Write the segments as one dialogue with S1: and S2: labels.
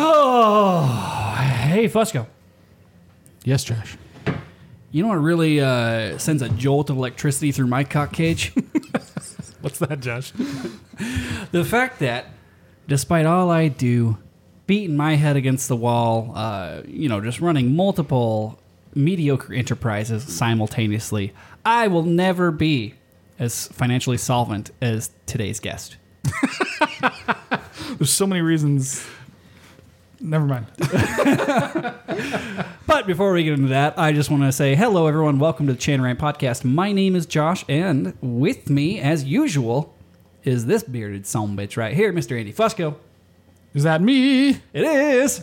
S1: Oh, hey, Fusco.
S2: Yes, Josh.
S1: You know what really uh, sends a jolt of electricity through my cock cage?
S2: What's that, Josh?
S1: the fact that, despite all I do, beating my head against the wall, uh, you know, just running multiple mediocre enterprises simultaneously, I will never be as financially solvent as today's guest.
S2: There's so many reasons. Never mind.
S1: But before we get into that, I just want to say hello, everyone. Welcome to the Chan Rant Podcast. My name is Josh, and with me, as usual, is this bearded son bitch right here, Mr. Andy Fusco.
S2: Is that me?
S1: It is.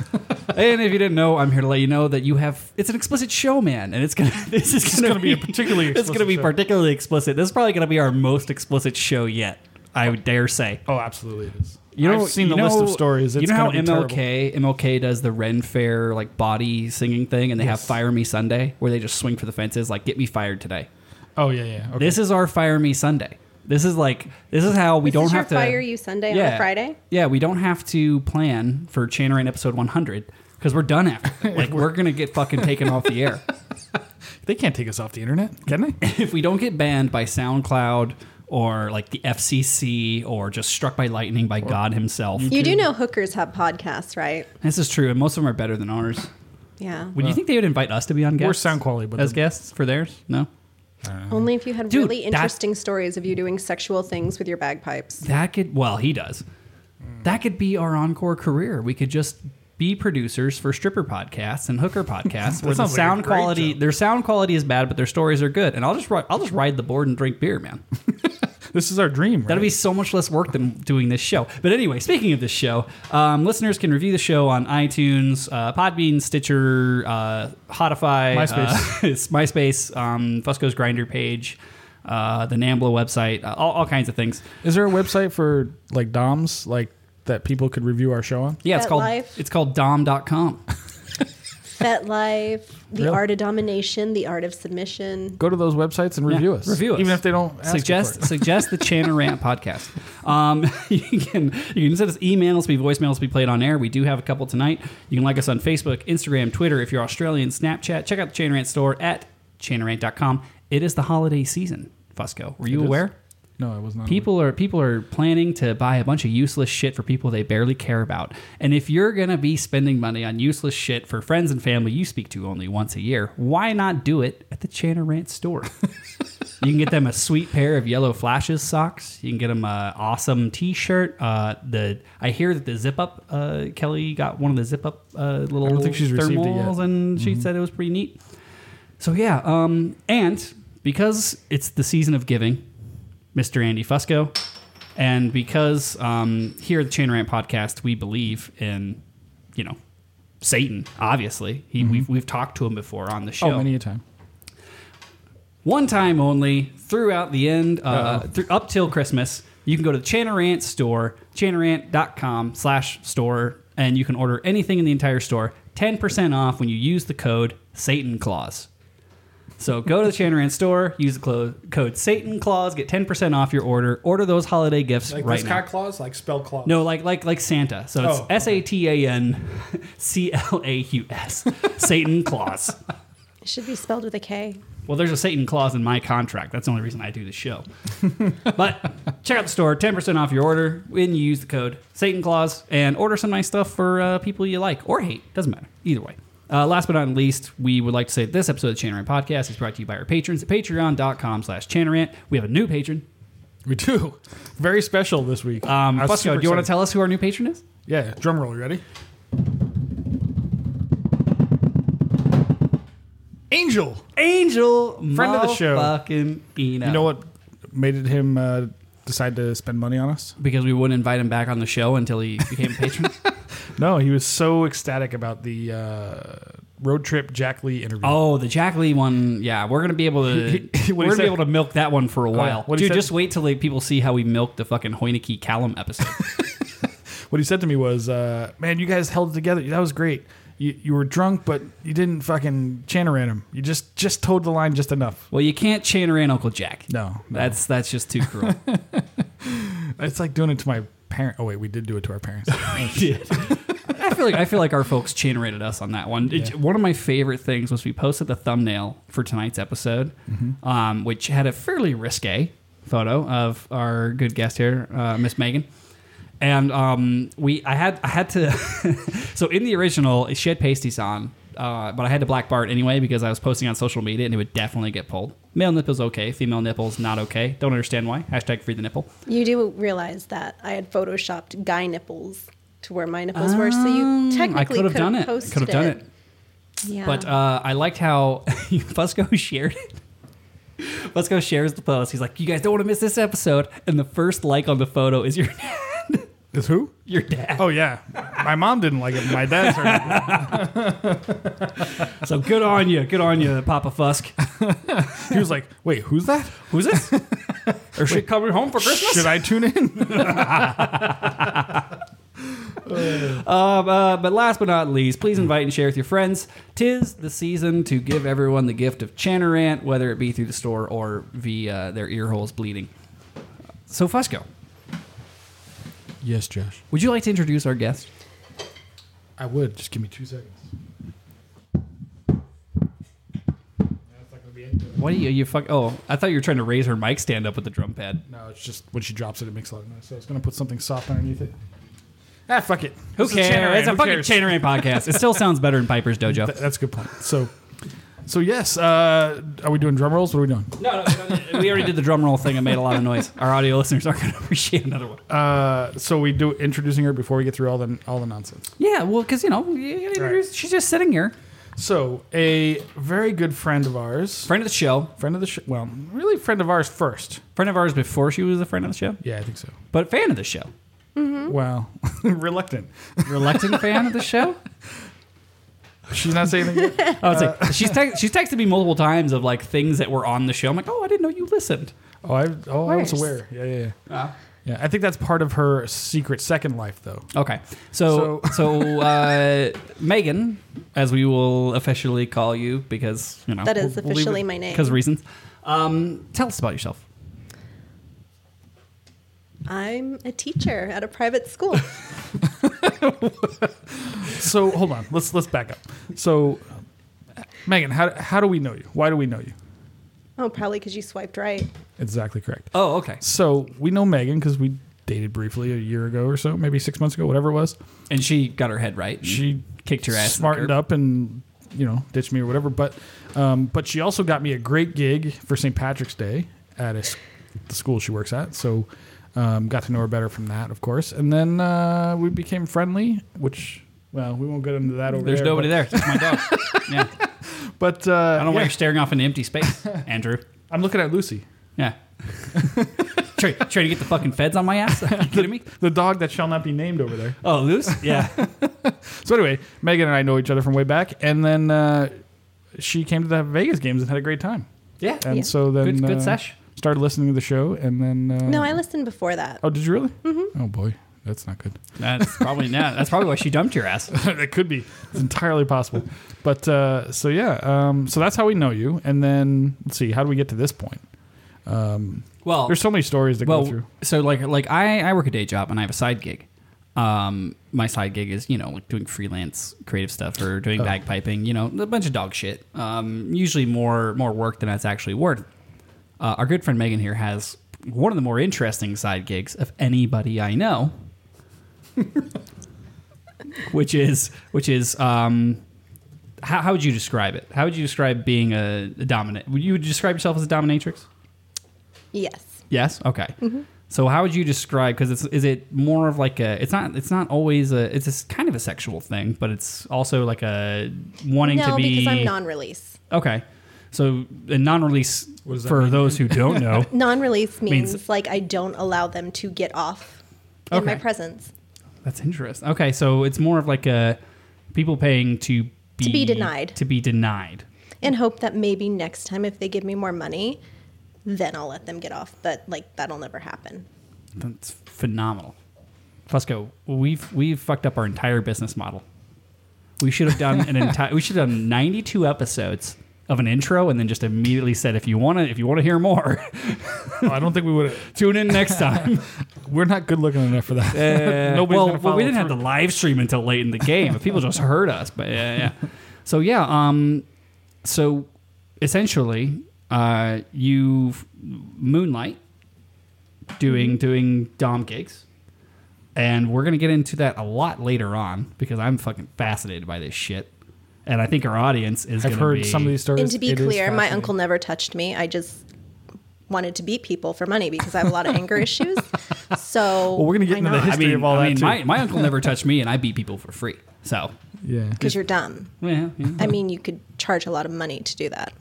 S1: and if you didn't know, I'm here to let you know that you have it's an explicit show, man, and it's gonna this is gonna,
S2: gonna be a particularly
S1: it's gonna
S2: explicit
S1: be
S2: show.
S1: particularly explicit. This is probably gonna be our most explicit show yet. I would dare say.
S2: Oh, absolutely it is.
S1: You know,
S2: I've seen the
S1: you
S2: list
S1: know-
S2: of stories. It's
S1: you know how
S2: gonna be terrible.
S1: MLK MLK does the Ren Fair like body singing thing, and they have
S2: Yes.
S1: Fire Me Sunday, where they just swing for the fences, like get me fired today.
S2: Oh yeah, yeah. Okay.
S1: This is our Fire Me Sunday. This is like this is how we
S3: This
S1: don't
S3: is your
S1: have to
S3: fire you Sunday on a Friday.
S1: Yeah, we don't have to plan for Channeling episode 100 because we're done after. Like we're, gonna get fucking taken off the air
S2: they can't take us off the internet, can they?
S1: if we don't get banned by SoundCloud or like the FCC or just struck by lightning by God Himself.
S3: You do know hookers have podcasts, right?
S1: This is true, and most of them are better than ours.
S3: Yeah.
S1: Would you think they would invite us to be on guests?
S2: We're sound quality, but
S1: as
S2: they're-
S1: guests for theirs? No.
S2: Uh,
S3: Only if you had
S1: Dude,
S3: really
S1: that-
S3: interesting stories of you doing sexual things with your bagpipes.
S1: That could well, he does.
S2: Hmm.
S1: That could be our encore career. We could just be producers for stripper podcasts and hooker podcasts where the
S2: sounds like a
S1: sound
S2: great
S1: quality
S2: job.
S1: their sound quality is bad but their stories are good. And I'll just ri- I'll just ride the board and drink beer, man.
S2: This is our dream. Right?
S1: That'd be so much less work than doing this show. But anyway, speaking of this show, um, listeners can review the show on iTunes, uh, Podbean, Stitcher, uh, Hotify,
S2: MySpace.
S1: uh, it's MySpace, um, Fusco's Grinder page, uh, the Nambla website, uh, all, all kinds of things.
S2: Is there a website for like DOMs like that people could review our show on?
S1: Yeah, it's
S3: Bet
S1: called
S3: Life.
S1: it's called dom.com.
S3: Fet life, the
S2: Really?
S3: art of domination, the art of submission.
S2: Go to those websites and review us.
S1: Review us.
S2: even if they don't ask you for
S1: suggest
S2: it.
S1: suggest the Chan and Rant podcast. Um, you can you can send us emails, be voicemails, be played on air. We do have a couple tonight. You can like us on Facebook, Instagram, Twitter. If you're Australian, Snapchat. Check out the Chan and Rant store at chanrant.com. It is the holiday season. Fusco, were you
S2: It is.
S1: aware?
S2: No, I was not.
S1: People are people are planning to buy a bunch of useless shit for people they barely care about. And if you're gonna be spending money on useless shit for friends and family you speak to only once a year, why not do it at the Channer Rant store? you can get them a sweet pair of yellow flashes socks. You can get them a awesome T-shirt. Uh, the I hear that the zip up uh, Kelly got one of the zip up uh, little
S2: don't think she's received it yet. Mm-hmm.
S1: thermals, and she said it was pretty neat. So yeah, um, and because it's the season of giving, Mr. Andy Fusco, and because um, here at the Chain Rant Podcast we believe in, you know, Satan. Obviously, he, we've we've talked to him before on the show.
S2: Oh, many a time.
S1: One time only throughout the end, uh,
S2: Uh-oh.
S1: through, up till Christmas. You can go to the Chanarant store, chanarant.com slash store, and you can order anything in the entire store. 10% off when you use the code Satan Claus. So go to the Chanarant store, use the clo- code Satan Claus, get 10% off your order. Order those holiday gifts right now.
S2: claws, like spell claws.
S1: No, like like like Santa. So it's
S2: Oh.
S1: S A T A N C L A U S. Satan Claus.
S3: It should be spelled with a K.
S1: Well, there's a Satan clause in my contract. That's the only reason I do this show. but check out the store, 10% off your order when you use the code Satan Clause and order some nice stuff for uh, people you like or hate. Doesn't matter. Either way. Uh, last but not least, we would like to say that this episode of the Chanarant Podcast is brought to you by our patrons at patreon.com slash Chanarant. We have a new patron.
S2: We do. Very special this week.
S1: Um,
S2: I was
S1: Fusco,
S2: super
S1: do you want to
S2: excited.
S1: tell us who our new patron is?
S2: Yeah, drum roll. You ready? Angel.
S1: Angel
S2: Friend of the show.
S1: Fucking Eno.
S2: You know what made it him uh, decide to spend money on us?
S1: Because we wouldn't invite him back on the show until he became a patron.
S2: No, he was so ecstatic about the uh, road trip Jack Lee interview.
S1: Oh, the Jack Lee one. Yeah, we're gonna be able to.
S2: He- he- what
S1: we're
S2: he
S1: gonna be
S2: said-
S1: able to milk that one for a while.
S2: What he
S1: Dude,
S2: said-
S1: just wait till like, people see how we milk the fucking Hoineke Callum episode.
S2: What he said to me was, uh, "Man, you guys held it together. That was great. You, you were drunk, but you didn't fucking channeran him. You just just towed the line just enough."
S1: well, you can't chain around Uncle Jack.
S2: No, no.
S1: That's that's just too cruel.
S2: It's like doing it to my parent. Oh wait, we did do it to our parents.
S1: I feel feel like I feel like our folks chain rated us on that one. It-
S2: Yeah.
S1: One of my favorite things was we posted the thumbnail for tonight's episode, um, which had a fairly risque photo of our good guest here, uh, Miss Megan. And um, we, I had, I had to. so in the original, she had pasties on, uh, but I had to black bar it anyway because I was posting on social media and it would definitely get pulled. Male nipples okay, female nipples not okay. Don't understand why. Hashtag free the nipple.
S3: You do realize that I had photoshopped guy nipples to where my nipples were, so you technically
S1: Um, I could have done it.
S3: posted
S1: Could have done it.
S3: Yeah.
S1: But uh, I liked how Fusco shared it. Fusco shares the post. He's like, "You guys don't want to miss this episode." And the first like on the photo is your
S2: Is who?
S1: your dad.
S2: Oh yeah, my mom didn't like it. My dad started.
S1: So good on you, good on you, Papa Fusk.
S2: He was like, "Wait, who's that?
S1: Who's this? Or she coming home for Christmas?
S2: Should I tune in?"
S1: Um, uh, but last but not least, please invite and share with your friends. Tis the season to give everyone the gift of Chanarant, whether it be through the store or via their ear holes bleeding. So Fusco,
S2: yes, Josh.
S1: would you like to introduce our guest?
S2: I would. Just give me two seconds.
S1: What are you, you fuck? Oh, I thought you were trying to raise her mic stand up with the drum pad.
S2: No, it's just when she drops it, it makes a lot of noise. So I was gonna put something soft underneath it. Ah, fuck it.
S1: Who
S2: It's a
S1: cares?
S2: Chanarang.
S1: It's a
S2: Who
S1: fucking
S2: cares?
S1: Chainerang podcast. It still sounds better in Piper's dojo.
S2: Th- That's a good point. So, so yes. Uh, are we doing drum rolls? What are we doing?
S1: no, no, no, we already did the drum roll thing and made a lot of noise. Our audio listeners aren't going to appreciate another one.
S2: Uh, so we do introducing her before we get through all the all the nonsense.
S1: yeah, well, because you know, you-
S2: All right.
S1: she's just sitting here,
S2: So a very good friend of ours,
S1: friend of the show,
S2: friend of the show. Well, really friend of ours first.
S1: friend of ours before she was a friend of the show,
S2: Yeah, I think so.
S1: but fan of the show,
S2: Well, reluctant.
S1: reluctant fan of the show.
S2: She's not saying anything. yet?
S1: I was like, she's text she's texted me multiple times of like things that were on the show. I'm like, oh, I didn't know you listened.
S2: Oh, I oh I was
S3: Worse.
S2: aware. Yeah, yeah, yeah.
S1: Uh,
S2: Yeah, I think that's part of her secret second life, though.
S1: Okay. So so, uh, Megan, as we will officially call you, because you know
S3: That is officially my name.
S1: because reasons. Um, tell us about yourself.
S3: I'm a teacher at a private school.
S2: So hold on, let's let's back up. So, Megan, how how do we know you? Why do we know you?
S3: oh, probably because you swiped right.
S2: Exactly correct.
S1: Oh, okay.
S2: So we know Megan because we dated briefly a year ago or so, maybe six months ago, whatever it was.
S1: And she got her head right. and
S2: She
S1: kicked her ass. in the
S2: smartened
S1: curb.
S2: up, and you know ditched me or whatever. But um, but she also got me a great gig for St. Patrick's Day at a, s- the school she works at. So um, got to know her better from that, of course. And then uh, we became friendly, which. Well, we won't get into that over
S1: There's
S2: there.
S1: nobody
S2: but,
S1: there. It's just my dog. yeah.
S2: But uh,
S1: I don't know why
S2: yeah,
S1: you're staring off into empty space, Andrew.
S2: I'm looking at Lucy,
S1: Yeah. Try, try to get the fucking feds on my ass? Are you kidding me?
S2: the dog that shall not be named over there.
S1: Oh, loose? Yeah.
S2: So anyway, Megan and I know each other from way back, and then uh, she came to the Vegas games and had a great time.
S1: Yeah.
S2: And
S3: Yeah.
S2: so then
S1: Good- good
S2: uh,
S1: sesh.
S2: started listening to the show, and then uh,
S3: No, I listened before that.
S2: oh, did you really? Mm-hmm. Oh boy, that's not good.
S1: That's probably not. That's probably why she dumped your ass.
S2: it could be. It's entirely possible. But uh, so yeah, um, so that's how we know you. And then let's see, how do we get to this point?
S1: Well,
S2: There's so many stories that go
S1: well,
S2: through.
S1: so like like I I work a day job and I have a side gig. Um, my side gig is you know like doing freelance creative stuff or doing
S2: Oh.
S1: bagpiping, you know, a bunch of dog shit. Um, usually more more work than that's actually worth. Uh, our good friend Megan here has one of the more interesting side gigs of anybody I know, which is which is um. How, how would you describe it? How would you describe being a, a dominant? Would you describe yourself as a dominatrix?
S3: Yes.
S1: Yes. Okay.
S3: Mm-hmm.
S1: So how would you describe? Because it's is it more of like a? It's not. It's not always a. It's just kind of a sexual thing, but it's also like a wanting
S3: no,
S1: to be.
S3: because I'm non-release.
S1: Okay. So a non-release
S2: does that
S1: for those who don't know.
S3: Non-release
S1: Means-
S3: means, like I don't allow them to get off in my
S1: Okay.
S3: presence
S1: That's interesting. Okay, so it's more of like a people paying to be
S3: To be denied.
S1: to be denied.
S3: and hope that maybe next time if they give me more money, then I'll let them get off. But like that'll never happen.
S1: That's phenomenal. Fusco, we've we've fucked up our entire business model. We should have done an entire. We should have done ninety-two episodes of an intro and then just immediately said if you want to if you want to hear more
S2: No, I don't think we would. have
S1: tune in next time
S2: We're not good looking enough for that. Nobody's gonna
S1: well, well,
S2: follow
S1: we didn't have
S2: through.
S1: the live stream until late in the game. People just heard us, but yeah, yeah. So yeah, um, so essentially, uh, you moonlight doing doing dom gigs, and we're gonna get into that a lot later on because I'm fucking fascinated by this shit, and I think our audience is.
S2: I've
S1: gonna
S2: heard
S1: be,
S2: some of these stories.
S3: And to be
S2: It is
S3: clear, my
S2: fascinating.
S3: uncle never touched me. I just wanted to beat people for money because I have a lot of anger issues. So
S2: Well, we're gonna get
S3: I
S2: into the
S3: know.
S1: I
S2: history
S1: mean,
S2: of all
S1: I
S2: that
S1: mean,
S2: too.
S1: my, my uncle never touched me, and I beat people for free. So
S2: Yeah.
S3: because you're dumb.
S1: yeah, yeah.
S3: I mean, you could charge a lot of money to do that.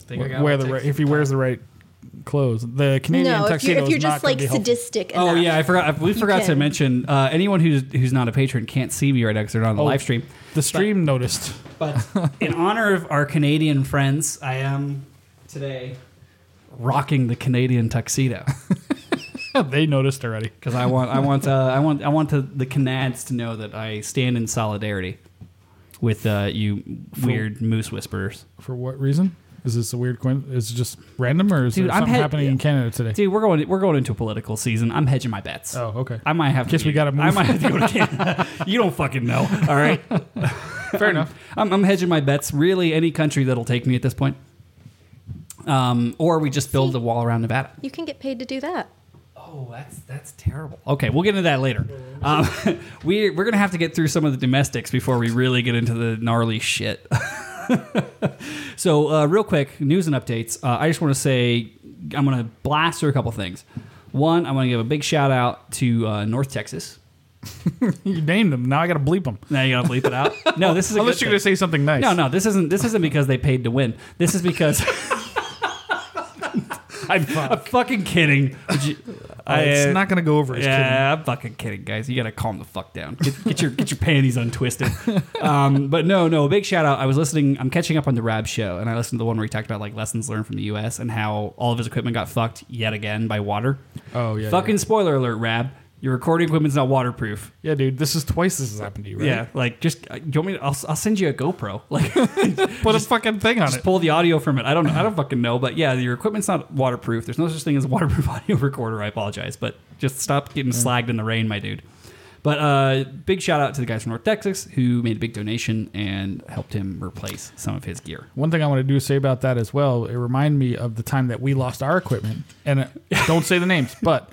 S1: Think I
S2: Wear
S1: got what it
S2: the right,
S1: takes.
S2: if he wears the right clothes, the Canadian
S3: no, if you're,
S2: tuxedo
S3: if you're
S2: is not
S3: just
S2: gonna
S3: like
S2: be helpful.
S3: sadistic
S1: Oh
S3: enough.
S1: yeah, I forgot. I- We forgot to
S3: can-
S1: mention uh, anyone who's who's not a patron can't see me right now because they're not on the
S2: Oh,
S1: live stream.
S2: The stream noticed.
S1: But in honor of our Canadian friends, I am today rocking the Canadian tuxedo
S2: they noticed already.
S1: because I want I want uh, I want I want the, the Canads to know that I stand in solidarity with uh, you weird moose whisperers.
S2: For what reason? Is this a weird coincidence? Is it just random or is
S1: Dude,
S2: there
S1: I'm
S2: something
S1: head-
S2: happening in Canada today?
S1: Dude, we're going we're going into a political season. I'm hedging my bets.
S2: Oh, okay.
S1: I might have
S2: Guess
S1: to
S2: we gotta
S1: I
S2: move.
S1: might have to go to Canada. you don't fucking know. All right.
S2: Fair enough.
S1: I'm, I'm hedging my bets. Really, any country that'll take me at this point. Um, or we just build the wall around Nevada.
S3: You can get paid to do that.
S1: Oh, that's that's terrible. Okay, we'll get into that later. Um, we we're gonna have to get through some of the domestics before we really get into the gnarly shit. so, uh, real quick, news and updates. Uh, I just want to say I'm gonna blast through a couple things. One, I want to give a big shout out to uh, North Texas.
S2: You named them. Now I got to bleep them.
S1: Now you gotta bleep it out. No, this is a
S2: Unless
S1: good
S2: you're going to
S1: thing.
S2: say something nice.
S1: No, no, this isn't. This isn't because they paid to win. This is because I'm, I'm fucking kidding. Would you- I,
S2: Oh, it's
S1: uh,
S2: not going to go over. It's kidding.
S1: yeah, I'm fucking kidding, guys. You gotta calm the fuck down. Get, get your get your panties untwisted. Um, but no, no. Big shout out. I was listening. I'm catching up on the Rab show, and I listened to the one where he talked about like lessons learned from the U.S. and how all of his equipment got fucked yet again by water.
S2: Oh, yeah,
S1: Fucking spoiler alert, Rab. Your recording equipment's not waterproof.
S2: Yeah, dude. This is twice this has happened to you, right?
S1: Yeah, like just uh, you want me? To, I'll I'll send you a GoPro. Like.
S2: Put a fucking thing on
S1: just
S2: it.
S1: pull the audio from it. I don't know. I don't fucking know. But yeah, your equipment's not waterproof. There's no such thing as a waterproof audio recorder. I apologize, but just stop getting slagged in the rain, my dude. But uh, big shout out to the guys from North Texas who made a big donation and helped him replace some of his gear.
S2: One thing I want to do say about that as well, it reminded me of the time that we lost our equipment. And uh, don't say the names, but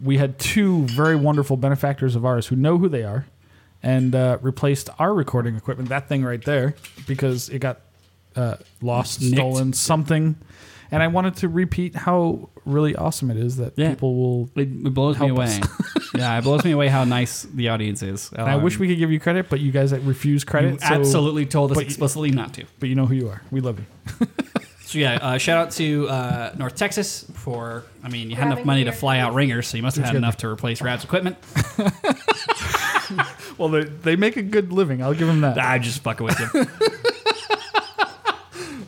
S2: we had two very wonderful benefactors of ours who know who they are and uh, replaced our recording equipment, that thing right there, because it got uh, lost,
S1: Nicked.
S2: stolen, something. And I wanted to repeat how really awesome it is that
S1: Yeah.
S2: people will.
S1: It, it blows me
S2: Help
S1: away. yeah, it blows me away how nice the audience is. Um,
S2: And I wish we could give you credit, but you guys that refuse credit.
S1: You
S2: so-
S1: absolutely told us
S2: but you-
S1: explicitly not to.
S2: But you know who you are. We love you.
S1: So yeah, uh, shout out to uh, North Texas for. I mean, you had enough
S3: Grabbing
S1: money to
S3: your-
S1: fly out ringers, so you must have had
S2: good.
S1: enough to replace Rab's equipment.
S2: Well, they, they make a good living. I'll give them that.
S1: I'm just fucking with you. oh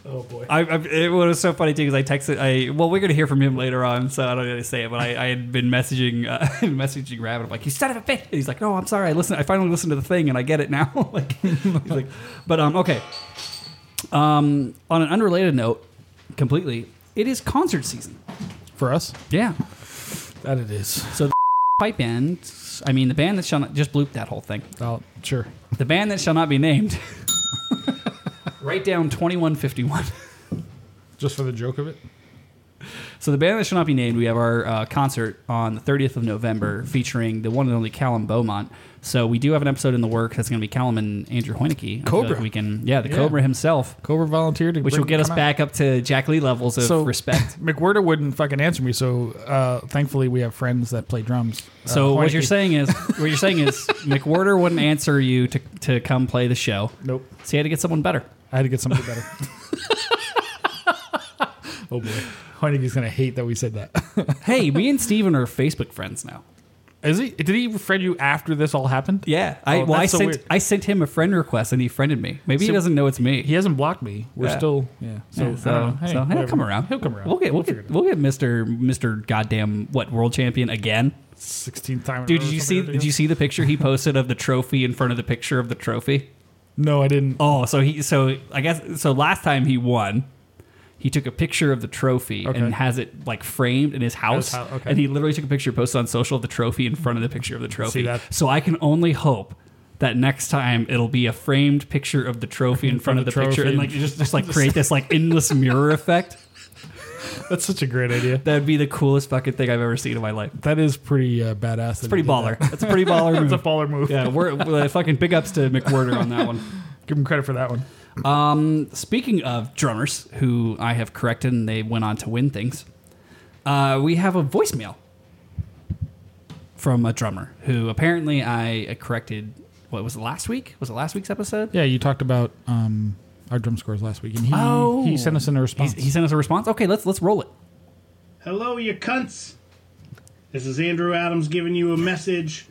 S1: boy! I, I, it was so funny too because I texted. I well, we're gonna hear from him later on, so I don't need to say it. But I, I had been messaging, uh, messaging Rabbit. I'm like, "You son of a bitch!" And he's like, "No, I'm sorry. I listen. I finally listened to the thing, and I get it now." like, he's like, but um, okay. Um, on an unrelated note, completely, it is concert season.
S2: For us,
S1: Yeah.
S2: that it is.
S1: Pipe band. I mean, the band that shall not just bloop that whole thing.
S2: Oh, sure.
S1: The band that shall not be named. Write down 2151.
S2: Just for the joke of it.
S1: So the band that shall not be named, we have our uh, concert on the 30th of November featuring the one and only Callum Beaumont. So we do have an episode in the work that's going to be Callum and Andrew Hoineke. I feel
S2: Cobra.
S1: like we can, yeah, the
S2: Yeah.
S1: Cobra himself,
S2: Cobra volunteered to
S1: which
S2: bring-
S1: will get us
S2: come out.
S1: back up to Jack Lee levels of
S2: So-
S1: respect.
S2: McWhirter wouldn't fucking answer me, so uh, thankfully we have friends that play drums. Uh,
S1: So what
S2: Hoineke-
S1: you're saying is, what you're saying is, McWhorter wouldn't answer you to, to come play the show.
S2: Nope.
S1: So you had to get someone better.
S2: I had to get somebody better. oh boy, Hoineke's gonna hate that we said that.
S1: Hey, me and Steven are Facebook friends now.
S2: Is he? Did he friend you after this all happened?
S1: Yeah, I
S2: Oh,
S1: well, I
S2: that's so
S1: sent
S2: weird.
S1: I sent him a friend request and he friended me. Maybe he
S2: So-
S1: doesn't know it's me.
S2: He hasn't blocked me. We're
S1: Yeah.
S2: still yeah. So,
S1: Yeah,
S2: I don't
S1: so,
S2: know. Hey,
S1: so he'll
S2: whatever.
S1: come around.
S2: He'll come around.
S1: We'll get we'll get, we'll get Mister Mister Goddamn what world champion again,
S2: sixteenth time. in a
S1: dude.
S2: row
S1: Did
S2: or
S1: you
S2: something
S1: see?
S2: ridiculous.
S1: Did you see the picture he posted of the trophy in front of the picture of the trophy?
S2: No, I didn't.
S1: Oh, so he so I guess so last time he won, he took a picture of the trophy
S2: Okay.
S1: and has it like framed in his house.
S2: house, okay.
S1: And he literally took a picture posted on social of the trophy in front of the picture of the trophy.
S2: that?
S1: So I can only hope that next time it'll be a framed picture of the trophy in front of the, picture
S2: trophy.
S1: and like just just like create this like endless mirror effect.
S2: That's such a great idea.
S1: That'd be the coolest fucking thing I've ever seen in my life.
S2: That is pretty uh, badass. It's
S1: Pretty baller. That's a pretty baller
S2: That's a
S1: move.
S2: baller move.
S1: Yeah, we're uh, fucking big ups to McWhorter on that one.
S2: Give him credit for that one.
S1: Um, speaking of drummers who I have corrected and they went on to win things, uh, we have a voicemail from a drummer who apparently I corrected. What was it last week? Was it last week's episode?
S2: Yeah, you talked about um, our drum scores last week, and he
S1: Oh.
S2: he sent us in a response.
S1: He's, he sent us a response. Okay, let's let's roll it.
S4: Hello, you cunts! This is Andrew Adams giving you a message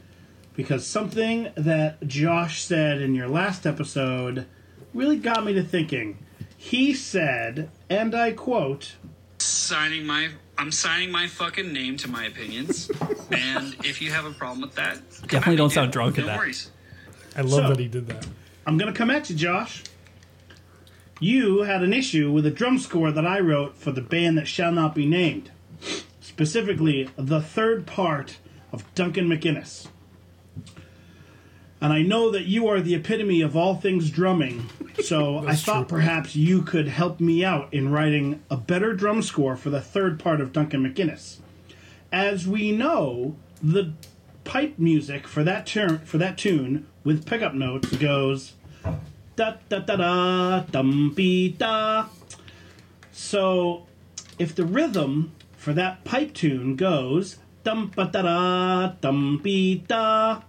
S4: because something that Josh said in your last episode really got me to thinking. He said, and I quote,
S5: signing my I'm signing my fucking name to my opinions. and if you have a problem with that, come
S1: Definitely
S5: at me,
S1: don't
S5: dude.
S1: sound drunk at
S5: no
S1: that.
S5: worries.
S2: I love
S4: So-
S2: that he did that.
S4: I'm going to come at you, Josh. You had an issue with a drum score that I wrote for the band that shall not be named, specifically the third part of Duncan McInnes. And I know that you are the epitome of all things drumming, so I thought perhaps you could help me out in writing a better drum score for the third part of Duncan McInnes. As we know, the pipe music for that turn for that tune with pickup notes goes da da da da dum be da. So if the rhythm for that pipe tune goes dum ba da da dum be da,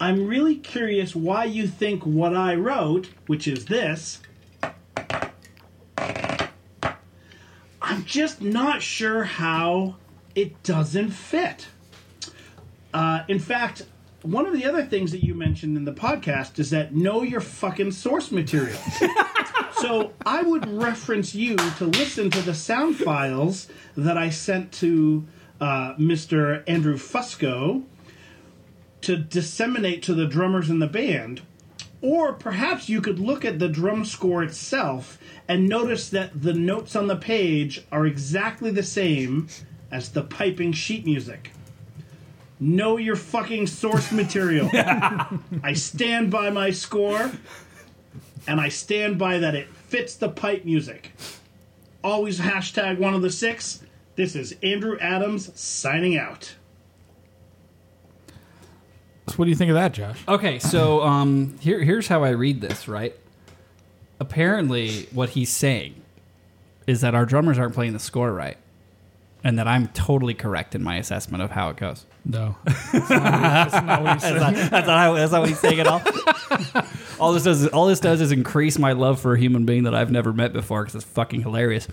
S4: I'm really curious why you think what I wrote, which is this. I'm just not sure how it doesn't fit. Uh, in fact, one of the other things that you mentioned in the podcast is that know your fucking source material. so I would reference you to listen to the sound files that I sent to uh, Mr. Andrew Fusco to disseminate to the drummers in the band. Or perhaps you could look at the drum score itself and notice that the notes on the page are exactly the same as the piping sheet music. Know your fucking source material. I stand by my score, and I stand by that it fits the pipe music. Always hashtag one of the six. This is Andrew Adams signing out.
S2: So what do you think of that, Josh?
S1: Okay, so um, here here's how I read this. Right. Apparently, what he's saying is that our drummers aren't playing the score right, and that I'm totally correct in my assessment of how it goes.
S2: No, that's not what he said.
S1: That's not how. That's not what he's saying at all. all this does. All this does is increase my love for a human being that I've never met before because it's fucking hilarious.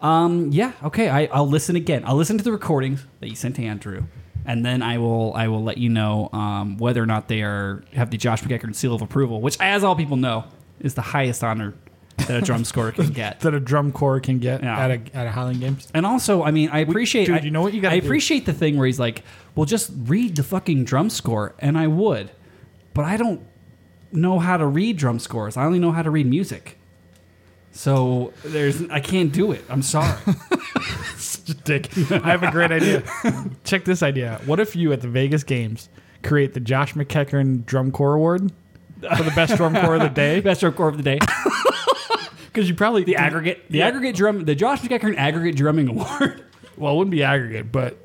S1: Um, yeah. Okay. I, I'll listen again. I'll listen to the recordings that you sent to Andrew, and then I will. I will let you know um, whether or not they are have the Josh McEachern seal of approval, which, as all people know, is the highest honor that a drum scorer can get.
S2: that a drum corps can get
S1: Yeah.
S2: at a at a Highland Games.
S1: And also, I mean, I appreciate.
S2: dude,
S1: I,
S2: you know what you gotta
S1: I
S2: do?
S1: appreciate the thing where he's like, "Well, just read the fucking drum score," and I would, but I don't know how to read drum scores. I only know how to read music. So there's, I can't do it. I'm sorry.
S2: Dick, I have a great idea. Check this idea. out. What if you at the Vegas Games create the Josh McEachern Drum Corps Award for the best drum corps of the day?
S1: Best drum score of the day.
S2: Because you probably
S1: The aggregate, the
S2: Yeah.
S1: aggregate drum, the Josh McEachern aggregate drumming award.
S2: Well, it wouldn't be aggregate, but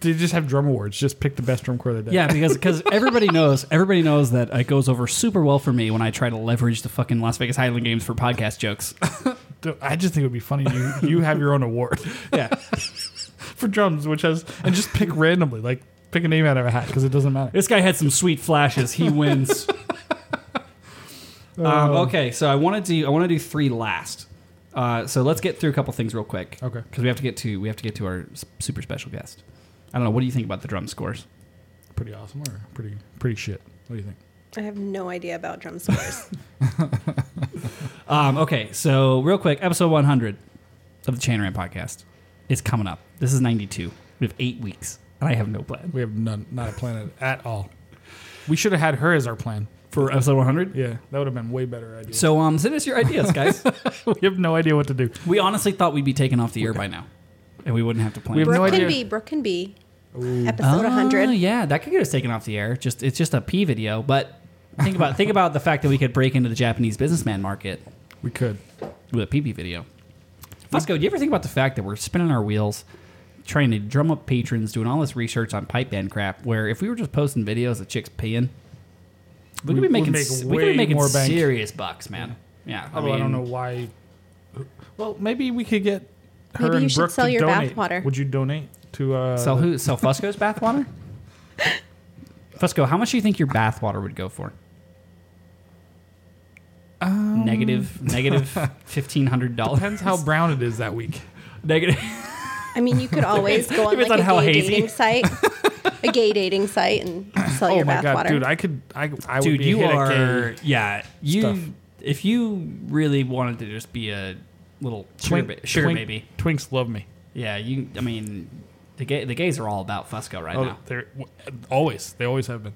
S2: they just have drum awards. Just pick the best drum corps of the day.
S1: Yeah, because because everybody knows everybody knows that it goes over super well for me when I try to leverage the fucking Las Vegas Highland Games for podcast jokes.
S2: Dude, I just think it would be funny. You you have your own award. Yeah, for drums, which has and just pick randomly, like pick a name out of a hat because it doesn't matter.
S1: This guy had some sweet flashes. He wins. um, okay, so I want to do I want to do three last. Uh, so let's get through a couple things real quick.
S2: Okay.
S1: Because we have to get to we have to get to our s- super special guest. I don't know. What do you think about the drum scores?
S2: Pretty awesome or pretty pretty shit. What do you think?
S3: I have no idea about drum scores.
S1: Um, okay, so real quick, episode 100 of the Chanran podcast is coming up. This is 92. We have eight weeks, and I have no plan.
S2: We have none, not a plan at all. We should have had her as our plan.
S1: for episode 100.
S2: Yeah, that would have been way better idea.
S1: So um, send us your ideas, guys.
S2: we have no idea what to do.
S1: we honestly thought we'd be taken off the air by now, and we wouldn't have to plan.
S2: We have no
S3: Brooke
S2: idea.
S3: can be. Brooke can be. Episode 100.
S1: Oh, yeah, that could get us taken off the air. Just it's just a P video, but think about think about the fact that we could break into the Japanese businessman market
S2: We could.
S1: with a PP video. Fusco, do you ever think about the fact that we're spinning our wheels, trying to drum up patrons, doing all this research on pipe band crap? Where if we were just posting videos of chicks peeing,
S2: We
S1: we could be
S2: would
S1: making
S2: make
S1: s- we could
S2: way
S1: be making
S2: more bank.
S1: serious bucks, man. Yeah,
S2: Although I, don't know
S1: mean,
S2: why. Well, maybe we could get her
S3: Maybe
S2: and
S3: you should
S2: Brooke
S3: sell
S2: to
S3: your
S2: donate.
S3: bathwater.
S2: Would you donate to uh,
S1: Sell who? Sell Fusco's bathwater? Fusco, how much do you think your bathwater would go for? Negative, negative fifteen hundred dollars.
S2: Um, Depends how brown it is that week.
S1: negative.
S3: I mean, you could always go on
S1: Depends
S3: like
S1: on
S3: a
S1: how
S3: gay
S1: hazy.
S3: dating site, a gay dating site, and sell
S2: Oh
S3: your
S2: my god, dude!
S3: bathwater.
S2: I could. I. I would
S1: Dude,
S2: be
S1: you
S2: hit at
S1: are.
S2: gay.
S1: Yeah, you.
S2: stuff.
S1: If you really wanted to just be a little sugar,
S2: Twink-
S1: ba- sugar
S2: twink-
S1: baby,
S2: Twinks love me.
S1: yeah, you. I mean, the gay, the gays are all about Fusco right
S2: Oh,
S1: now,
S2: they're w- always. They always have been.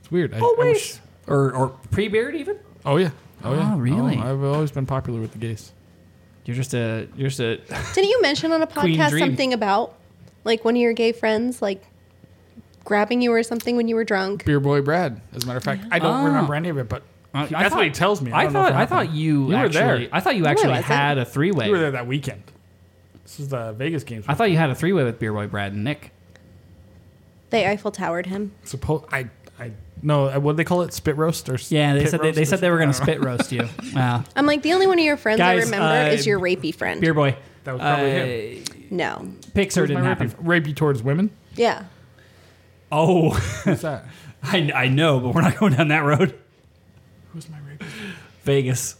S2: It's weird. I, I
S3: Always.
S2: wish-
S1: or or pre beard even.
S2: oh yeah. Oh yeah.
S1: Oh, really?
S2: Oh, I've always been popular with the gays.
S1: You're just a. You're just a.
S3: Didn't you mention on a
S1: Queen
S3: podcast
S1: Dream.
S3: something about like one of your gay friends like grabbing you or something when you were drunk?
S2: Beer boy Brad. As a matter of fact, I don't
S3: Oh.
S1: Ah.
S2: remember any of it, but
S1: I- I
S2: he- that's
S1: thought-
S2: what he tells me. I,
S1: I,
S2: don't know if
S1: thought.
S2: it
S1: I
S2: happened.
S1: thought you.
S2: You were
S1: actually,
S2: there.
S1: I thought you actually
S3: wasn't.
S1: had a three
S2: You were
S1: way.
S2: there that weekend. This is the Vegas games.
S1: I thought you had a three way with Beer Boy Brad and Nick.
S3: They Eiffel Towered him.
S2: Suppo- I, I no. uh, What do they call it? Spit roast or s-
S1: Yeah, they
S2: pit
S1: said they,
S2: roast
S1: they
S2: or
S1: said they were going to
S2: something? I
S1: spit roast you. Wow,
S3: I'm like the only one of your friends I
S1: Guys,
S3: remember
S1: uh,
S3: is your rapey friend.
S1: Beer Boy.
S2: That was probably
S1: uh,
S2: him.
S3: No.
S1: Pixar
S2: don't
S1: didn't
S2: know.
S1: happen.
S2: Rapey- Rapey towards women.
S3: Yeah.
S1: Oh,
S2: Who's that?
S1: I, I know, but we're not going down that road.
S2: Who's my rapey?
S1: Vegas.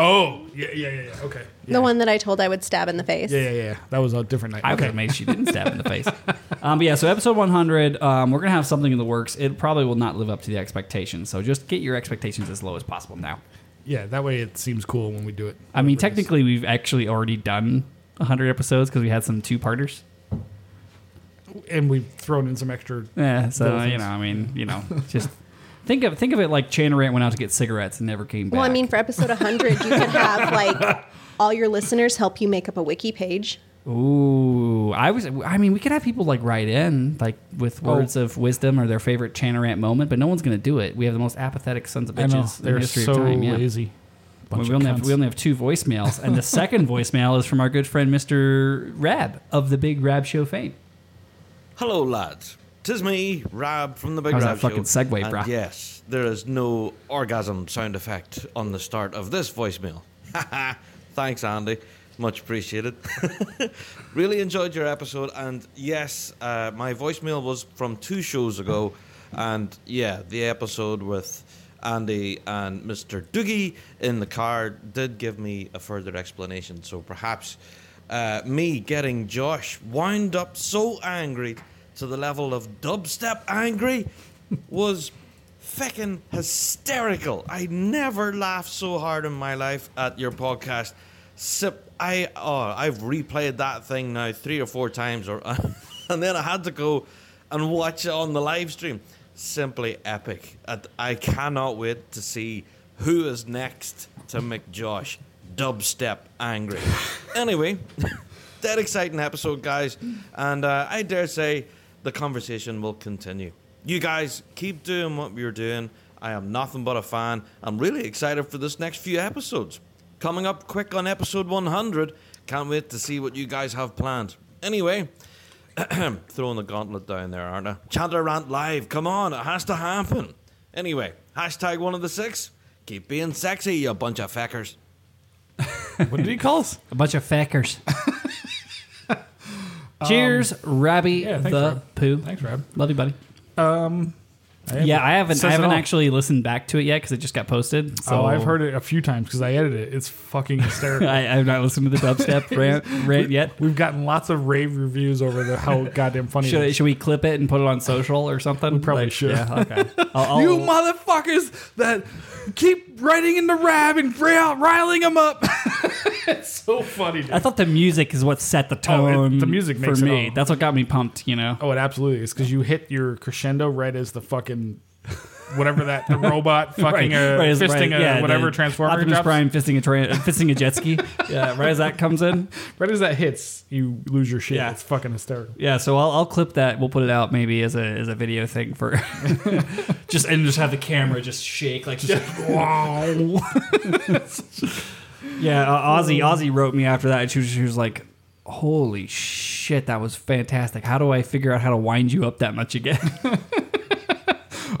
S2: Oh yeah yeah yeah. yeah. Okay. Yeah.
S3: The one that I told I would stab in the face.
S2: Yeah, yeah, yeah. That was a different night.
S1: I was amazed she didn't stab in the face. Um, but yeah, so episode 100, um, we're going to have something in the works. It probably will not live up to the expectations. So just get your expectations as low as possible now.
S2: Yeah, that way it seems cool when we do it.
S1: I mean, technically, we've actually already done 100 episodes because we had some two parters.
S2: and we've thrown in some extra.
S1: Yeah, so
S2: Little
S1: you
S2: things.
S1: know, I mean, you know, just think of think of it like Chanarant went out to get cigarettes and never came back.
S3: Well, I mean, for episode 100, you could have like all your listeners help you make up a wiki page.
S1: ooh, I was, I mean, we could have people like write in like with
S2: Oh.
S1: words of wisdom or their favorite Chanarant moment, but no one's gonna do it. We have the most apathetic sons of
S2: I know
S1: bitches in the
S2: they're
S1: history
S2: so
S1: of time. Yeah.
S2: lazy.
S1: Well,
S2: Bunch
S1: we
S2: of
S1: only have we
S2: cunts.
S1: only have two voicemails, and the second voicemail is from our good friend Mr. Rab of the Big Rab Show fame.
S6: Hello, lads. Tis me, Rab from the Big
S1: How's that
S6: Rab
S1: fucking
S6: Show.
S1: segue,
S6: and
S1: brah?
S6: Yes, there is no orgasm sound effect on the start of this voicemail. Haha. Thanks, Andy. Much appreciated. really enjoyed your episode, and yes, uh, my voicemail was from two shows ago, and yeah, the episode with Andy and Mr. Doogie in the car did give me a further explanation. So perhaps uh, me getting Josh wound up so angry to the level of dubstep angry was feckin' hysterical. I never laughed so hard in my life at your podcast. Sip, I oh, I've replayed that thing now three or four times, or and then I had to go and watch it on the live stream. Simply epic. And I cannot wait to see who is next to McJosh dubstep angry. Anyway, that exciting episode, guys, and uh, I dare say the conversation will continue. You guys keep doing what you're doing. I am nothing but a fan. I'm really excited for this next few episodes. Coming up quick on episode 100. Can't wait to see what you guys have planned. Anyway, throwing the gauntlet down there, aren't I? Chandler Rant Live, come on, it has to happen. Anyway, hashtag one of the six. Keep being sexy, you bunch of feckers.
S2: What did he call us?
S1: A bunch of feckers. Cheers, Rabby
S2: Um, yeah, thanks,
S1: the
S2: Rab.
S1: Pooh.
S2: Thanks, Rab. Um,
S1: Love you, buddy.
S2: I
S1: yeah, I haven't.
S2: Says
S1: I
S2: it
S1: haven't
S2: all.
S1: actually listened back to it yet because it just got posted. So
S2: Oh, I've heard it a few times because I edit it. It's fucking hysterical.
S1: I, I've not listened to the dubstep rant, rant yet.
S2: We've gotten lots of rave reviews over the how goddamn funny.
S1: Should,
S2: it is.
S1: should we clip it and put it on social or something? We
S2: probably should.
S1: Yeah, okay. I'll, I'll,
S2: You motherfuckers that keep writing in the rab and rile- riling them up. it's so funny. Dude.
S1: I thought the music is what set the tone.
S2: Oh, it- the music
S1: for
S2: makes it
S1: me.
S2: all.
S1: That's what got me pumped. You know.
S2: Oh, it absolutely is because you hit your crescendo right as the fucking whatever that the robot fucking
S1: Right,
S2: uh,
S1: right, as-
S2: fisting
S1: right,
S2: a
S1: yeah,
S2: whatever
S1: the
S2: transformer
S1: Optimus
S2: drops.
S1: Prime fisting a tra- fisting a jet ski. yeah, right as that comes in.
S2: Right as that hits, you lose your shit.
S1: Yeah.
S2: It's fucking hysterical.
S1: Yeah, so I'll, I'll clip that. We'll put it out maybe as a as a video thing for just and just have the camera just shake like just wow. yeah, uh, Ozzy Ozzy wrote me after that. And she was, she was like, "Holy shit, that was fantastic! How do I figure out how to wind you up that much again?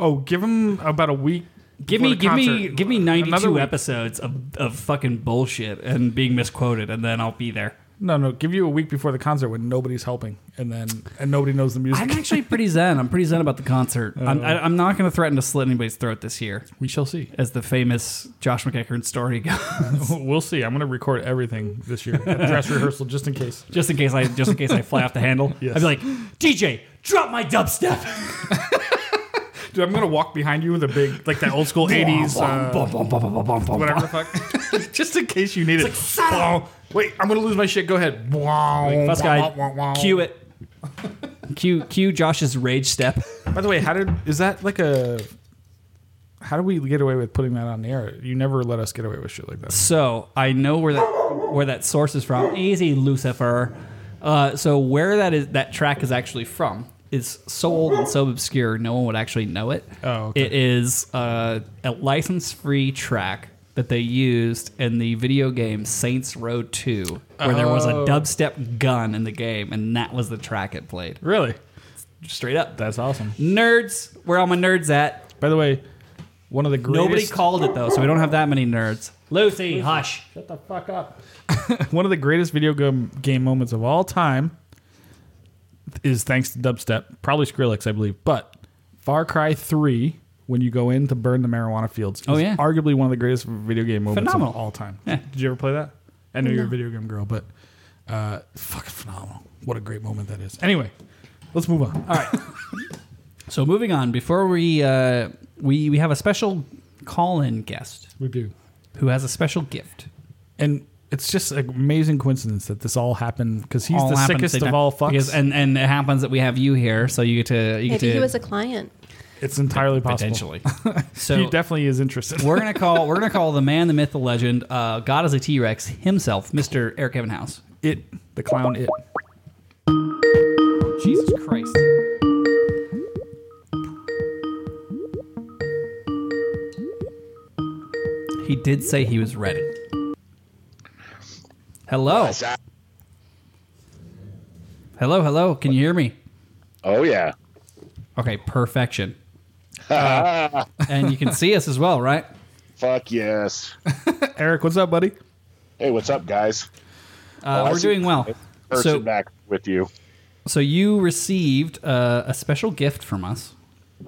S2: Oh, give him about a week.
S1: give
S2: before
S1: me
S2: the
S1: give me
S2: concert.
S1: give me ninety
S2: Another
S1: two
S2: week.
S1: episodes of of fucking bullshit and being misquoted, and then I'll be there."
S2: No, no, give you a week before the concert when nobody's helping, and then and nobody knows the music.
S1: I'm actually pretty zen. I'm pretty zen about the concert. I'm, I, I'm not going to threaten to slit anybody's throat this year.
S2: Oh. we shall see.
S1: as the famous Josh McEachern story goes.
S2: we'll see. I'm gonna record everything this year, a dress rehearsal, just in case.
S1: just in case I just in case I fly off the handle,
S2: Yes.
S1: I'd be like, DJ, drop my dubstep.
S2: Dude, I'm gonna walk behind you with a big, like that old school '80s, uh, whatever the fuck, just in case you need it.
S1: "Shut up."
S2: Wait, I'm gonna lose my shit. Go ahead. Wow.
S1: Bus guy, cue it. Cue cue Josh's rage step.
S2: By the way, how did is that like a? How do we get away with putting that on the air? You never let us get away with shit like that.
S1: So I know where that where that source is from. Easy, Lucifer. Uh, so where that is that track is actually from is so old and so obscure, no one would actually know it.
S2: Oh, okay.
S1: It is uh, a license-free track that they used in the video game Saints Row 2, where there was a
S2: Oh.
S1: dubstep gun in the game, and that was the track it played.
S2: Really?
S1: Straight up,
S2: That's awesome.
S1: nerds. Where all my nerds at?
S2: By the way, one of the greatest.
S1: Nobody called it though, so we don't have that many nerds. Lucy, hush.
S2: Shut the fuck up. One of the greatest video game, game moments of all time is thanks to dubstep, probably Skrillex, I believe. But Far Cry 3, when you go in to burn the marijuana fields,
S1: Oh,
S2: is
S1: yeah.
S2: arguably one of the greatest video game moments
S1: Phenomenal.
S2: of all time.
S1: Yeah.
S2: Did you ever play that? I know you're a video game girl, but uh, fucking phenomenal. What a great moment that is. Anyway, let's move on.
S1: All right. so moving on, before we uh, we we have a special call-in guest
S2: We do.
S1: who has a special gift.
S2: And it's just an amazing coincidence that this all happened because he's
S1: All
S2: the
S1: happens
S2: sickest
S1: at the
S2: of
S1: time.
S2: all fucks.
S1: Because- and and it happens that we have you here, so you get to you get
S3: Maybe
S1: to
S3: he was a client.
S2: it's entirely possible.
S1: potentially.
S2: He
S1: so
S2: definitely is interested.
S1: we're gonna call we're gonna call the man, the myth, the legend, uh, God is a T Rex himself, Mister Eric Evan House.
S2: It, the clown, it.
S1: Jesus Christ. He did say he was ready. Hello. Hello, hello. Can you hear me?
S7: Oh yeah.
S1: Okay, perfection. Uh, and you can see us as well, right?
S7: Fuck yes.
S2: Eric, what's up, buddy?
S7: Hey, what's up, guys?
S1: Uh,
S7: Oh, I
S1: we're
S7: see.
S1: doing well.
S7: Person
S1: So,
S7: back with you.
S1: so you received uh, a special gift from us.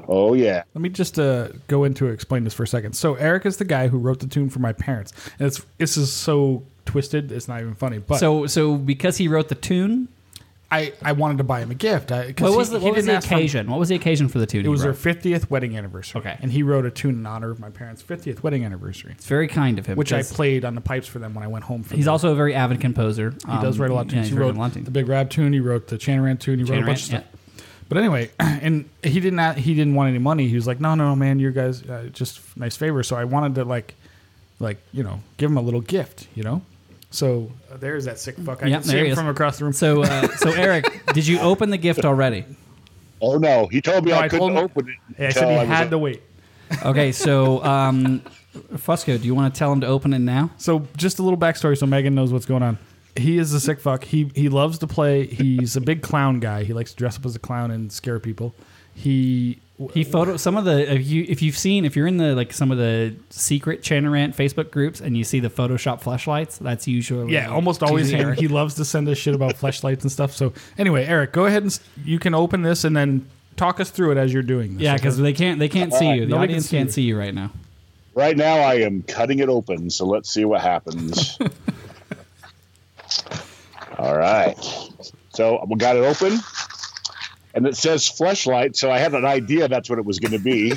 S7: Oh yeah.
S2: Let me just uh, go into explain this for a second. So Eric is the guy who wrote the tune for my parents, and it's this is so twisted. It's not even funny. But so
S1: So, so because he wrote the tune,
S2: I, I wanted to buy him a gift. I, 'cause
S1: what was
S2: he-
S1: the,
S2: he
S1: what was
S2: didn't
S1: the
S2: ask for-
S1: occasion? What was the occasion for the tune?
S2: It was their fiftieth wedding anniversary.
S1: Okay.
S2: and he wrote a tune in honor of my parents' fiftieth wedding anniversary,
S1: It's very kind of him.
S2: which I
S1: because
S2: played on the pipes for them when I went home. From
S1: He's
S2: them.
S1: also a very avid composer. Um,
S2: he does write a lot of tunes.
S1: Yeah,
S2: he
S1: he's wrote
S2: wrote
S1: a lot of
S2: the
S1: tunes.
S2: Big Rab tune. He wrote the Chanarant tune. He wrote a bunch of
S1: Chanarant,
S2: stuff. But anyway, and he didn't a he didn't want any money. He was like, no, no, man, you guys uh, just f- nice favor. So I wanted to like, like you know, give him a little gift, you know. So uh, there's that sick fuck. I
S1: Yeah,
S2: can see
S1: there he
S2: him
S1: is.
S2: from across the room.
S1: So, uh, so Eric, did you open the gift already?
S7: Oh no. He told me
S2: No,
S7: I,
S2: I told
S7: couldn't
S2: him-
S7: open it.
S2: Yeah, I
S7: until
S2: said he
S7: was
S2: had
S7: up-
S2: to wait.
S1: Okay, so um, Fusco, do you want to tell him to open it now?
S2: So just a little backstory, so Megan knows what's going on. He is a sick fuck. He he loves to play. He's a big clown guy. He likes to dress up as a clown and scare people. He
S1: He photo some of the if you if you've seen if you're in the like some of the secret Chanarant Facebook groups and you see the Photoshop flashlights, that's usually
S2: Yeah, almost always
S1: usually
S2: him.
S1: Eric.
S2: He loves to send us shit about flashlights and stuff. So anyway, Eric, go ahead and s- you can open this and then talk us through it as you're doing this.
S1: Yeah, because they can't they can't see you. The
S2: Nobody can
S1: audience
S2: see
S1: can't
S2: you.
S1: see you right now.
S7: Right now I am cutting it open, so let's see what happens. All right. So we got it open. And it says fleshlight, so I had an idea that's what it was gonna be.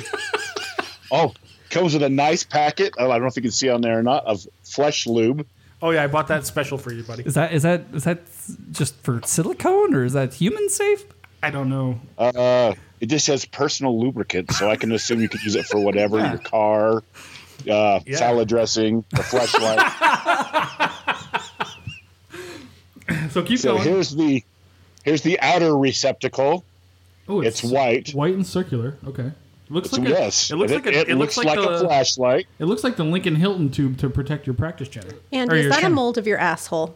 S7: oh, comes with a nice packet. Oh, I don't know if you can see on there or not, of flesh lube.
S2: Oh yeah, I bought that special for you, buddy.
S1: Is that is that is that just for silicone or is that human safe?
S2: I don't know.
S7: Uh, It just says personal lubricant, so I can assume you could use it for whatever your car, uh, salad dressing, a flashlight.
S2: So keep
S7: so
S2: going.
S7: here's the here's the outer receptacle.
S2: Oh,
S7: It's white.
S2: white and circular. Okay. Looks
S7: So
S2: like a,
S7: yes,
S2: It looks
S7: and
S2: like a, it, looks, like,
S7: a
S2: the,
S7: flashlight.
S2: It looks like the Lincoln Hilton tube to protect your practice chatter.
S3: And
S2: Or
S3: is
S2: your
S3: that a
S2: chatter.
S3: mold of your asshole?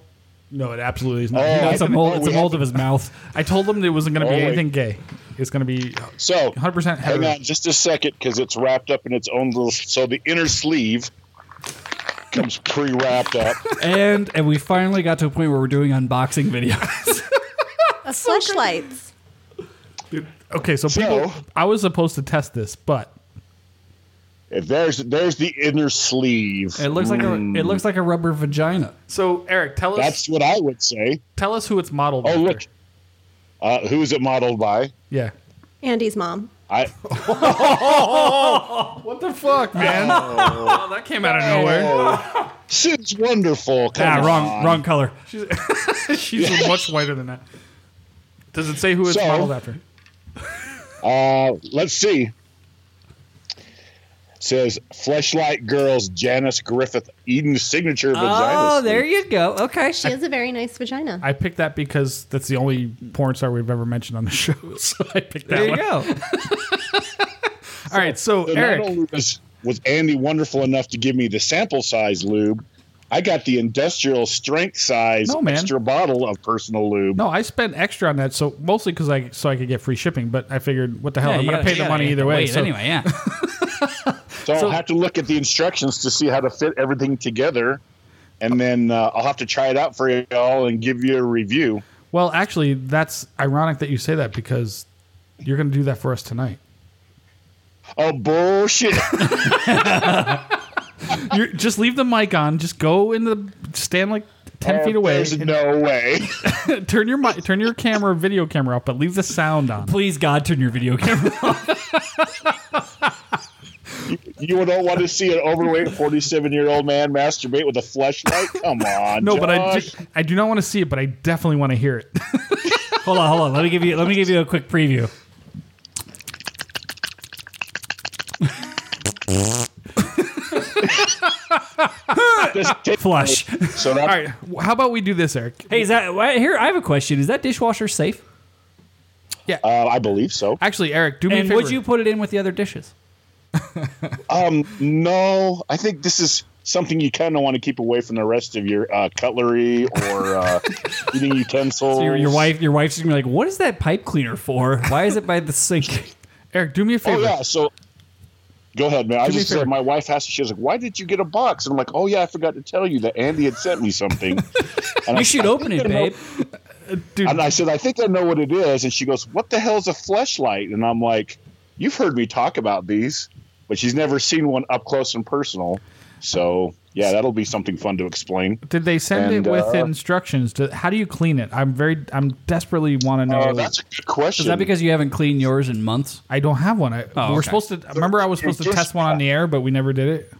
S2: No, it absolutely is not.
S7: Oh,
S2: No,
S7: I
S2: it's a
S7: think-
S2: mold.
S7: oh,
S2: It's a
S7: we
S2: mold
S7: have-
S2: of his mouth. I told them there wasn't going to be
S7: Oh, wait.
S2: anything gay. It's going to be
S7: So
S2: 100%
S7: hang
S2: hetero.
S7: on just a second because it's wrapped up in its own little. So the inner sleeve comes pre-wrapped up.
S1: and and we finally got to a point where we're doing unboxing videos.
S3: A flashlights.
S2: Okay, so,
S7: So-
S2: people, I was supposed to test this, but
S7: And there's there's the inner sleeve.
S1: it looks like a it looks like a rubber vagina.
S2: so Eric, tell us
S7: That's what I would say.
S2: tell us who it's modeled
S7: Oh
S2: after.
S7: look, uh, who is it modeled by?
S2: Yeah.
S3: Andy's mom.
S7: I
S2: What the fuck, man? Oh, that came out of nowhere.
S7: oh, she's wonderful. Come
S1: Ah, wrong
S7: on.
S1: wrong color.
S2: She's much whiter than that. Does it say who it's
S7: So-
S2: modeled after?
S7: Uh, let's see. says Fleshlight Girls Janice Griffith Eden signature vagina.
S1: Oh,
S7: sleeve.
S1: there you go. Okay.
S3: She has a very nice vagina.
S2: I picked that because that's the only porn star we've ever mentioned on the show. So I picked that
S1: There you
S2: one.
S1: go.
S2: All right, so
S7: So
S2: Eric,
S7: not only was, was Andy wonderful enough to give me the sample size lube, I got the industrial strength size
S2: No, man.
S7: extra bottle of personal lube.
S2: No, I spent extra on that, so mostly because I so I could get free shipping. But I figured, what the hell,
S1: Yeah,
S2: I'm
S1: you
S2: going to
S1: gotta-
S2: pay the
S1: you gotta
S2: money
S1: get
S2: either way.
S1: weight
S2: So
S1: anyway, yeah.
S7: so I'll
S2: so-
S7: have to look at the instructions to see how to fit everything together. And then uh, I'll have to try it out for y'all and give you a review.
S2: well, actually, that's ironic that you say that because you're going to do that for us tonight.
S7: Oh, bullshit.
S2: you just leave the mic on. Just go in the stand like ten
S7: Oh,
S2: feet away.
S7: There's
S2: and
S7: no way.
S2: turn your mic, turn your camera, video camera off, but leave the sound on.
S1: Please God, turn your video camera. off.
S7: You don't want to see an overweight 47 year old man masturbate with a flashlight? Come on.
S2: No, but I
S7: Josh.
S2: do, I do not want to see it, but I definitely want to hear it.
S1: hold on, hold on. Let me give you let me give you a quick preview.
S7: Just take-
S1: Flush.
S7: So that's
S2: All right, wh- how about we do this, Eric?
S1: Hey, is that why- here? I have a question. Is that dishwasher safe?
S7: Uh, I believe so.
S2: Actually, Eric, do me a
S1: And
S2: favor.
S1: would you put it in with the other dishes?
S7: Um, no, I think this is something you kind of want to keep away from the rest of your uh, cutlery or uh, eating utensils.
S1: So your, your wife, your wife's gonna be like, "What is that pipe cleaner for? Why is it by the sink?"
S2: Eric, do me a
S7: Oh
S2: favor.
S7: yeah. So go ahead, man.
S2: me
S7: I just
S2: a favor.
S7: said my wife asked. She was like, "Why did you get a box?" And I'm like, "Oh yeah, I forgot to tell you that Andy had sent me something." And I-
S1: You should
S7: I
S1: open
S7: think
S1: it,
S7: I know-
S1: babe.
S2: Dude,
S7: And I said, "I think I know what it is." And she goes, "What the hell's a fleshlight?" And I'm like, "You've heard me talk about these, but she's never seen one up close and personal." So yeah, that'll be something fun to explain.
S2: Did they send
S7: And,
S2: it with
S7: uh,
S2: instructions? To, how do you clean it? I'm very, I'm desperately want to know.
S7: Oh, that's a good question.
S1: Is that because you haven't cleaned yours in months?
S2: I don't have one. I,
S1: Oh,
S2: We're
S1: okay.
S2: supposed to. Remember, I was supposed to
S7: Just-
S2: test one on the air, but we never did it.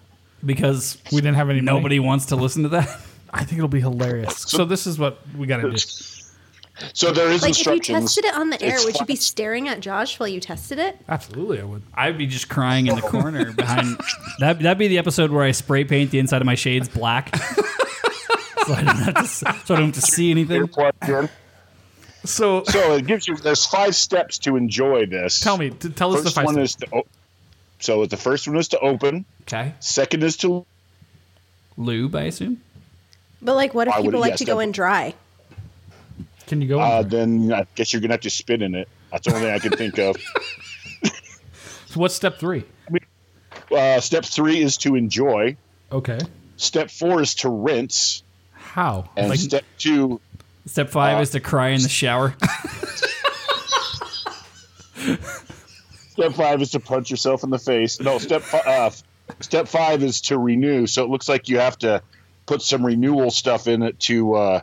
S1: Because
S2: We didn't have any. money.
S1: nobody wants to listen to that.
S2: I think it'll be hilarious. So this is what we got to do.
S7: so there is
S3: Like if you
S7: instructions.
S3: tested it on the air,
S7: It's
S3: would you be
S7: fine.
S3: staring at Josh while you tested it?
S2: Absolutely, I would.
S1: I'd be just crying in the corner behind. That that'd be the episode where I spray paint the inside of my shades black, so I don't have to, s- so I don't have to see anything.
S7: Earplugged in.
S2: So
S7: So it gives you. There's five steps to enjoy this.
S2: tell me, t- tell us the
S7: First
S2: five.
S7: one
S2: steps.
S7: is to. O- so the first one is to open.
S1: Okay,
S7: Second is to.
S1: lube, I assume.
S3: But like, what if
S7: Why would
S3: people
S7: it-
S3: like
S7: yes,
S3: to go
S7: that-
S3: in dry?
S2: Can you go?
S7: Uh,
S2: on?
S7: then I guess you're gonna have to spit in it. That's the only thing I can think of.
S2: so what's step three?
S7: Uh, step three is to enjoy.
S2: Okay.
S7: Step four is to rinse,
S2: How?
S7: and
S2: Like,
S7: step two.
S1: Step five is to cry in the shower.
S7: Step five is to punch yourself in the face. No, step fi- uh, step five is to renew. So it looks like you have to put some renewal stuff in it to. Uh,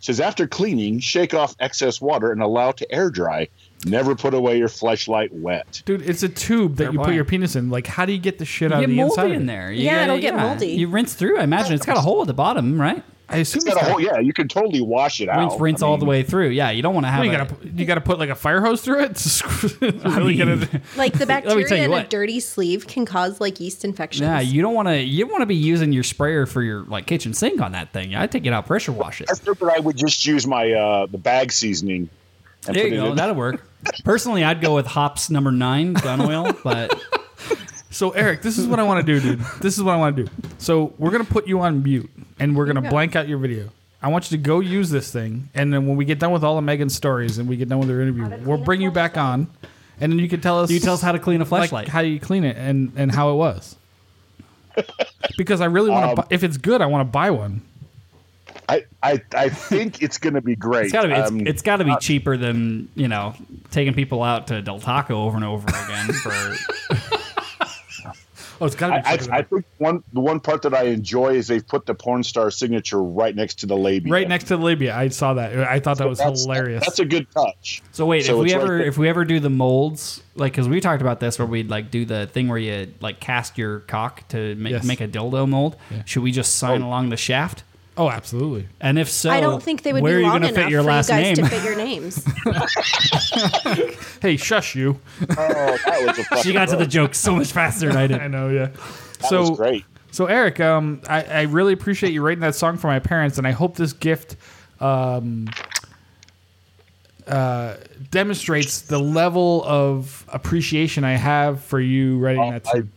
S7: says after cleaning, shake off excess water and allow to air dry. Never put away your fleshlight wet.
S2: dude, it's a tube that you put
S1: point.
S2: your penis in. Like, how do you get the shit out
S1: You
S2: of
S1: get
S2: the
S1: moldy
S2: inside? of
S1: in
S2: it?
S1: there.
S3: Yeah, it'll get moldy.
S1: You rinse through. I imagine it's got a hole at the bottom, right?
S2: I assume
S7: It's got a
S2: got-
S7: whole, yeah, you can totally wash it
S1: Rinse,
S7: out.
S1: rinse
S7: Oh, I
S1: all the
S7: mean,
S1: way through. Yeah, you don't want to have
S2: You
S1: a-
S2: gotta pu- you gotta put like a fire hose through it. to squ- really
S1: mean-
S2: gonna-
S3: Like
S1: me
S3: the
S1: tell you
S3: bacteria in a
S1: what.
S3: dirty sleeve can cause like yeast infections.
S1: Yeah, you don't want to. You want to be using your sprayer for your like kitchen sink on that thing. I take it out, pressure wash it.
S7: I figured I would just use my uh, the bag seasoning. And
S1: There
S7: put
S1: you
S7: it
S1: go.
S7: in.
S1: That'll work. Personally, I'd go with hops number nine gun oil, but
S2: so Eric, this is what I want to do, dude. This is what I want to do. So we're gonna put you on mute, and we're gonna blank out your video. I want you to go use this thing, and then when we get done with all of Megan's stories and we get done with her interview, we'll bring you back on, and then you can tell us.
S1: you tell us how to clean a
S2: like,
S1: flashlight.
S2: how you clean it and and how it was. Because I really
S7: Um,
S2: want to. if it's good, I want to buy one.
S7: I, I I think it's gonna be great.
S1: it's gotta be. It's,
S7: Um,
S1: it's gotta be cheaper than you know taking people out to Del Taco over and over again for.
S2: Oh, it's got to be.
S7: I,
S2: fucking-
S7: I, I think one the one part that I enjoy is they've put the porn star signature right next to the labia.
S2: right next to the labia. I saw that. I thought that was
S7: That's-
S2: hilarious.
S7: That's a good touch.
S1: So wait, if we
S7: it's right
S1: ever
S7: there.
S1: if we ever do the molds, like because we talked about this, where we'd like do the thing where you like cast your cock to make,
S2: Yes.
S1: make a dildo mold. Should we just sign along the shaft?
S2: oh, absolutely.
S1: And if so,
S3: I don't think they would
S1: where
S3: be
S1: are you
S3: long
S1: gonna
S3: enough
S1: fit your
S3: for
S1: last
S3: you guys
S1: name?
S3: to fit your names.
S2: Hey, shush you.
S7: Oh, that was a fucking
S1: she got to the joke so much faster than I
S2: I
S1: did.
S2: know, yeah.
S7: that
S2: so
S7: was great.
S2: So Eric, um, I, I really appreciate you writing that song for my parents, and I hope this gift um, uh, demonstrates the level of appreciation I have for you writing
S7: Oh,
S2: that.
S7: I,
S2: Song.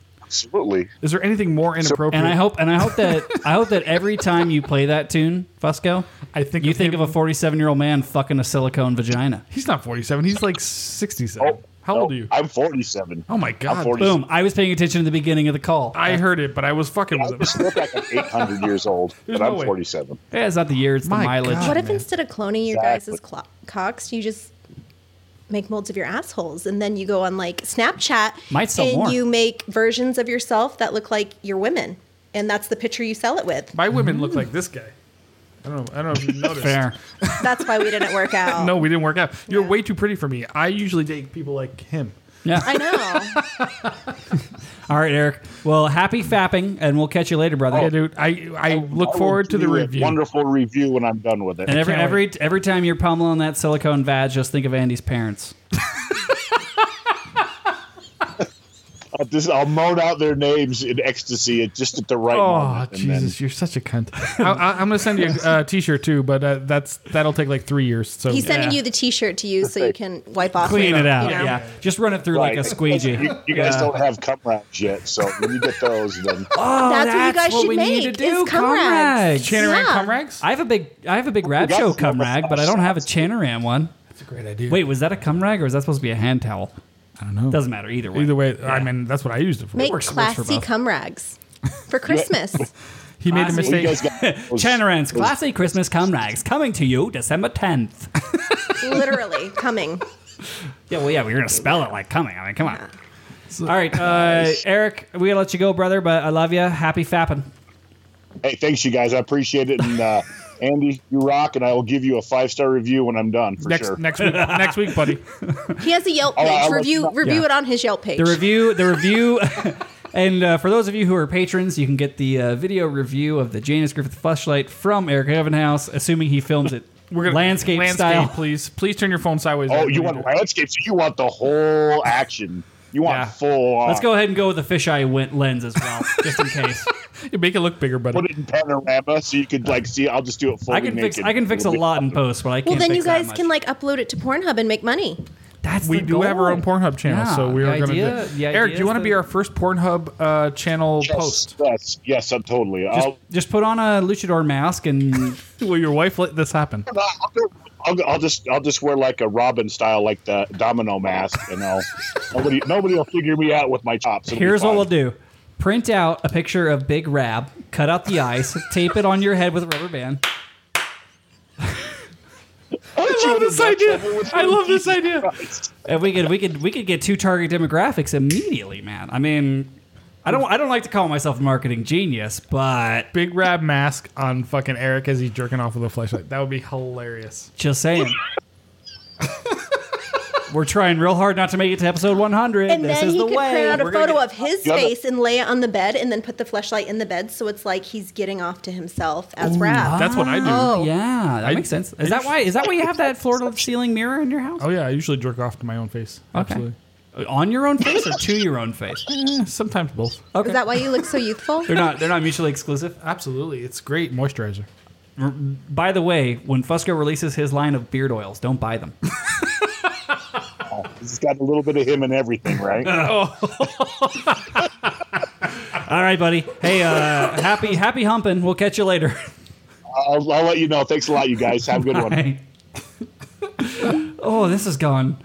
S7: absolutely.
S2: Is there anything more inappropriate?
S1: And I hope and I hope that I hope that every time you play that tune, Fusco,
S2: I think
S1: you
S2: of
S1: think
S2: him-
S1: of a 47 year old man fucking a silicone vagina.
S2: he's not forty-seven. He's like sixty-seven.
S7: Oh,
S2: How
S7: no,
S2: old are you?
S7: I'm 47.
S2: oh my god!
S7: 40.
S1: Boom! I was paying attention to the beginning of the call.
S2: I heard it, but I was fucking
S7: I
S2: with him.
S7: just look like I'm 800 years old,
S2: There's
S7: but
S2: no
S7: I'm
S2: way.
S7: 47.
S1: Yeah, it's not the year; it's the
S2: My
S1: mileage.
S2: God.
S3: What if instead of cloning your
S7: Exactly.
S3: guys' clo- cocks, you just make molds of your assholes and then you go on like Snapchat
S1: Might sell
S3: and
S1: more.
S3: you make versions of yourself that look like your women. And that's the picture you sell it with.
S2: My women
S7: Mm.
S2: look like this guy. I don't know. I don't know if you noticed.
S1: Fair.
S3: That's why we didn't work out.
S2: No, we didn't work out. You're way too pretty for me. I usually date people like him.
S3: I know.
S1: All right, Eric. Well, happy fapping, and we'll catch you later, brother.
S2: Yeah, dude. I I
S7: I
S2: look
S7: will
S2: forward to the
S7: do a
S2: review.
S7: Wonderful review when I'm done with it.
S1: And every
S2: can't
S1: every every time you're pummeling that silicone vag, just think of Andy's parents.
S7: I'll, just, Uh, I'll moan out their names in ecstasy at just at the right
S2: Oh
S7: moment. and then-
S2: Jesus, you're such a cunt. I, I, I'm gonna send you a uh, T-shirt too, but uh, that's that'll take like three years. So
S3: He's sending
S2: Yeah.
S3: you the t shirt to use so you can wipe off.
S1: Clean it out.
S3: you know?
S1: Yeah. Just run it through
S7: Right.
S1: like a squeegee.
S7: You, you guys
S1: Yeah.
S7: don't have cum wraps yet, so when you get those, then
S1: Oh,
S3: That's what you guys should
S1: we
S3: make
S1: need to do.
S3: is cum rags.
S1: Chan-
S2: Channeran
S3: Yeah.
S2: cum rags.
S1: I have a big I have a big rag show cum rag, but I don't have a Chanaram one.
S2: That's a great idea.
S1: Wait, was that a cum rag or is that supposed to be a hand towel?
S2: I don't know.
S1: Doesn't matter either way.
S2: Either way, I mean that's what I used it for.
S3: Make
S1: works- works for
S3: classy
S1: both.
S3: cum rags for Christmas.
S2: he made a
S1: Classy.
S7: you
S2: mistake.
S7: guys got those-
S1: Chanaran's classy Christmas cum rags coming to you December 10th.
S3: Literally coming.
S1: Yeah, well, yeah, we are gonna spell it like coming. I mean, come on. All right, uh, Eric, we gotta let you go, brother. But I love you. Happy fapping.
S7: Hey, thanks, you guys. I appreciate it. And uh, Andy, you rock, and I will give you a five star review when I'm done for
S2: Next
S7: sure.
S2: next week, next week, buddy.
S3: He has a Yelp
S7: Oh,
S3: page.
S7: I- I was-
S3: review review
S1: yeah.
S3: it on his Yelp page.
S1: the review the review and uh, for those of you who are patrons you can get the uh, video review of the janus griffith flashlight from eric evenhouse assuming he films it
S2: We're gonna
S1: landscape, style
S2: please. Please turn your phone sideways.
S7: oh,
S2: Everybody
S7: you want
S2: do it.
S7: landscape? So you want the whole action? You want
S2: Yeah.
S7: full? on.
S1: let's go ahead and go with the fisheye went lens as well just in case
S2: You make it look bigger, buddy.
S7: Put it in panorama so you could like see. I'll just do it fully.
S1: i can fix
S7: naked.
S1: i can fix a
S7: It'll be
S1: lot in
S7: awesome.
S1: post but i can't
S3: well, then
S1: fix
S3: you guys
S1: that
S3: can
S1: much.
S3: like upload it to Pornhub and make money.
S1: that's
S2: we
S1: the
S2: do have our own
S1: goal.
S2: Pornhub channel,
S1: Yeah,
S2: so we
S1: the
S2: are going to.
S1: idea- the idea
S2: Eric, do you
S1: is
S2: want to
S1: that-
S2: be our first Pornhub uh, channel
S7: Yes,
S2: post?
S7: yes, yes, I'm totally. I'll,
S1: just put on a luchador mask and
S2: Will your wife let this happen?
S7: I'll, do- I'll, I'll just I'll just wear like a Robin style, like the domino mask, and I'll nobody nobody will figure me out with my chops. It'll be
S1: Here's what
S7: fine.
S1: we'll do. Print out a picture of Big Rab, cut out the eyes, tape it on your head with a rubber band.
S2: I love this idea. I love this idea.
S1: And we could we could we could get two target demographics immediately, man. I mean I don't I don't like to call myself a marketing genius, but
S2: Big Rab mask on fucking Eric as he's jerking off with a flashlight. That would be hilarious.
S1: just saying. We're trying real hard not to make it to episode 100.
S3: And
S1: this
S3: then
S1: is
S3: he
S1: the
S3: could
S1: way.
S3: print out a
S1: We're gonna
S3: photo
S1: get-
S3: of his
S7: Yeah, but-
S3: face and lay it on the bed, and then put the flashlight in the bed, so it's like he's getting off to himself as rap.
S2: That's what I do.
S3: Oh.
S1: Yeah, that
S2: I-
S1: makes sense.
S2: I
S1: Is that
S2: just-
S1: why? Is that why you have that floor to ceiling mirror in your house?
S2: Oh yeah, I usually jerk off to my own face. Absolutely.
S1: On your own face or to your own face?
S2: Eh, sometimes both.
S1: Okay.
S3: Is that why you look so youthful?
S1: They're not. They're not mutually exclusive.
S2: Absolutely, it's great moisturizer.
S1: By the way, when Fusco releases his line of beard oils, don't buy them.
S7: It's got a little bit of him and everything, right?
S1: All right, buddy. Hey, uh, happy happy humping. We'll catch you later.
S7: I'll, I'll let you know. Thanks a lot, you guys. Have a good one.
S1: Hey. oh, this has gone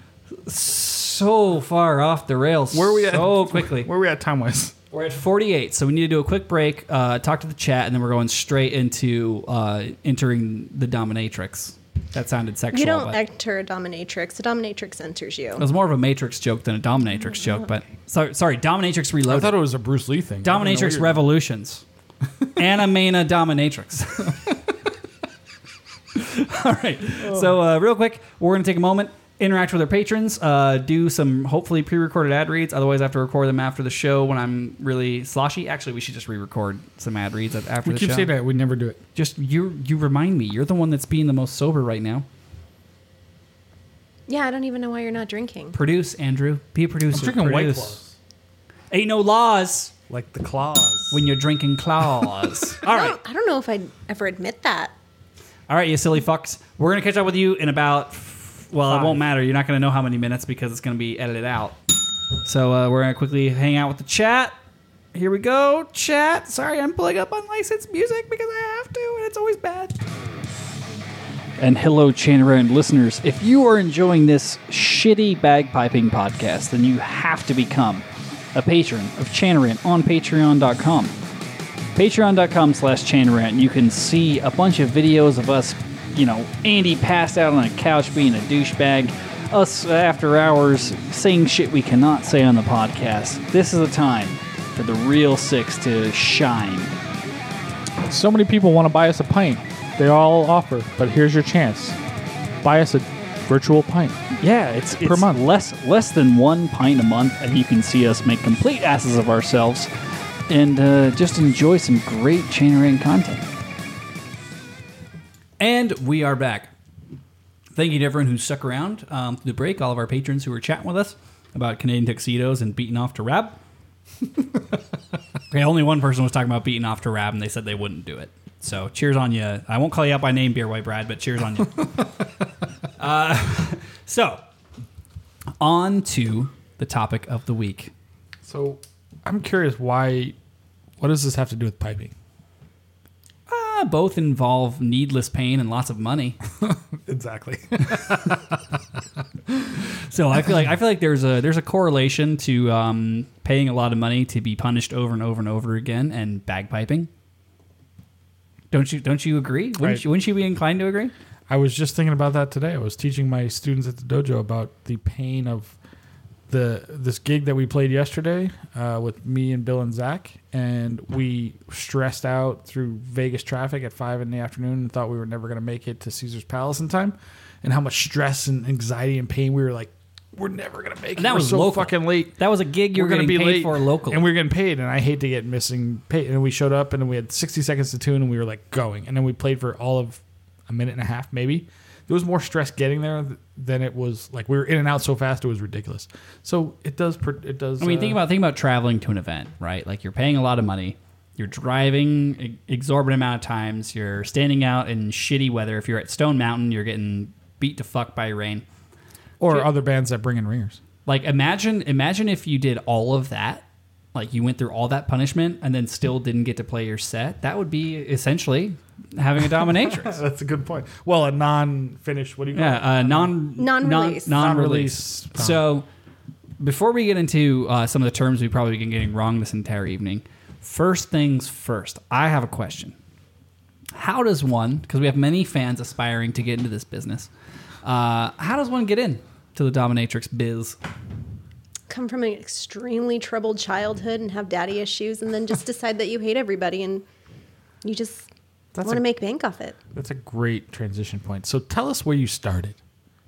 S1: so far off the rails.
S2: Where are we at?
S1: So quickly.
S2: Where are we at time wise?
S1: We're at 48, so we need to do a quick break, uh, talk to the chat, and then we're going straight into uh, entering the dominatrix. That sounded sexual.
S3: You don't
S1: but
S3: enter a dominatrix. A dominatrix enters you.
S1: it was more of a Matrix joke than a Dominatrix joke, but sorry, sorry Dominatrix
S2: I
S1: Reloaded.
S2: thought it was a Bruce Lee thing. I
S1: Dominatrix
S2: don't know what
S1: Revolutions. Animana Dominatrix. All right. So, uh, real quick, we're going to take a moment, interact with our patrons, uh, do some hopefully pre recorded ad reads. Otherwise, I have to record them after the show when I'm really sloshy. Actually, we should just re record some ad reads after
S2: you're-
S1: the
S2: We keep
S1: show.
S2: saying that we never do it.
S1: Just you, you remind me. You're the one that's being the most sober right now.
S3: Yeah, I don't even know why you're not drinking.
S1: Produce, Andrew. Be a producer.
S2: I'm drinking white
S1: Produce.
S2: claws,
S1: Ain't no laws
S2: like the claws.
S1: when you're drinking claws. All
S3: I
S1: right.
S3: don't, I don't know if I'd ever admit that.
S1: All right, you silly fucks. We're going to catch up with you in about, well, it won't matter. You're not going to know how many minutes because it's going to be edited out. So uh, we're going to quickly hang out with the chat. Here we go, chat. Sorry, I'm pulling up unlicensed music because I have to, and it's always bad. And hello, Chanarand listeners. If you are enjoying this shitty bagpiping podcast, then you have to become a patron of Chanarand on patreon.com patreon.com slash chanrant you can see a bunch of videos of us you know andy passed out on a couch being a douchebag us after hours saying shit we cannot say on the podcast this is a time for the real six to shine
S2: So many people want to buy us a pint. They all offer, but here's your chance: buy us a virtual pint.
S1: yeah it's, it's
S2: Per month.
S1: less less than one pint a month and you can see us make complete asses of ourselves and uh, just enjoy some great chanrant content and we are back Thank you to everyone who stuck around um, through the break, all of our patrons who were chatting with us about Canadian tuxedos and beating off to rab. okay, only one person was talking about beating off to rab, and they said they wouldn't do it. So cheers on you. I won't call you out by name, Beer White Brad, but cheers on you. uh, so, on to the topic of the week.
S2: So I'm curious why. What does this have to do with piping?
S1: Uh, both involve needless pain and lots of money.
S2: Exactly.
S1: So I feel like I feel like there's a there's a correlation to um, paying a lot of money to be punished over and over and over again and bagpiping. Don't you don't you agree? Wouldn't,
S2: Right.
S1: you, wouldn't you be inclined to agree?
S2: I was just thinking about that today. I was teaching my students at the dojo about the pain of the this gig that we played yesterday uh, with me and Bill and Zach, and we stressed out through Vegas traffic at five in the afternoon and thought we were never going to make it to Caesar's Palace in time, and how much stress and anxiety and pain we were like, we're never going to make it.
S1: that
S2: We're
S1: was
S2: so
S1: local.
S2: fucking late
S1: That was a gig you were,
S2: we're
S1: getting
S2: going to be
S1: paid
S2: late
S1: for locally.
S2: and we are getting paid. And I hate to get missing paid. And we showed up, and we had 60 seconds to tune, and we were like going. And then we played for all of a minute and a half, maybe. There was more stress getting there th- than it was like we were in and out so fast it was ridiculous. So it does. pr- It does.
S1: I mean,
S2: uh,
S1: think about think about traveling to an event, right? Like you're paying a lot of money, you're driving e- exorbitant amount of times, you're standing out in shitty weather. If you're at Stone Mountain, you're getting beat to fuck by rain.
S2: or other bands that bring in ringers.
S1: Like imagine imagine if you did all of that, like you went through all that punishment and then still didn't get to play your set. That would be essentially having a dominatrix.
S2: That's a good point. Well, a non-finished. What do you call
S1: yeah, uh, non
S3: Non-release.
S1: non
S2: Non-release.
S1: release. So before we get into uh, some of the terms we've probably been getting wrong this entire evening, first things first, I have a question. How does one? Because we have many fans aspiring to get into this business. Uh, how does one get in to the dominatrix biz?
S3: Come from an extremely troubled childhood and have daddy issues, and then just decide that you hate everybody and you just
S2: That's
S3: want to
S2: a-
S3: make bank off it.
S2: it? That's a great transition point. So tell us where you started.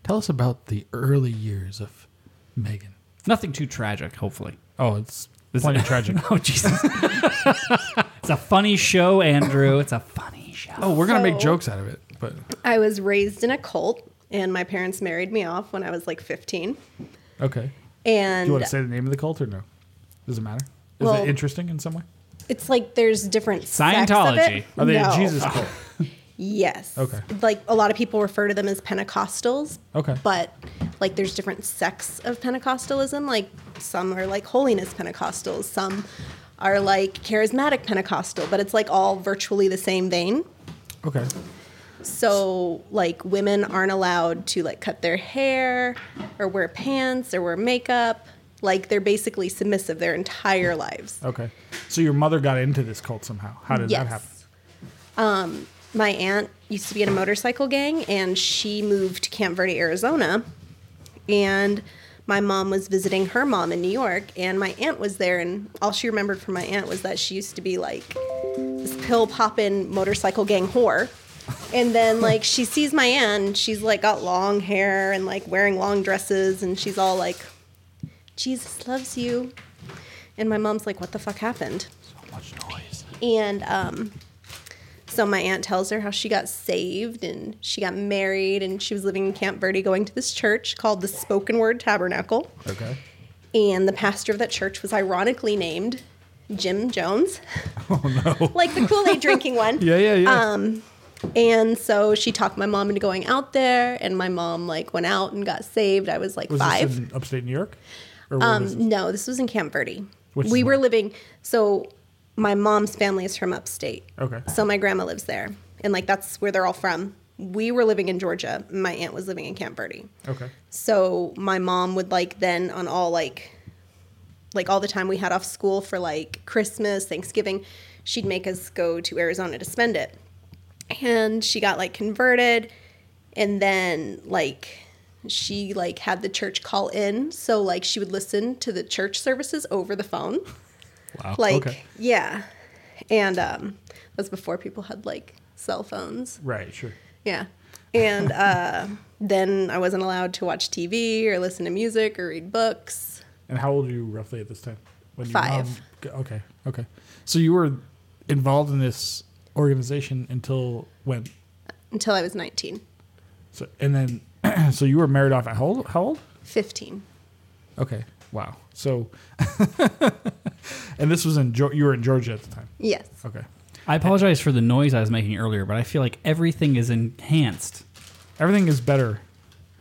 S2: Tell us about the early years of Megan.
S1: Nothing too tragic, hopefully.
S2: Oh, it's plenty tragic.
S1: Oh Jesus! it's a funny show, Andrew. It's a funny show.
S2: Oh, we're gonna make
S3: So-
S2: jokes out of it, but
S3: I was raised in a cult, and my parents married me off when I was like 15.
S2: okay.
S3: And
S2: Do you want to say the name of the cult or no? Does it matter? Is
S3: Well-
S2: it interesting in some way?
S3: it's like there's different sects Of
S1: Scientology.
S3: it.
S2: Are they
S3: No.
S2: a Jesus cult?
S3: Yes.
S2: Okay.
S3: Like a lot of people refer to them as Pentecostals.
S2: Okay.
S3: But like there's different sects of Pentecostalism. Like some are like holiness Pentecostals, some are like charismatic Pentecostal, but it's like all virtually the same vein.
S2: Okay.
S3: So like women aren't allowed to like cut their hair or wear pants or wear makeup. Like they're basically submissive their entire lives.
S2: Okay. So your mother got into this cult somehow. How did that happen?
S3: Um, my aunt used to be in a motorcycle gang, and she moved to Camp Verde, Arizona. And my mom was visiting her mom in New York, and my aunt was there. And all she remembered from my aunt was that she used to be like this pill popping motorcycle gang whore. And then, like, she sees my aunt, and she's like got long hair and like wearing long dresses, and she's all like, Jesus loves you. And my mom's like, What the fuck happened?
S2: Much noise.
S3: And um, so my aunt tells her how she got saved and she got married and she was living in Camp Verde going to this church called the Spoken Word Tabernacle.
S2: Okay.
S3: And the pastor of that church was ironically named Jim Jones. Oh, no. like the Kool Aid drinking one. Um,
S2: Yeah, yeah, yeah.
S3: And so she talked my mom into going out there and my mom like went out and got saved. I was like
S2: was
S3: five.
S2: this in upstate New York? Or where was it?
S3: Um, no, this was in Camp Verde.
S2: Which is
S3: we were
S2: where?
S3: living. So my mom's family is from upstate.
S2: Okay.
S3: So my grandma lives there, and like that's where they're all from. We were living in Georgia. My aunt was living in Camp Verde.
S2: Okay.
S3: So my mom would like then on all like, like all the time we had off school for like Christmas, Thanksgiving, she'd make us go to Arizona to spend it. And she got like converted, and then like she like had the church call in, so like she would listen to the church services over the phone. Wow. Like
S2: Okay.
S3: yeah, and um, that was before people had like cell phones.
S2: Right. Sure.
S3: Yeah. And uh, then I wasn't allowed to watch TV or listen to music or read books.
S2: And how old were you roughly at this time? When your
S3: Five.
S2: mom g- okay. Okay. So you were involved in this organization until when?
S3: Until I was 19,
S2: So and then, so you were married off at how old? How old?
S3: 15.
S2: Okay. Wow. So, and this was in Geor- you were in Georgia at the time.
S3: Yes.
S2: Okay.
S1: I apologize for the noise I was making earlier, but I feel like everything is enhanced
S2: Everything is better.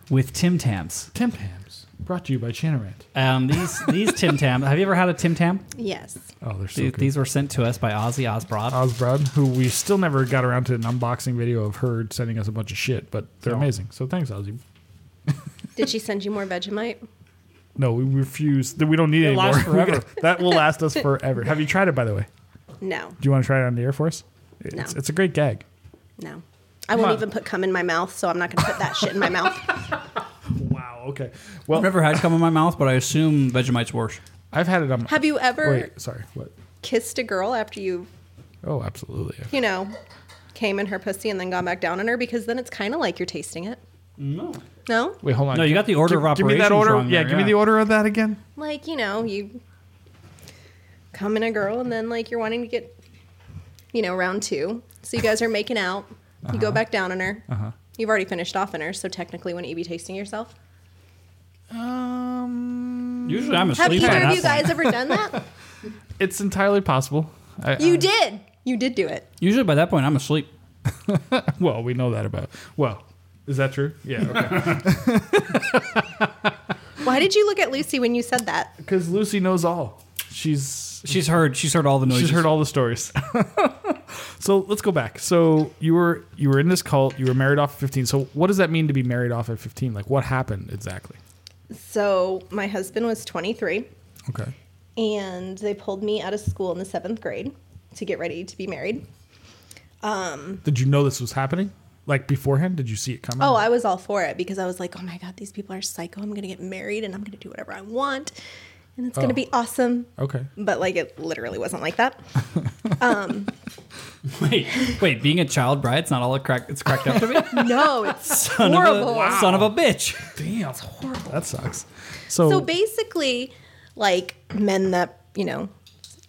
S1: with Tim Tams.
S2: Tim Tams brought to you by Chanarant.
S1: Um, these these Tim Tams. Have you ever had a Tim Tam?
S3: Yes.
S2: Oh, they're so
S1: These,
S2: good.
S1: these were sent to us by Ozzy Osbob.
S2: Osbrod, who we still never got around to an unboxing video of her sending us a bunch of shit, but they're amazing. So thanks, Ozzy.
S3: Did she send you more Vegemite?
S2: No, we refuse. th- We don't need it anymore.
S1: lasts
S2: We
S1: forever.
S2: got- that will last us forever. Have you tried it, by the way?
S3: No.
S2: Do you want to try it on the air for us? It's,
S3: No.
S2: it's a great gag.
S3: No. I won't
S2: on.
S3: even put cum in my mouth, so I'm not going to put that shit in my mouth.
S2: Wow. Okay. Well,
S1: I've never had come in my mouth, but I assume Vegemite's worse.
S2: I've had it on. My,
S3: Have you ever
S2: Wait. Sorry. What?
S3: kissed a girl after you,
S2: Oh, absolutely.
S3: you know, came in her pussy and then gone back down on her? Because then it's kind of like you're tasting it. No. No?
S2: Wait, hold on.
S1: No, you got the order
S2: give,
S1: of
S2: Give me that
S1: operations
S2: order.
S1: wrong
S2: yeah,
S1: there,
S2: give me
S1: yeah.
S2: the order of that again.
S3: Like, you know, you come in a girl and then like you're wanting to get, you know, round two. So you guys are making out. You go back down on her. You've already finished off on her, so technically, wouldn't you be tasting yourself?
S1: Usually I'm
S3: Have Uh-uh.
S1: asleep by
S3: either
S1: that
S3: of you
S1: point.
S3: guys ever done that?
S2: It's entirely possible. I,
S3: You
S2: I-
S3: did. You did do it.
S1: Usually by that point I'm asleep.
S2: Well, we know that about. Well, is that true? Yeah. Okay.
S3: Why did you look at Lucy when you said that?
S2: Because Lucy knows all. She's
S1: She's heard she's heard all the noises.
S2: she's heard all the stories. so let's go back. So you were you were in this cult. You were married off at fifteen. So what does that mean to be married off at fifteen? Like what happened exactly?
S3: So my husband was 23,
S2: Okay.
S3: and they pulled me out of school in the seventh grade to get ready to be married.
S2: Did you know this was happening? Like beforehand? Did you see it coming?
S3: Oh, I was all for it because I was like, oh my God, these people are psycho. I'm going to get married and I'm going to do whatever I want. And it's going
S2: Oh.
S3: to be awesome.
S2: okay.
S3: But like, it literally wasn't like that. um,
S1: Wait, wait. Being a child bride's not all it crack, it's cracked up to be.
S3: No, it's
S1: Son of, a,
S3: horrible.
S1: son of a bitch.
S2: Damn, that's horrible. That sucks.
S3: So
S2: So,
S3: basically, like men that, you know,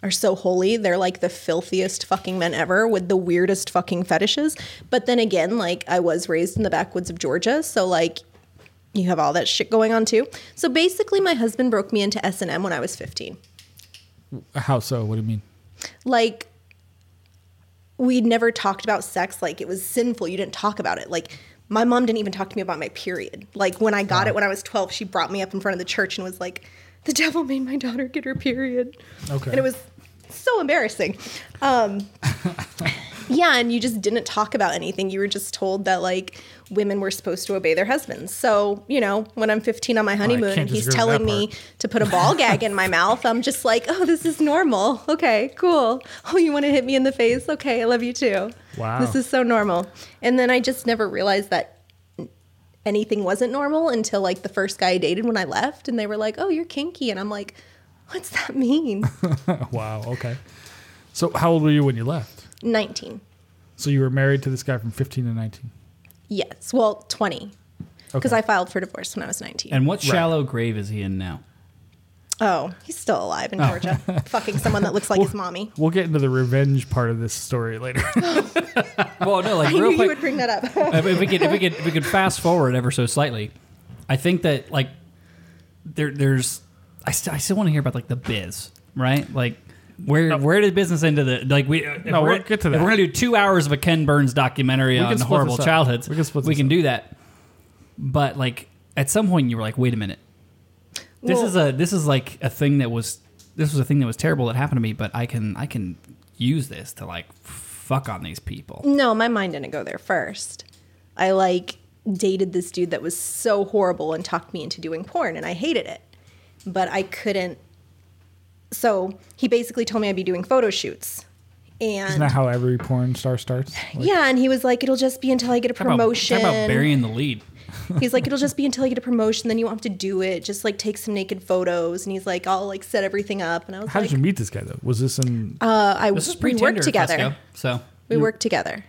S3: are so holy, they're like the filthiest fucking men ever with the weirdest fucking fetishes. But then again, like I was raised in the backwoods of Georgia, so like you have all that shit going on too. So basically, my husband broke me into S&M when I was 15.
S2: how so? What do you mean?
S3: Like we never talked about sex like it was sinful. You didn't talk about it. Like my mom didn't even talk to me about my period. Like when I got it when I was 12, she brought me up in front of the church and was like, "The devil made my daughter get her period."
S2: Okay.
S3: And it was so embarrassing. Um, yeah, and you just didn't talk about anything. You were just told that like women were supposed to obey their husbands. So, you know, when I'm 15 on my honeymoon
S2: Oh, can't
S3: and he's
S2: disagree with
S3: telling
S2: that
S3: me
S2: part.
S3: to put a ball gag in my mouth, I'm just like, "Oh, this is normal. Okay, cool. Oh, you want to hit me in the face? Okay, I love you too."
S2: Wow.
S3: This is so normal. And then I just never realized that anything wasn't normal until like the first guy I dated when I left and they were like, "Oh, you're kinky." And I'm like, "What's that mean?"
S2: Wow. Okay. So, how old were you when you left?
S3: 19.
S2: So you were married to this guy from 15 to 19.
S3: Yes. Well, 20. Because
S2: Okay.
S3: I filed for divorce when I was 19.
S1: And what shallow grave is he in now?
S3: oh, he's still alive in Georgia. Fucking someone that looks like his mommy.
S2: We'll get into the revenge part of this story later.
S1: Well, no, like
S3: I knew
S1: real
S3: you
S1: quick.
S3: would bring that up.
S1: if, if we could, if we could, if we could fast forward ever so slightly, I think that like there, there's, I, st- I still want to hear about like the biz, right? Like where where did business into the like we? if
S2: No,
S1: we're-
S2: we'll get to
S1: if
S2: that.
S1: we're gonna do two hours of a Ken Burns documentary
S2: We can
S1: on
S2: split
S1: horrible
S2: this up.
S1: childhoods.
S2: We can split
S1: We
S2: this
S1: can
S2: up.
S1: do that. But like at some point, you were like, wait a minute, this
S3: Well-
S1: is a this is like a thing that was this was a thing that was terrible that happened to me, but I can I can use this to like fuck on these people.
S3: no, my mind didn't go there first. I like dated this dude that was so horrible and talked me into doing porn and I hated it. But I couldn't. So he basically told me I'd be doing photo shoots.
S2: Isn't
S3: And
S2: that how every porn star starts? Like,
S3: yeah, and he was like, it'll just be until I get a
S1: Talk about-
S3: promotion.
S1: Talk about, burying the lead.
S3: He's like, it'll just be until you get a promotion, then you won't have to do it. Just like take some naked photos, and he's like, I'll like set everything up. And I was
S2: How
S3: like,
S2: did you meet this guy though? Was this in
S3: uh, I
S1: This is
S3: we
S1: pre
S3: worked
S1: Tinder,
S3: together.
S1: Fesco, so
S3: We worked together.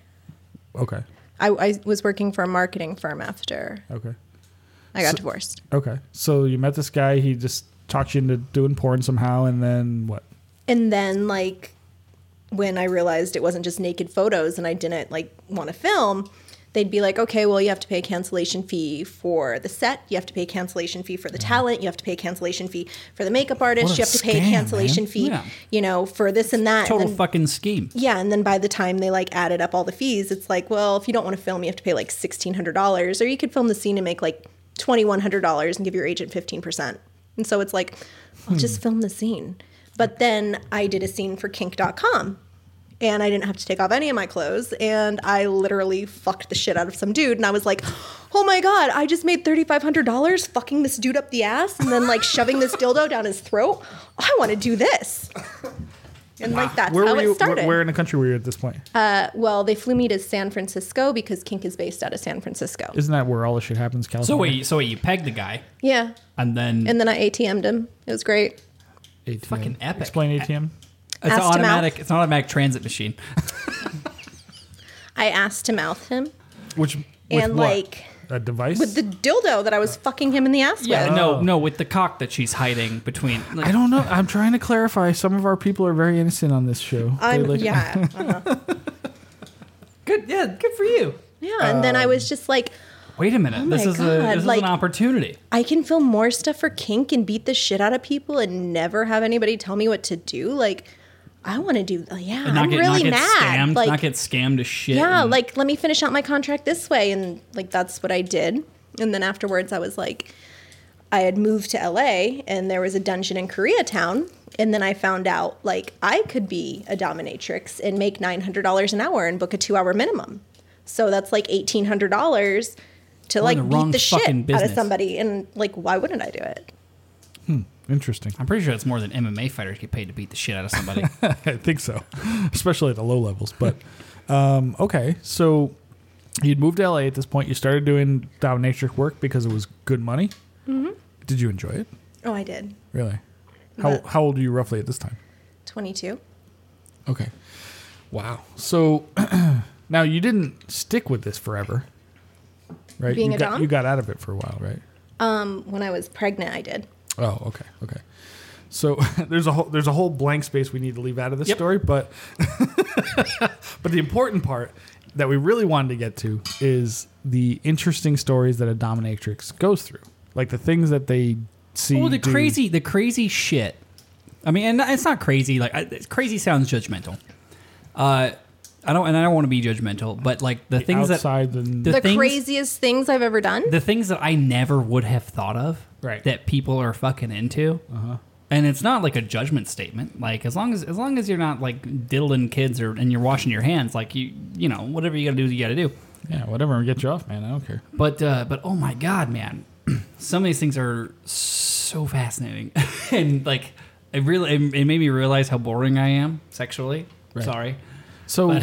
S2: okay?
S3: I, I was working for a marketing firm after
S2: Okay.
S3: I got divorced,
S2: Okay. So you met this guy. He just talked you into doing porn somehow, and then what?
S3: and then like when I realized it wasn't just naked photos, and I didn't like want to film. They'd be like, okay, well, you have to pay a cancellation fee for the set. You have to pay a cancellation fee for the talent. You have to pay a cancellation fee for the makeup artist.
S2: a
S3: You have to pay
S2: scam,
S3: a
S2: man.
S3: cancellation fee,
S1: Yeah.
S3: you know, for this and that. and
S1: total
S3: then-
S1: fucking scheme.
S3: yeah and then by the time they like added up all the fees it's like well if you don't want to film you have to pay like $1600 or you could film the scene and make like $2100 and give your agent 15% and so it's like i'll
S2: Hmm.
S3: just film the scene but then i did a scene for kink.com and i didn't have to take off any of my clothes and i literally fucked the shit out of some dude and i was like oh my god i just made $3500 fucking this dude up the ass and then like shoving this dildo down his throat i want to do this and like that's
S2: where
S3: how
S2: were
S3: it
S2: you?
S3: started Uh,
S2: Where, where in the country were you at this point?
S3: well, they flew me to San Francisco because Kink is based out of San Francisco.
S2: Isn't that where all this shit happens? California.
S1: So wait, so wait, you pegged the guy,
S3: yeah.
S1: and then
S3: And then I ATM'd him. It was great.
S2: ATM.
S1: fucking epic.
S2: Explain ATM.
S1: it's an
S3: asked him out.
S1: automatic. It's an automatic transit machine.
S3: I asked to mouth him.
S2: Which with
S3: and
S2: what?
S3: like
S2: a device.
S3: with the dildo that I was fucking him in the ass
S1: Yeah,
S3: with.
S1: no, no, with the cock that she's hiding between. Like,
S2: I don't know. I'm trying to clarify. Some of our people are very innocent on this show. They
S3: I'm,
S2: like-
S3: yeah. uh-huh.
S1: good. Yeah, good for you.
S3: Yeah. And then I was just like,
S1: Wait a minute. this
S3: Oh my
S1: is a
S3: God,
S1: this
S3: like-
S1: is an opportunity.
S3: I can film more stuff for Kink and beat the shit out of people and never have anybody tell me what to do. Like, I want to do, yeah.
S1: not
S3: I'm
S1: get, not
S3: really
S1: get
S3: mad.
S1: scammed.
S3: like,
S1: not get scammed to shit.
S3: yeah,
S1: and-
S3: like let me finish out my contract this way, and like that's what I did. And then afterwards, I was like, I had moved to LA, and there was a dungeon in Koreatown, and then I found out like I could be a dominatrix and make nine hundred dollars an hour and book a two-hour minimum. So that's like eighteen hundred dollars to
S1: the
S3: like
S1: wrong
S3: beat the shit
S1: fucking
S3: out of
S1: business.
S3: somebody, and like why wouldn't I do it?
S2: Interesting.
S1: I'm pretty sure it's more than MMA fighters get paid to beat the shit out of somebody.
S2: I think so, especially at the low levels. But um, okay, so you'd moved to LA at this point. You started doing dominatrix work because it was good money. Mm-hmm. Did you enjoy it?
S3: Oh, I did.
S2: Really? How
S3: But-
S2: how old are you roughly at this time?
S3: Twenty-two.
S2: Okay. Wow. So now you didn't stick with this forever, right?
S3: Being
S2: you
S3: a
S2: got,
S3: dom?
S2: You got out of it for a while, right?
S3: Um, When I was pregnant, I did.
S2: Oh, okay, okay. So there's a whole there's a whole blank space we need to leave out of this
S1: Yep.
S2: story, but but the important part that we really wanted to get to is the interesting stories that a dominatrix goes through, like the things that they see.
S1: Well, the
S2: do.
S1: crazy, the crazy shit. I mean, and it's not crazy. Like I, it's- crazy sounds judgmental. Uh, I don't, and I don't want to be judgmental, but like the, things
S2: outside
S1: that
S2: and-
S1: the,
S3: The
S1: things,
S3: craziest things I've ever done.
S1: the things that I never would have thought of,
S2: Right. Uh-huh.
S1: That people are fucking into. And it's not like a judgment statement. Like as long as as long as you're not like diddling kids or and you're washing your hands, like you you know whatever you got to do, you got to do.
S2: Yeah, whatever. Get you off, man. I don't care.
S1: But uh, but oh my god, man, some of these things are so fascinating, and like it really it, it made me realize how boring I am sexually.
S2: Right.
S1: Sorry.
S2: So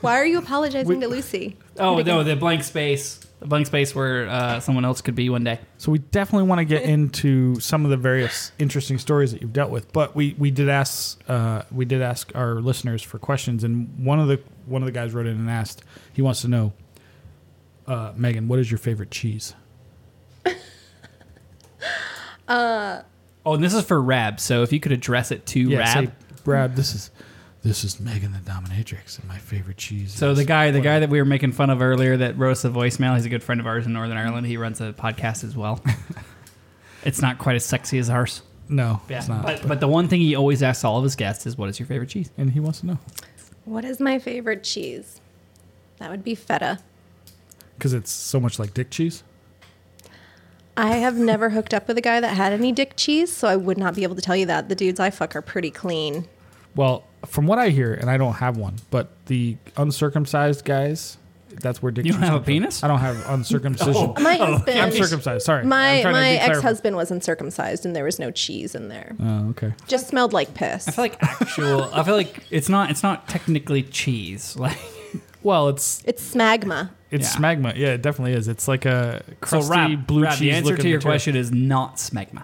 S3: Why are you apologizing to Lucy?
S1: Oh no, the blank space, the blank space where uh, someone else could be one day.
S2: So we definitely want to get into some of the various interesting stories that you've dealt with, but we we did ask uh, we did ask our listeners for questions, and one of the one of the guys wrote in and asked he wants to know, uh, Megan, what is your favorite cheese?
S1: Oh, and this is for Rab. So if you could address it to Rab.
S2: say, Rab, this is this is Megan the Dominatrix, and my favorite cheese.
S1: so
S2: is-"
S1: the guy, the guy that we were making fun of earlier, that wrote us a voicemail. He's a good friend of ours in Northern Ireland. He runs a podcast as well. it's not quite as sexy as ours.
S2: no, it's not,
S1: but, but the one thing he always asks all of his guests is, "What is your favorite cheese?"
S2: and he wants to know
S3: What is my favorite cheese? That would be feta.
S2: because it's so much like dick cheese.
S3: I have never hooked up with a guy that had any dick cheese, so I would not be able to tell you that. The dudes I fuck are pretty clean.
S2: Well, from what I hear, and I don't have one, but the uncircumcised guys, that's where dick.
S1: You don't
S2: cheese
S1: have a
S2: comes from.
S1: penis?
S2: I don't have uncircumcision.
S3: My husband,
S2: Oh, I'm circumcised. Sorry,
S3: my
S2: I'm trying to
S3: my
S2: be clarif-
S3: ex husband wasn't circumcised, and there was no cheese in there.
S2: Oh, okay.
S3: Just smelled like piss.
S1: I feel like actual. I feel like it's not. It's not technically cheese. Like
S2: Well, it's
S3: it's smagma.
S2: it's
S1: Yeah.
S2: smegma. Yeah, it definitely is. It's like a crusty
S1: Rab,
S2: blue
S1: Rab,
S2: cheese.
S1: the answer to
S2: looking
S1: your
S2: material.
S1: question is not smegma.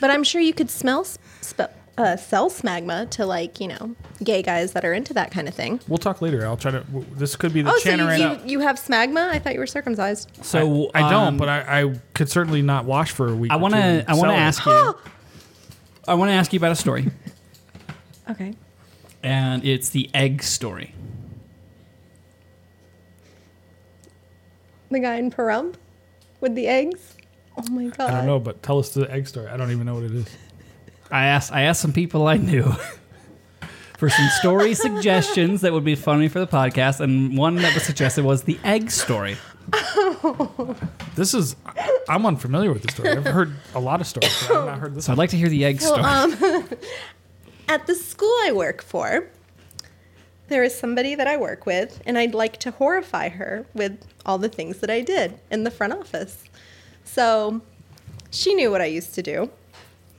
S3: But I'm sure you could smell s- sp- uh, sell smagma to like you know gay guys that are into that kind of thing.
S2: We'll talk later. I'll try to. w- This could be the
S3: oh, so you,
S2: Chanarina.
S3: you, you have smagma? I thought you were circumcised.
S1: So
S2: I don't,
S1: um,
S2: but I, I could certainly not wash for a week.
S1: I
S2: or
S1: want
S2: two
S1: to.
S2: and
S1: I want
S2: sell
S1: to
S2: it.
S1: ask
S3: Ah!
S1: you. I want to ask you about a story,
S3: Okay.
S1: and it's the egg story.
S3: The guy in Pahrump with the eggs. Oh my god.
S2: I don't know, but tell us the egg story. I don't even know what it is.
S1: I asked. I asked some people I knew for some story suggestions that would be funny for the podcast, and one that was suggested was the egg story.
S2: This is. I- I'm unfamiliar with this story. I've heard a lot of stories, but I've not heard this.
S1: So I'd like to hear the egg story.
S3: At the school I work for, there is somebody that I work with, and I'd like to horrify her with all the things that I did in the front office. So she knew what I used to do,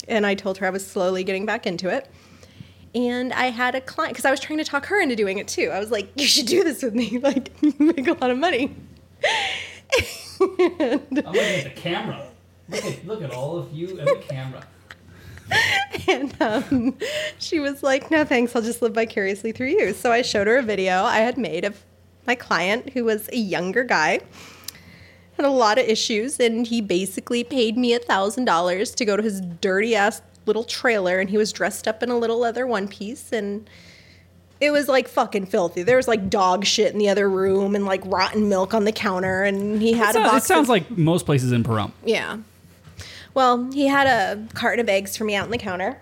S3: and I told her I was slowly getting back into it. And I had a client, because I was trying to talk her into doing it too. I was like, you should do this with me. Like, you make a lot of money.
S1: I'm looking at the camera. Look at, look at all of you and the camera.
S3: And um, she was like, no thanks, I'll just live vicariously through you. So I showed her a video I had made of my client who was a younger guy, had a lot of issues, and he basically paid me $1,000 to go to his dirty ass little trailer, and he was dressed up in a little leather one piece, and it was like fucking filthy. There was like dog shit in the other room and like rotten milk on the counter, and he had
S1: It
S3: a box
S1: sounds, it
S3: of-
S1: sounds like most places in Pahrump.
S3: yeah. Well, he had a carton of eggs for me out on the counter,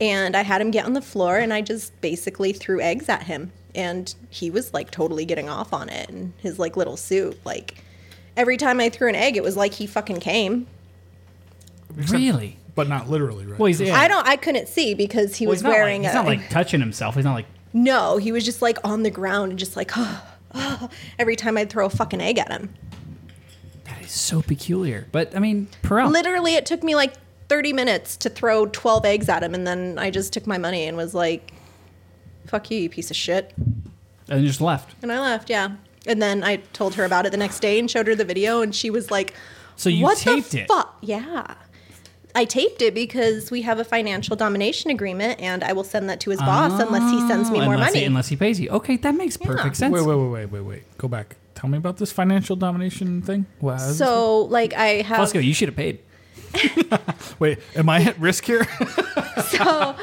S3: and I had him get on the floor, and I just basically threw eggs at him, and he was like totally getting off on it, and his like little suit, like every time I threw an egg, it was like he fucking came.
S1: Really?
S2: But not literally, right?
S1: Well, he's, yeah.
S3: I don't, I couldn't see because he
S1: Well,
S3: was
S1: he's not
S3: wearing
S1: Like, he's
S3: a.
S1: not like touching himself. He's not like.
S3: no, he was just like on the ground and just like every time I'd throw a fucking egg at him.
S1: That is so peculiar. But I mean, Pahrump.
S3: Literally, it took me like 30 minutes to throw 12 eggs at him, and then I just took my money and was like, fuck you, you piece of shit.
S1: and just left.
S3: And I left, yeah. And then I told her about it the next day and showed her the video, and she was like,
S1: So you
S3: what
S1: taped
S3: the
S1: it.
S3: fuck? Yeah. I taped it because we have a financial domination agreement, and I will send that to his boss unless he sends me
S1: Ah,
S3: more
S1: unless
S3: money.
S1: He, unless he pays you. Okay, that makes perfect sense.
S2: Wait, wait, wait, wait, wait, wait. Go back. Tell me about this financial domination thing. Wow.
S3: so, like, I have.
S1: Fusco, you should have paid.
S2: Wait, am I at risk here?
S3: so,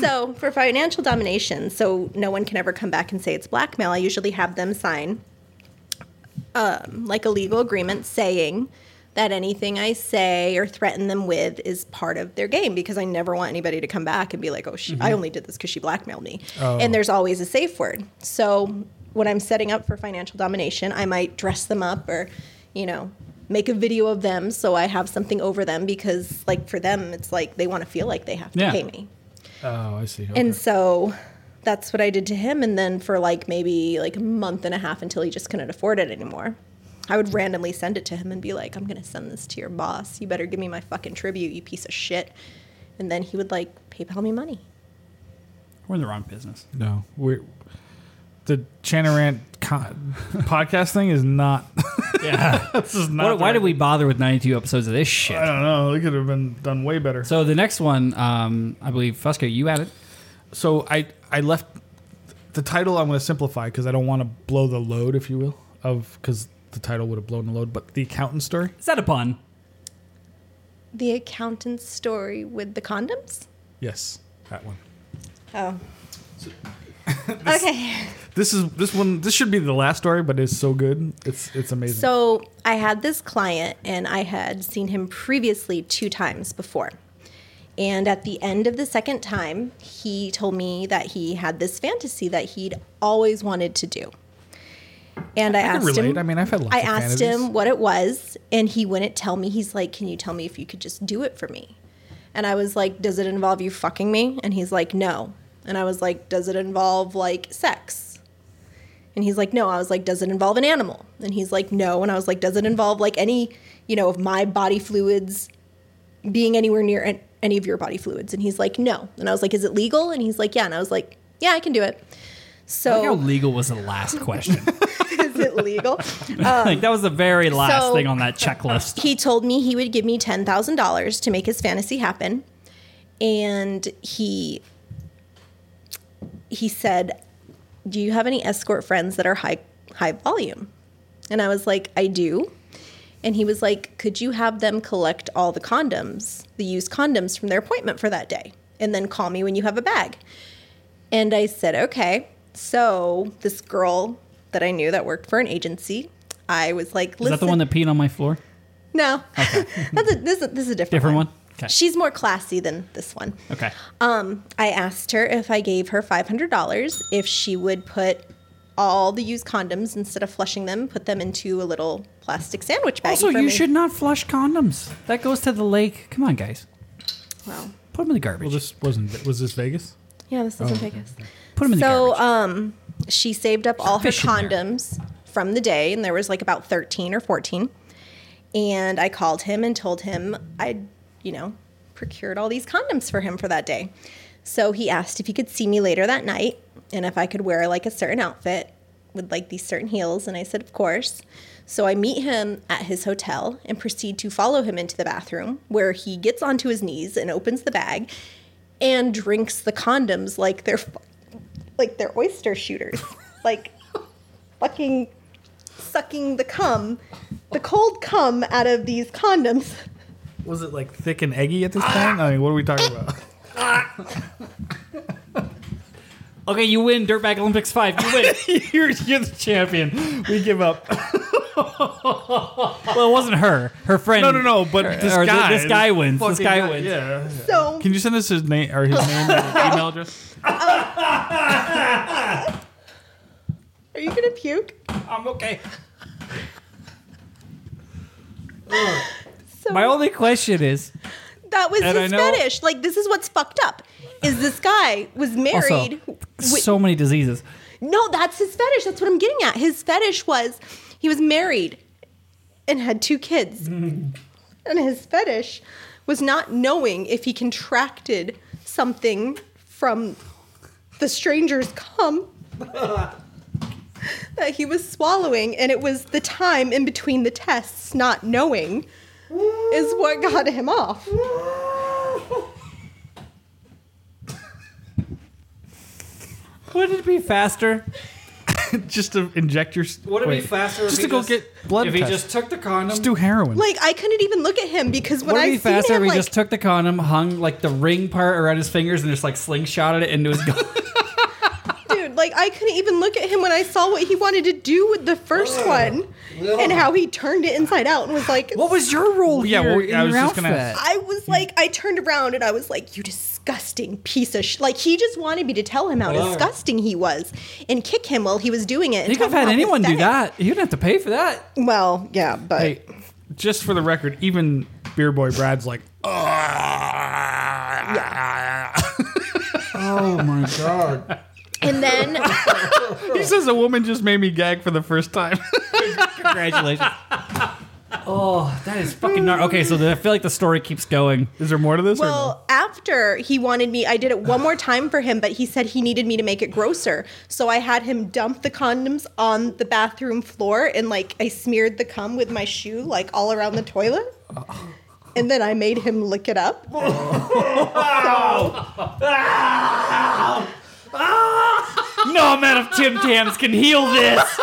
S3: so for financial domination, so no one can ever come back and say it's blackmail. I usually have them sign um, like a legal agreement saying that anything I say or threaten them with is part of their game because I never want anybody to come back and be like, "Oh, she, I only did this because she blackmailed me." And there's always a safe word. So when I'm setting up for financial domination, I might dress them up or, you know. Make a video of them so I have something over them because, like, for them, it's like they want to feel like they have to
S1: Yeah.
S3: pay me.
S2: oh, I see.
S3: And so that's what I did to him. And then for like maybe like a month and a half until he just couldn't afford it anymore, I would randomly send it to him and be like, I'm going to send this to your boss. You better give me my fucking tribute, you piece of shit. And then he would like PayPal me money.
S1: We're in the wrong business.
S2: no, we're the Chanarant con- podcast thing is not.
S1: Yeah.
S2: this is not.
S1: why, why
S2: the
S1: did we bother with 92 episodes of this shit?
S2: right- I don't know. It could have been done way better.
S1: So the next one, um, I believe, Fusco, you had it.
S2: so I I left the title. I'm going to simplify because I don't want to blow the load, if you will, of because the title would have blown the load. But the accountant story.
S1: Is that a pun?
S3: The accountant's story with the condoms?
S2: Yes, that one.
S3: Oh. okay.
S2: This is this one. This should be the last story, but it's so good. It's it's amazing.
S3: So I had this client, and I had seen him previously two times before. And at the end of the second time, he told me that he had this fantasy that he'd always wanted to do. And I,
S2: I can
S3: asked
S2: relate.
S3: him.
S2: I mean, I've had lots
S3: I
S2: of
S3: asked
S2: fantasies.
S3: him what it was, and he wouldn't tell me. He's like, "Can you tell me if you could just do it for me?" And I was like, "Does it involve you fucking me?" And he's like, "No." And I was like, "Does it involve like sex?" And he's like, no. I was like, does it involve an animal? And he's like, no. And I was like, does it involve like any, you know, of my body fluids being anywhere near an- any of your body fluids? And he's like, no. And I was like, is it legal? And he's like, yeah. And I was like, yeah, I can do it.
S1: Look how
S3: So
S1: legal was the last question.
S3: Um, is it legal?
S1: like that was the very last
S3: so-
S1: thing on that checklist.
S3: he told me he would give me $10,000 to make his fantasy happen. And he he said, "Do you have any escort friends that are high high volume?" And I was like, "I do." And he was like, "Could you have them collect all the condoms, the used condoms from their appointment for that day, and then call me when you have a bag?" And I said, "Okay." So, this girl that I knew that worked for an agency, I was like,
S1: Is
S3: "Listen,
S1: that the one that peed on my floor?
S3: no, that's a, this, is- this is a different,
S1: Different one? Okay.
S3: She's more classy than this one.
S1: Okay.
S3: Um, I asked her if I gave her five hundred dollars if she would put all the used condoms instead of flushing them, put them into a little plastic sandwich bag.
S1: Also,
S3: for
S1: you
S3: me.
S1: should not flush condoms. That goes to the lake. Come on, guys.
S3: Wow.
S1: Put them in the garbage.
S2: well, this wasn't. Was this Vegas?
S3: Yeah, this is in Vegas.
S1: Put them in the
S3: So,
S1: garbage.
S3: um, she saved up all her
S1: fish in there.
S3: condoms from the day, and there was like about thirteen or fourteen. And I called him and told him I'd, you know, procured all these condoms for him for that day. So he asked if he could see me later that night and if I could wear like a certain outfit with like these certain heels. And I said, of course. So I meet him at his hotel and proceed to follow him into the bathroom where he gets onto his knees and opens the bag and drinks the condoms like they're fu- like they're oyster shooters. like fucking sucking the cum, the cold cum out of these condoms.
S2: Was it like thick and eggy at this point? I mean, what are we talking about?
S1: okay, you win Dirtbag Olympics 5. You win.
S2: you're, you're the champion. We give up.
S1: well, it wasn't her. Her friend.
S2: No, no, no. But this
S1: or th-
S2: guy,
S1: this guy wins. This
S2: fucking
S1: guy wins.
S2: Yeah. yeah.
S3: So
S2: Can you send us his name or his name and his email address?
S3: are you gonna puke?
S1: I'm okay.
S3: So
S1: My only question is
S3: that was
S1: and I
S3: his
S1: know-
S3: fetish. Like this is what's fucked up. Is this guy was married?
S1: also,
S3: wi-
S1: so many diseases.
S3: no, that's his fetish. That's what I'm getting at. His fetish was he was married and had two kids,
S1: Mm.
S3: and his fetish was not knowing if he contracted something from the stranger's cum that he was swallowing, and it was the time in between the tests, not knowing, is what got him off.
S1: Wouldn't it be faster?
S2: just to inject your.
S1: Would it
S2: wait.
S1: be faster
S2: Just
S1: if
S2: to
S1: he
S2: go get blood
S1: If
S2: test.
S1: he just took the condom,
S2: Just do heroin.
S3: Like I couldn't even look at him because when
S1: would it
S3: I
S1: be
S3: seen
S1: faster if
S3: him,
S1: he
S3: like
S1: just took the condom, hung like the ring part around his fingers, and just like slingshotted it into his gun?
S3: dude, like I couldn't even look at him when I saw what he wanted to do with the first one and how he turned it inside out and was like,
S1: what was your role
S2: Yeah,
S1: here
S2: well,
S1: in
S2: I was
S1: your
S2: just gonna
S1: outfit?
S3: I was like, I turned around and I was like, you disgusting piece of sh-. like. He just wanted me to tell him how
S1: Hello.
S3: disgusting he was and kick him while he was doing it. and
S1: You
S3: tell
S1: could have had
S3: him how
S1: anyone do
S3: pathetic-
S1: that. You didn't have to pay for that.
S3: Well, yeah, but
S2: Hey, just for the record, even beer boy Brad's like, "Ah."
S1: Oh my god!
S3: and then
S2: he says a woman just made me gag for the first time.
S1: Congratulations. oh, that is fucking gnarly. Okay, so the, I feel like the story keeps going.
S2: Is there more to this? or no?
S3: well, after he wanted me, I did it one more time for him, but he said he needed me to make it grosser. So I had him dump the condoms on the bathroom floor and like I smeared the cum with my shoe like all around the toilet. And then I made him lick it up.
S1: No amount of Tim Tams can heal this.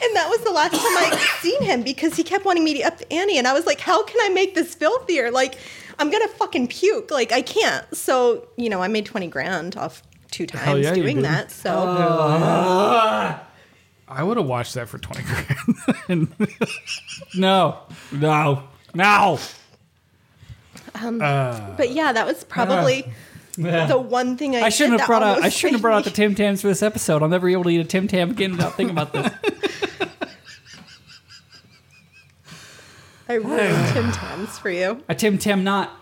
S3: And that was the last time I seen him because he kept wanting me to up the ante. And I was like, how can I make this filthier? Like, I'm going to fucking puke. Like, I can't. So, you know, I made 20 grand off two times
S2: yeah, you
S3: doing
S2: did.
S3: that. So,
S2: I would have watched that for twenty grand.
S1: No, no, no.
S3: but yeah, that was probably the one thing I
S1: I shouldn't have
S3: did that
S1: brought out. I
S3: almost
S1: shouldn't have
S3: made
S1: brought out the
S3: me-
S1: Tim Tams for this episode. I'll never be able to eat a Tim Tam again without thinking about this.
S3: I ruined Tim Tams for you.
S1: A Tim Tam knot.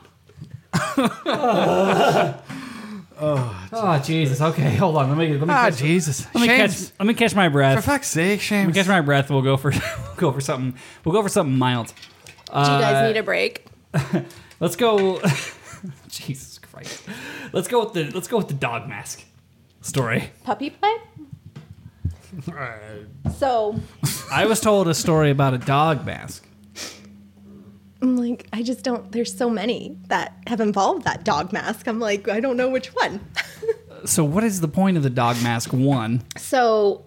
S1: oh, Jesus. Okay, hold on. Let me let me catch,
S2: Ah, Jesus!
S1: let me catch, let me catch my breath.
S2: fuck's sake, Shame.
S1: Let me catch my breath. We'll go for we'll go for something. We'll go for something mild.
S3: Do you
S1: Uh,
S3: guys need a break?
S1: Let's go. Jesus Christ. Let's go with the let's go with the dog mask story.
S3: Puppy play? So,
S1: I was told a story about a dog mask.
S3: I'm like, I just don't, there's so many that have involved that dog mask. I'm like, I don't know which one.
S1: So what is the point of the dog mask? One,
S3: So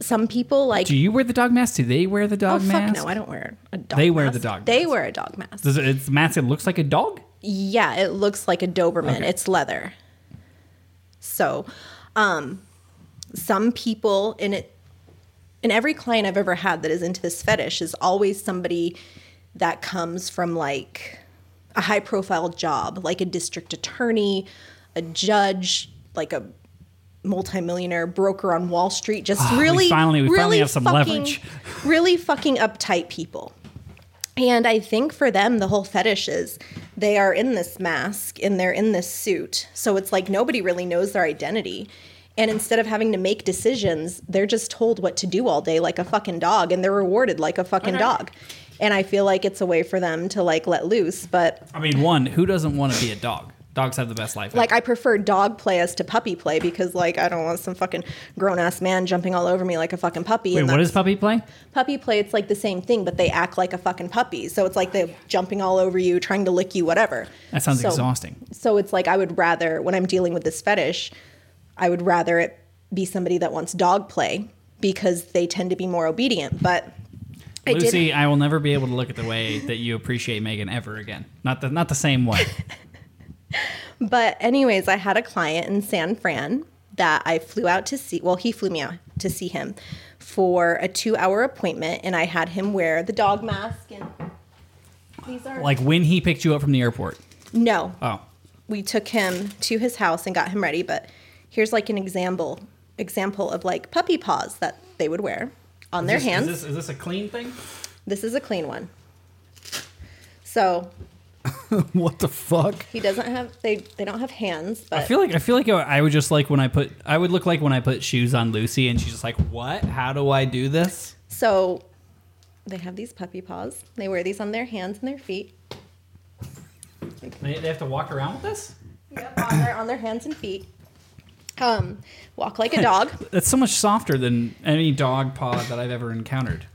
S3: some people like
S1: do you wear the dog mask? Do they wear the
S3: oh
S1: dog
S3: fuck
S1: mask?
S3: no, I don't wear a dog.
S1: They wear
S3: mask.
S1: the dog
S3: They
S1: mask.
S3: wear a dog mask.
S1: Does it, it's a mask that looks like a dog?
S3: Yeah, it looks like a Doberman.
S1: Okay.
S3: It's leather. So, um, some people in it, and every client I've ever had that is into this fetish is always somebody that comes from like a high profile job, like a district attorney, a judge, like a multimillionaire broker on Wall Street. Just really,
S1: finally- Ah, we
S3: really
S1: finally have some
S3: fucking,
S1: leverage.
S3: really fucking uptight people. And I think for them, the whole fetish is they are in this mask and they're in this suit. So it's like nobody really knows their identity. And instead of having to make decisions, they're just told what to do all day like a fucking dog and they're rewarded like a fucking dog. And I feel like it's a way for them to like let loose. But
S1: I mean, one, who doesn't want to be a dog? Dogs have the best life.
S3: like I prefer dog play as to puppy play because like I don't want some fucking grown ass man jumping all over me like a fucking puppy.
S1: Wait,
S3: and
S1: what
S3: that-
S1: is puppy play?
S3: puppy play it's like the same thing but they act like a fucking puppy so it's like they're jumping all over you trying to lick you whatever
S1: That sounds
S3: So-
S1: exhausting.
S3: so it's like i would rather when i'm dealing with this fetish i would rather it be somebody that wants dog play because they tend to be more obedient but I did-
S1: Lucy, I will never be able to look at the way that you appreciate Megan ever again. Not the not the same way.
S3: But anyways, I had a client in San Fran that I flew out to see. Well, he flew me out to see him for a two-hour appointment, and I had him wear the dog mask and these are
S1: like when he picked you up from the airport.
S3: no.
S1: Oh,
S3: We took him to his house and got him ready. But here's like an example example of like puppy paws that they would wear on their
S1: Is this-
S3: hands.
S1: Is this, is this a clean thing?
S3: this is a clean one. So
S2: What the fuck?
S3: he doesn't have they they don't have hands,
S1: I
S3: but
S1: feel like I feel like I would just like when I put I would look like when I put shoes on Lucy and she's just like, "What? How do I do this?"
S3: So they have these puppy paws. They wear these on their hands and their feet.
S1: They, they have to walk around with this.
S3: Yep, on their, on their hands and feet. Um, walk like a dog.
S1: That's so much softer than any dog paw that I've ever encountered.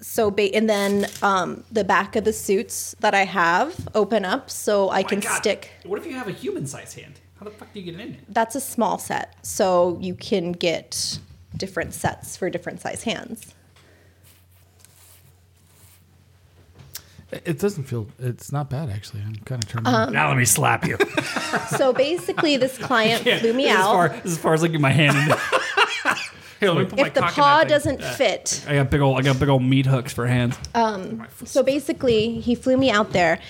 S3: So ba- and then um, the back
S1: Oh
S3: of the suits that I have open up so I can stick.
S1: What if you have a human sized hand? How the fuck do you get it in there?
S3: That's a small set, so you can get different sets for different size hands.
S2: It doesn't feel. It's not bad actually. I'm kind of turned.
S3: Um,
S2: on.
S1: Now let me slap you.
S3: So basically, this client flew me
S1: As far,
S3: out.
S1: as far as I get my hand in there. Here, let me put my
S3: If the
S1: cock in
S3: paw
S1: that thing.
S3: doesn't Uh, fit,
S1: I got big old, I got big old meat hooks for hands.
S3: So basically, he flew me out there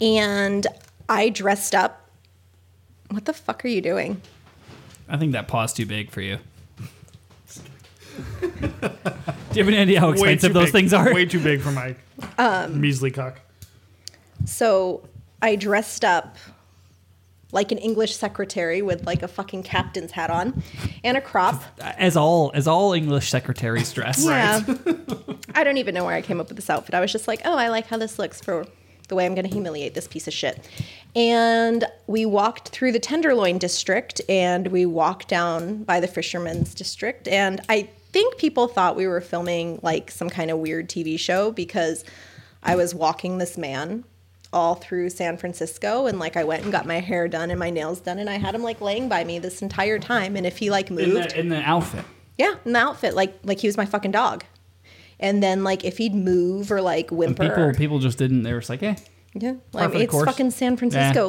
S3: and I dressed up. What the fuck are you doing?
S1: I think that paw's too big for you. Do you have any idea how
S2: Way
S1: expensive
S2: too
S1: those
S2: big.
S1: things are?
S2: Way too big for my
S1: Um,
S2: measly cock.
S3: So I dressed up like an English secretary with like a fucking captain's hat on and a crop.
S1: As all as all English secretaries dress.
S3: Yeah. I don't even know where I came up with this outfit. I was just like, oh, I like how this looks for the way I'm going to humiliate this piece of shit. And we walked through the Tenderloin district and we walked down by the Fisherman's district. And I think people thought we were filming like some kind of weird TV show because I was walking this man all through San Francisco and like I went and got my hair done and my nails done and I had him like laying by me this entire time and if he like moved
S1: In the, in the outfit.
S3: yeah, in the outfit, like like he was my fucking dog. And then like if he'd move or like
S1: And
S3: whimper,
S1: people people just didn't they were just like, eh,
S3: yeah,
S1: par
S3: like
S1: for the
S3: it's
S1: course.
S3: fucking San Francisco.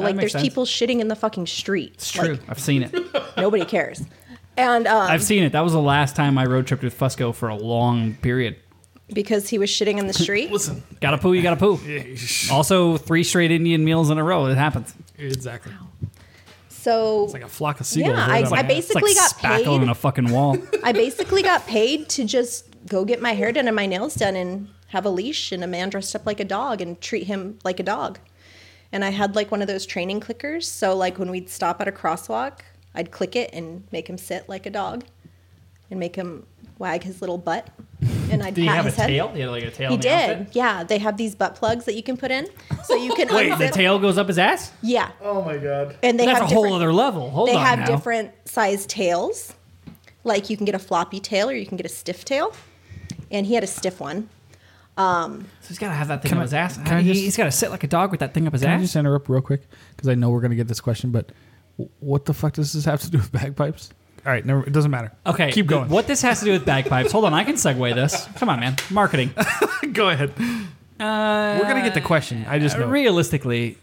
S1: that
S3: like
S1: makes
S3: there's
S1: sense.
S3: people shitting in the fucking street.
S1: it's true. I've seen it.
S3: Like, nobody cares. And um,
S1: I've seen it. That was the last time I road tripped with Fusco for a long period.
S3: because he was shitting in the street,
S2: Listen,
S1: Gotta poo, you gotta poo.
S2: exactly.
S1: Also, three straight Indian meals in a row. It happens.
S3: so
S2: It's like a flock of seagulls.
S3: Yeah,
S2: right
S3: I-
S2: on my
S3: I
S2: head.
S1: It's like
S3: basically got
S1: spackle
S3: paid.
S1: in a fucking wall.
S3: I basically got paid to just go get my hair done and my nails done and have a leash and a man dressed up like a dog and treat him like a dog. And I had like one of those training clickers, so like when we'd stop at a crosswalk, I'd click it and make him sit like a dog and make him wag his little butt and I'd pat his head.
S1: He had like a tail.
S3: He did. Yeah, they have these butt plugs that you can put in. So you can
S1: Wait, the
S3: unzip-
S1: tail goes up his ass?
S3: Yeah.
S2: Oh my god.
S3: And they
S1: That's a
S3: have
S1: whole
S3: different-
S1: other level. Hold
S3: they
S1: on
S3: have
S1: now.
S3: different size tails. Like you can get a floppy tail or you can get a stiff tail. And he had a stiff one.
S1: So he's got to have that thing
S2: Can
S1: up
S2: I-
S1: his ass.
S2: can I
S1: He-
S2: just-
S1: he's got to sit like a dog with that thing up his
S2: Can I
S1: ass.
S2: just interrupt real quick? Because I know we're going to get this question, but w- what the fuck does this have to do with bagpipes? All right, never, it doesn't matter.
S1: okay,
S2: keep going.
S1: What this has to do with bagpipes? Hold on, I can segue this. Come on, man. Marketing.
S2: Go ahead.
S1: Uh,
S2: We're going to get the question. I
S3: Uh,
S2: just know.
S1: realistically,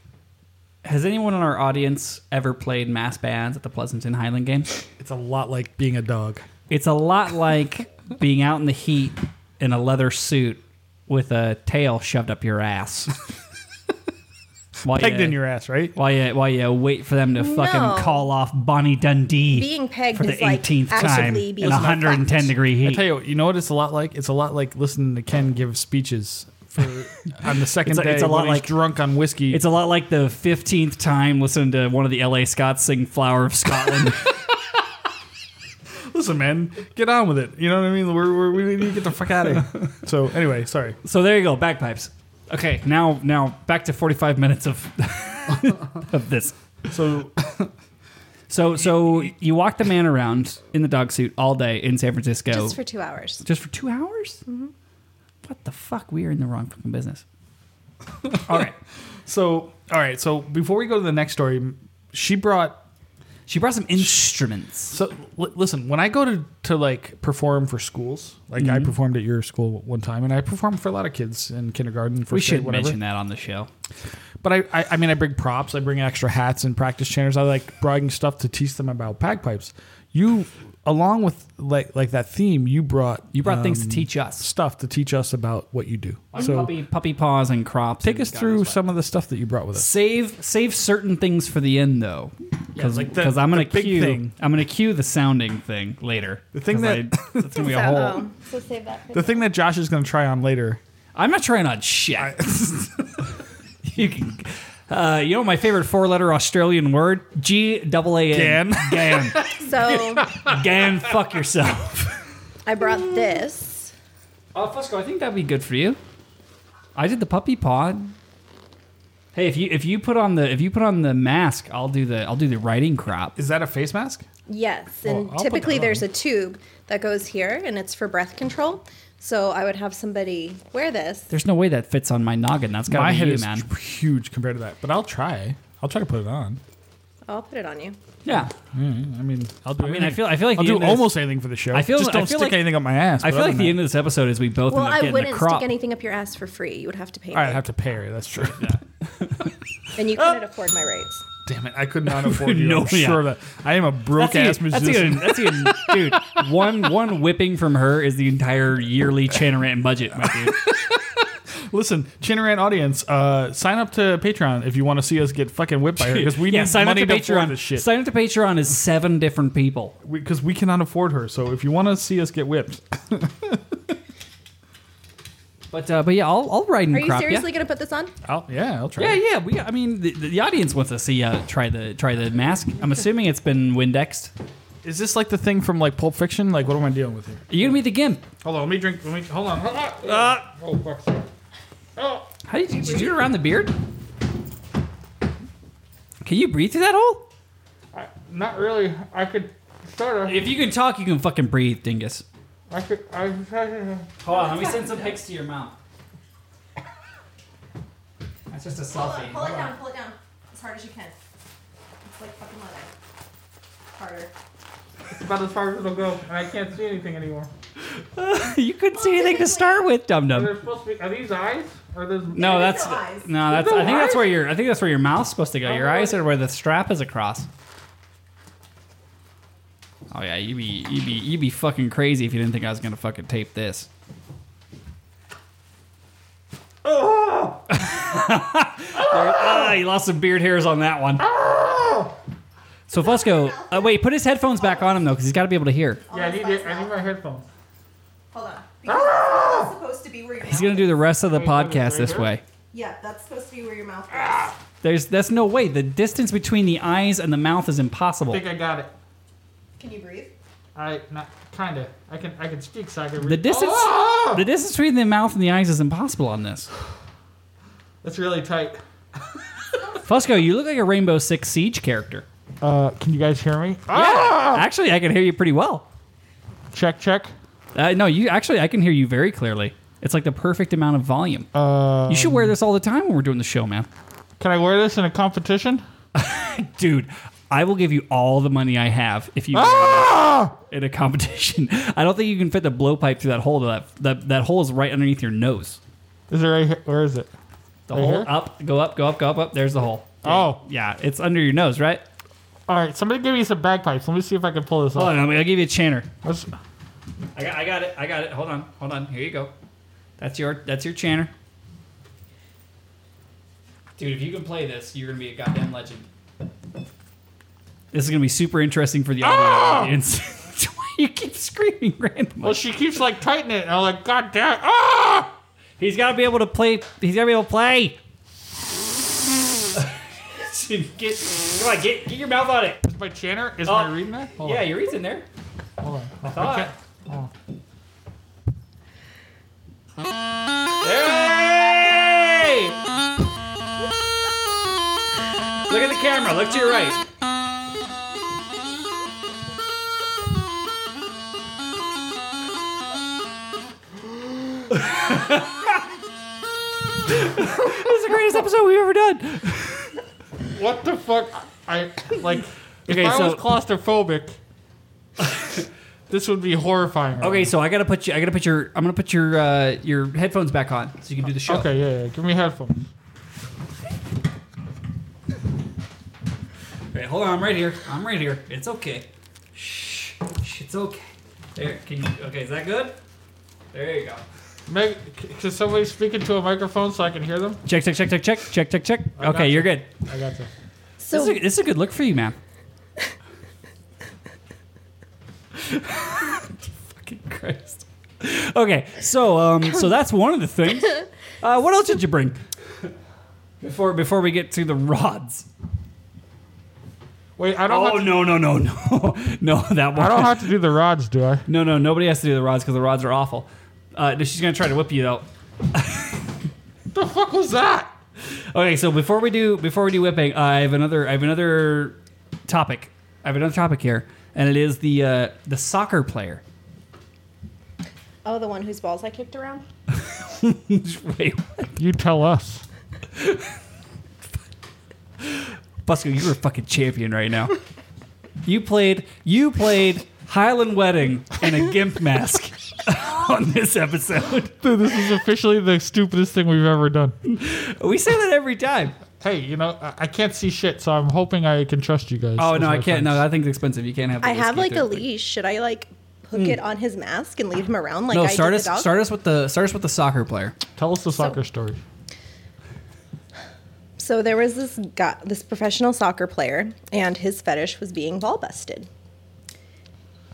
S1: has anyone in our audience ever played mass bands at the Pleasanton Highland Games?
S2: it's a lot like being a dog.
S1: It's a lot like being out in the heat in a leather suit with a tail shoved up your ass. While
S2: Pegged
S1: you-
S2: in your ass, right?
S1: While you, while you wait for them to
S3: No.
S1: fucking call off Bonnie Dundee
S3: Being pegged
S1: for the
S3: is like
S1: 18th time
S3: actively
S1: in
S3: being
S1: 110
S3: fucked.
S1: degree
S2: I
S1: heat.
S2: tell you, what, you know what it's a lot like? It's a lot like listening to Ken give speeches for on the second
S1: It's a-
S2: day.
S1: it's a
S2: when
S1: lot
S2: he's
S1: like-
S2: drunk on whiskey.
S1: It's a lot like the 15th time listening to one of the LA Scots sing Flower of Scotland.
S2: listen, man, get on with it. You know what I mean? We're, we're, we need to get the fuck out of here. so anyway, sorry.
S1: so there you go, bagpipes. Okay, now now back to 45 minutes of of this.
S2: So
S1: So so you walk the man around in the dog suit all day in San Francisco
S3: Just for Mm-hmm. two hours.
S1: Just for two hours? What the fuck? We are in the wrong fucking business. All right.
S2: so all right. So before we go to the next story, she brought
S1: She brought some instruments.
S2: So l- listen, when I go to, to like perform for schools, like I performed at your school one time, and I performed for a lot of kids in kindergarten. First
S1: We should
S2: grade, whatever.
S1: mention that on the show.
S2: But I, I, I mean, I bring props, I bring extra hats and practice chanters. I like bringing stuff to teach them about bagpipes. You, along with like like that theme, you brought
S1: You brought things to
S2: um,
S1: teach us.
S2: stuff to teach us about what you do. So
S1: puppy, puppy paws and crops.
S2: take
S1: and
S2: us
S1: God
S2: through
S1: knows what.
S2: some of the stuff that you brought with us.
S1: Save save certain things for the end though, because
S2: like the-
S1: I'm gonna
S2: the big
S1: cue
S2: thing.
S1: I'm gonna cue the sounding thing later. The
S2: thing that-
S1: it's gonna be a whole.
S3: Um, so save that.
S2: The thing that Josh is going to try on later.
S1: I'm not trying on shit. you can, uh, you know my favorite four letter Australian word G double A N gan
S3: So
S1: gan fuck yourself.
S3: I brought this.
S1: Oh, Fusco, I think that'd be good for you. I did the puppy pod. Hey, if you if you put on the if you put on the mask, I'll do the I'll do the writing crop.
S2: Is that a face mask?
S3: Yes,
S2: I'll
S3: and
S2: put that
S3: typically there's
S2: on.
S3: a tube that goes here, and it's for breath control. So I would have somebody wear this.
S1: There's no way that fits on my noggin. That's gotta
S2: My
S1: be
S2: head
S1: you,
S2: is
S1: man.
S2: huge compared to that, but I'll try. I'll try to put it on.
S3: I'll put it on you.
S1: Yeah.
S2: Mm-hmm. I mean, I'll do.
S1: I mean,
S2: anything.
S1: I feel- I feel like
S2: I'll
S1: the
S2: do
S1: end is-
S2: almost anything for the show.
S1: I feel-
S2: just don't
S1: I feel
S2: stick
S1: like-
S2: anything up my ass.
S1: I
S2: but
S1: feel like
S2: other
S1: the
S2: than
S1: end of this episode is we both
S3: Well,
S1: end up
S3: I
S1: getting
S3: wouldn't
S1: a crop.
S3: stick anything up your ass for free. You would have to pay
S2: that- All right, I
S3: me.
S2: have to pay her. That's true.
S3: and you couldn't afford my rates.
S2: Damn it! I could not afford you.
S1: No,
S2: I'm
S1: yeah.
S2: sure of that I am a broke
S1: That's
S2: ass
S1: even, that's even,
S2: musician.
S1: that's even, dude. One one whipping from her is the entire yearly Chanarant budget, my dude.
S2: Listen, Chinaran audience, uh, sign up to Patreon if you want to see us get fucking whipped by her because we
S1: yeah,
S2: need
S1: sign
S2: money
S1: up to
S2: afford
S1: Patreon.
S2: this shit.
S1: Sign up to Patreon is seven different people.
S2: because we cannot afford her. So if you want to see us get whipped,
S1: But uh, but yeah, I'll I'll ride in
S3: Are you
S1: crop.
S3: seriously
S1: yeah.
S3: gonna put this on?
S2: I'll, yeah, I'll try.
S1: Yeah,
S2: it.
S1: yeah, we. I mean, the, the audience wants to see uh, try the try the mask. I'm assuming it's been Windexed.
S2: Is this like the thing from like Pulp Fiction? Like, what am I dealing with here?
S1: Are you gonna be the gimp?
S2: Hold on, let me drink. Let me hold on. Hold on. oh fuck!
S1: How did you, did you do it around the beard? Can you breathe through that hole?
S2: I, not really. I could sort of.
S1: If you can talk, you can fucking breathe, dingus.
S2: I could. I could
S1: Hold on, let me send some pics to your mouth. That's just a selfie.
S3: Pull it down. Pull it down as hard as you can. It's like fucking leather. Harder.
S2: it's about as far as it'll go, and I can't see anything anymore.
S1: you couldn't see anything to start with, dum dum.
S2: supposed to be. Are these eyes? Or those?
S1: No,
S3: There's
S1: that's
S3: no eyes.
S1: no, that's. I think that's where your I think that's where your mouth's supposed to go. Your eyes are where the strap is across. Oh yeah, you'd be you'd be you'd be fucking crazy if you didn't think I was gonna fucking tape this. ah, you lost some beard hairs on that one. So Fusco, uh, wait, put his headphones back on him though, because he's got to be able to hear.
S2: Yeah, I need, it, I need my headphones.
S3: Hold on. Because that's supposed to be where your
S1: He's gonna do the rest of the podcast this way.
S3: Yeah, that's supposed to be where your mouth is.
S1: There's that's no way. The distance between the eyes and the mouth is
S2: I
S1: impossible.
S2: think I got it.
S3: Can you breathe?
S2: I not kinda. I can I can speak so I can.
S1: The
S2: read-
S1: distance
S2: Oh!
S1: the distance between the mouth and the eyes is impossible on this.
S2: That's really tight.
S1: Fusco, you look like a Rainbow Six Siege character.
S2: Uh, can you guys hear me? Oh.
S1: Yeah, actually, I can hear you pretty well.
S2: Check check.
S1: Uh, no, you actually I can hear you very clearly. It's like the perfect amount of volume.
S2: Uh,
S1: you should wear this all the time when we're doing the show, man.
S2: can I wear this in a competition?
S1: Dude, I will give you all the money I have if you
S2: Ah!
S1: in a competition. I don't think you can fit the blowpipe through that hole. though. That that, that hole is right underneath your nose.
S2: Is it right here? Where is it?
S1: The
S2: Right
S1: hole
S2: here?
S1: up, go up, go up, go up, up. There's the hole.
S2: Uh-huh. Oh,
S1: Yeah, it's under your nose, right?
S2: all right. Somebody give me some bagpipes. Let me see if I can pull this
S1: Hold
S2: off.
S1: on, I'll I'll give you a chanter.
S2: Let's-
S1: I got, I got it. I got it. Hold on. Hold on. Here you go. That's your that's your chanter. Dude, if you can play this, you're gonna be a goddamn legend. This is gonna be super interesting for the audio audience. Why you keep screaming randomly?
S2: Ah! Well, she keeps like tightening it, and I'm like, God damn! Ah!
S1: He's got to be able to play. He's got to be able to play. get, come on, get, get your mouth on it.
S2: Is my chanter? Is
S1: Oh.
S2: my reading that? Hold
S1: Yeah, your ear's in there.
S2: on, hold on. I
S1: thought.
S2: can't-
S1: Hey! Look at the camera. Look to your right. this is the greatest episode we've ever done.
S2: What the fuck? I like.
S1: Okay,
S2: if I
S1: so-
S2: was claustrophobic, this would be horrifying.
S1: Okay, so I gotta put you. I gotta put your. I'm gonna put your uh, your headphones back on so you can do the show.
S2: Okay, yeah, yeah. Give me headphones.
S1: All right, hold on. I'm right here. I'm right here. It's okay. Shh. Shh, It's okay. There. Can you? Okay. Is that good? There you go.
S2: Meg, c- can somebody speak into a microphone so I can hear them?
S1: Check. Check. Check. Check. Check. Check. Check. Check.
S2: got
S1: Okay.
S2: you.
S1: You're good.
S2: I got you.
S1: This is,
S3: So
S1: a, this is a good look for you, man. Fucking Christ. Okay, so um, so that's one of the things. Uh, what else did you bring? Before before we get to the rods.
S2: Wait, I don't.
S1: Oh
S2: have to,
S1: no no no no no that one.
S2: I don't have to do the rods, do I?
S1: No no nobody has to do the rods because the rods are awful. Uh, no, she's gonna try to whip you though.
S2: the fuck was that?
S1: Okay, so before we do before we do whipping, uh, I have another I have another topic. I have another topic here, and it is the uh, the soccer player.
S3: Oh, the one whose balls I kicked around?
S1: Wait,
S2: You tell us.
S1: Busco, you're a fucking champion right now. You played you played Highland Wedding in a gimp mask on this episode.
S2: This is officially the stupidest thing we've ever done.
S1: We say that every time.
S2: Hey, you know, I, I can't see shit, so I'm hoping I can trust you guys.
S1: Oh
S2: as
S1: no,
S2: my
S1: I can't. No,
S2: friends.
S1: that thing's expensive. You can't have. the
S3: I have
S1: whiskey
S3: like
S1: to
S3: a
S1: it.
S3: leash. Should I like hook it on his mask and lead him around like
S1: Hmm. No,
S3: I
S1: start
S3: did
S1: us
S3: the dog?
S1: start us with the start us with the soccer player.
S2: Tell us the soccer story.
S3: So there was this guy, this professional soccer player, and his fetish was being ball busted.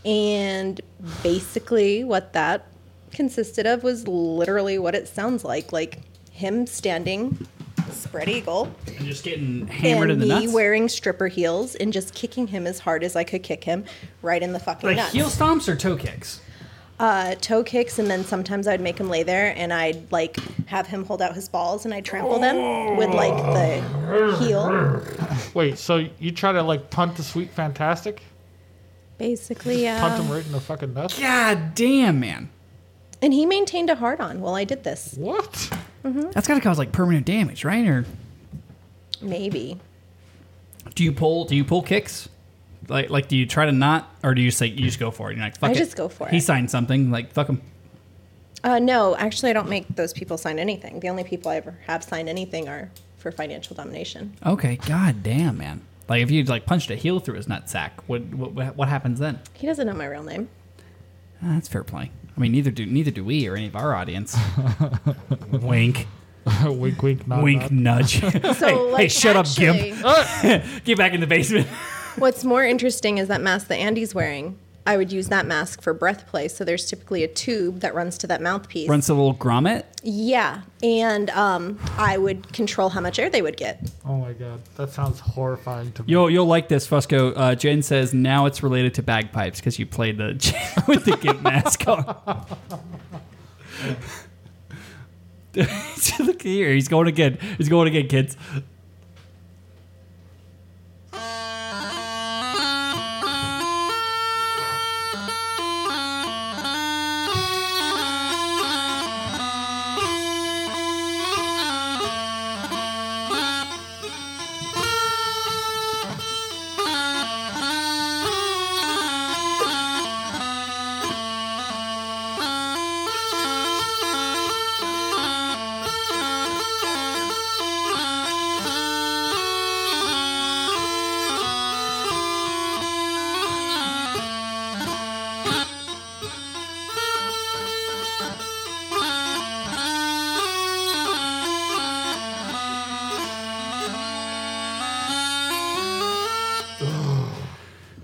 S3: And basically, what that consisted of was literally what it sounds like, like him standing spread eagle
S1: And just getting hammered in
S3: and
S1: the
S3: me
S1: nuts.
S3: wearing stripper heels and just kicking him as hard as I could kick him right in the fucking
S1: like
S3: nuts.
S1: heel stomps or toe kicks.
S3: uh, toe kicks, and then sometimes I'd make him lay there, and I'd like have him hold out his balls, and I'd trample them with like the heel.
S2: Wait, so you try to like punt the sweet fantastic?
S3: Basically,
S2: Punt him
S3: Uh, yeah.
S2: right in the fucking nuts?
S1: God damn, man.
S3: And he maintained a hard on while I did this.
S2: What?
S1: That's gotta cause like permanent damage, right? Or
S3: Maybe.
S1: do you pull? Do you pull kicks? Like, like, do you try to not, or do you say you just go for it? You're like, fuck
S3: I
S1: it.
S3: just go for
S1: He
S3: it.
S1: signed something. Like, fuck him.
S3: Uh, no, actually, I don't make those people sign anything. The only people I ever have sign anything are for financial domination.
S1: Okay, god damn, man. Like, if you like punched a heel through his nutsack, what what what happens then?
S3: He doesn't know my real name.
S1: Ah, that's fair play. I mean, neither do neither do we or any of our audience. wink,
S2: wink, wink, nod,
S1: wink,
S2: nod.
S1: nudge.
S3: So,
S1: hey,
S3: like,
S1: hey, shut up,
S3: actually,
S1: Gimp. Get back in the basement.
S3: What's more interesting is that mask that Andy's wearing. I would use that mask for breath play. So there's typically a tube that runs to that mouthpiece.
S1: Runs to the little grommet.
S3: Yeah, and um, I would control how much air they would get.
S2: Oh my god, that sounds horrifying to me.
S1: You'll you'll like this, Fusco. Uh, Jen says now it's related to bagpipes because you played the with the gimp mask on. Look here, he's going again. He's going again, kids.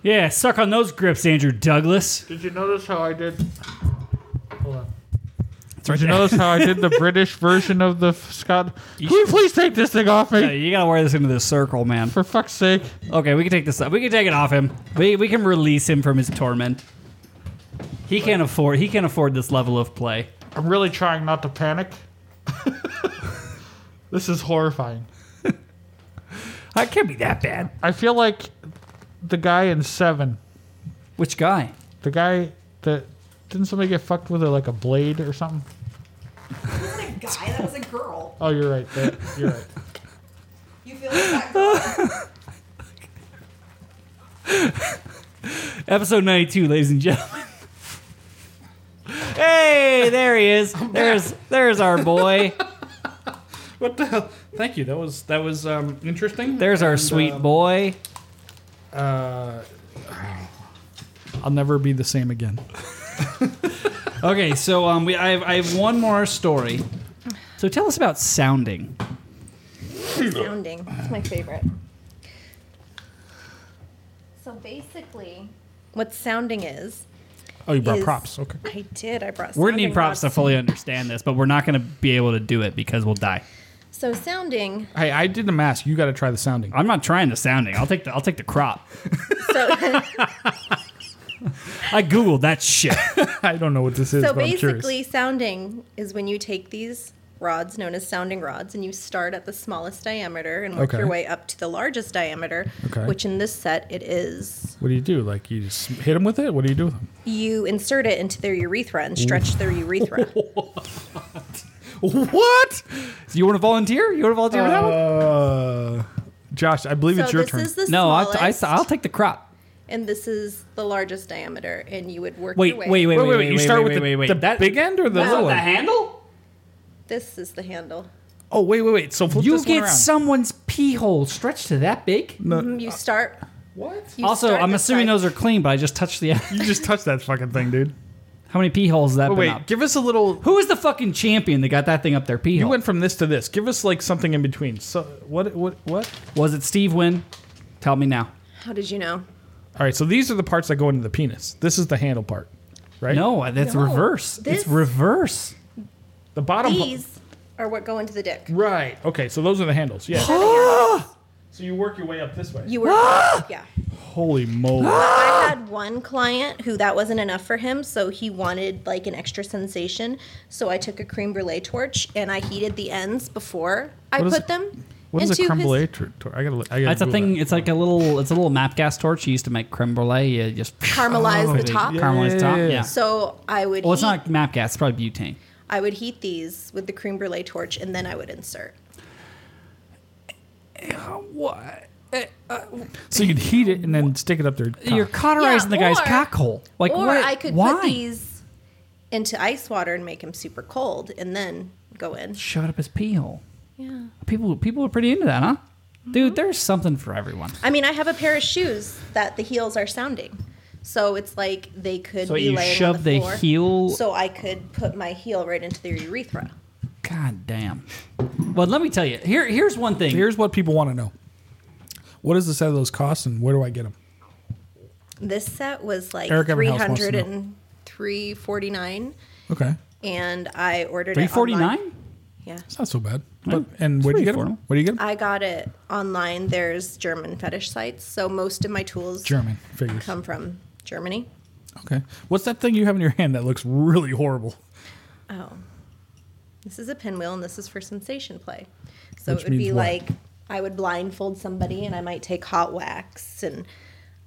S1: Yeah, suck on those grips, Andrew Douglas.
S2: Did you notice how I did? Hold on.
S1: It's right
S2: Did you
S1: there.
S2: notice how I did the British version of the f- Scott? Can you please take this thing off
S1: Yeah,
S2: me?
S1: you gotta wear this into the circle, man.
S2: For fuck's sake.
S1: Okay, we can take this up. We can take it off him. We we can release him from his torment. He can't afford he can't afford this level of play.
S2: I'm really trying not to panic. this is horrifying.
S1: It can't be that bad.
S2: I feel like the guy in Seven,
S1: Which guy?
S2: the guy that didn't somebody get fucked with a, like a blade or something?
S3: That a guy. That was a girl.
S2: Oh, you're right. That, you're right.
S3: You feel like that girl?
S1: Episode 92, ladies and gentlemen. Hey, there he is. There's there's our boy.
S2: What the hell? Thank you. That was that was um, interesting.
S1: There's our sweet boy.
S2: I'll never be the same again.
S1: Okay, so um we I have, I have one more story. So tell us about sounding.
S3: sounding. It's my favorite. So basically, what sounding is,
S2: Oh, you
S3: brought
S2: brought
S3: Is- props.
S2: props. Okay.
S3: I did. I brought.
S1: We're
S3: sounding
S1: need props to
S3: rods.
S1: fully understand this, but we're not going to be able to do it because we'll die.
S3: So sounding.
S2: Hey, I did the mask. You got to try the sounding.
S1: I'm not trying the sounding. I'll take the I'll take the crop.
S3: So
S1: I googled that shit.
S2: I don't know what this is,
S3: so
S2: but I'm curious.
S3: basically, sounding is when you take these rods known as sounding rods and you start at the smallest diameter and work
S2: Okay.
S3: your way up to the largest diameter,
S2: Okay.
S3: which in this set it is
S2: What do you do? Like you just hit them with it? What do you do with them?
S3: you insert it into their urethra and stretch their urethra. Uh,
S1: what? You want to volunteer? You want to volunteer for that one?
S2: Uh, Josh, I believe
S3: So
S2: it's your
S3: this
S2: turn.
S3: is the
S1: No, I'll,
S3: smallest,
S1: t- I, will take the crop.
S3: and this is the largest diameter, and you would work
S1: Wait,
S3: your
S1: wait,
S3: way.
S1: wait, wait,
S2: wait, wait,
S1: wait, wait.
S2: you start
S1: wait,
S2: with
S1: wait,
S2: the,
S1: wait, wait.
S2: the
S1: That-
S2: big end or the
S8: That's
S2: little
S8: not the
S2: one?
S8: handle?
S3: This is the handle.
S2: Oh, wait, wait, wait. So flip
S1: you
S2: this one
S1: get
S2: around.
S1: someone's pee hole stretched to that big?
S3: Mm, You start.
S2: what?
S3: You
S1: also,
S3: start
S1: I'm
S3: this
S1: assuming
S3: side.
S1: those are clean, but I just touched the.
S2: You just touched that fucking thing, dude.
S1: How many pee holes has that
S2: Oh,
S1: been
S2: wait,
S1: up?
S2: give us a little.
S1: Who is the fucking champion that got that thing up their pee
S2: You
S1: hole?
S2: went from this to this. Give us like something in between. So what? What? What?
S1: Was it Steve Wynn? Tell me now.
S3: How did you know?
S2: All right. So these are the parts that go into the penis. This is the handle part, right?
S1: No, that's
S3: No,
S1: reverse.
S3: this-
S1: It's reverse.
S2: The bottom. pa-
S3: These are what go into the dick.
S2: Right. Okay. So those are the handles. Yeah. so you work your way up this way.
S3: You were. yeah.
S2: Holy moly!
S3: I had one client who that wasn't enough for him, so he wanted like an extra sensation. So I took a creme brulee torch and I heated the ends before I
S2: What is
S3: put
S2: a-
S3: them
S2: What is
S3: into
S2: a creme
S3: his-
S2: brulee? Tor- tor- I gotta. look- I gotta
S1: That's a
S2: Google
S1: thing.
S2: that.
S1: It's like a little. It's a little map gas torch you used to make creme brulee. You just
S3: Caramelize the
S1: They
S3: top.
S1: Caramelize top.
S2: Yeah.
S1: Yeah.
S3: So I would.
S1: well, it's
S3: heat,
S1: not map gas. It's probably butane.
S3: I would heat these with the creme brulee torch and then I would insert.
S2: So you'd heat it and then stick it up there.
S1: You're cauterizing the guy's
S3: Uh, or-
S1: cock hole. Like
S3: or
S1: what?
S3: I could
S1: why?
S3: put these into ice water and make them super cold and then go in.
S1: Shove it up his pee hole. Yeah. People. People are pretty into that, huh? Dude, there's something for everyone.
S3: Mm-hmm. I mean, I have a pair of shoes that the heels are sounding. So it's like they could
S1: So
S3: be
S1: you
S3: laying on
S1: shove
S3: the,
S1: the
S3: floor,
S1: heel-
S3: So I could put my heel right into their urethra.
S1: God damn. Well, let me tell you. Here, here's one thing.
S2: Here's what people want to know. What does the set of those cost, and where do I get them?
S3: This set was like
S2: Eric Everhouse wants to know.
S3: 303.49,
S2: Okay,
S3: and I ordered
S1: Three
S3: it
S1: forty
S3: online.
S1: nine.
S3: Yeah,
S2: it's not so bad. But and where do you
S1: pretty
S2: get them?
S1: affordable.
S2: Where do you get them?
S3: I got it online. There's German fetish sites, so most of my tools
S2: German figures.
S3: come from Germany.
S2: Okay. What's that thing you have in your hand that looks really horrible?
S3: Oh. This is a pinwheel and this is for sensation play. So
S2: Which
S3: it would be
S2: means what?
S3: like I would blindfold somebody and I might take hot wax and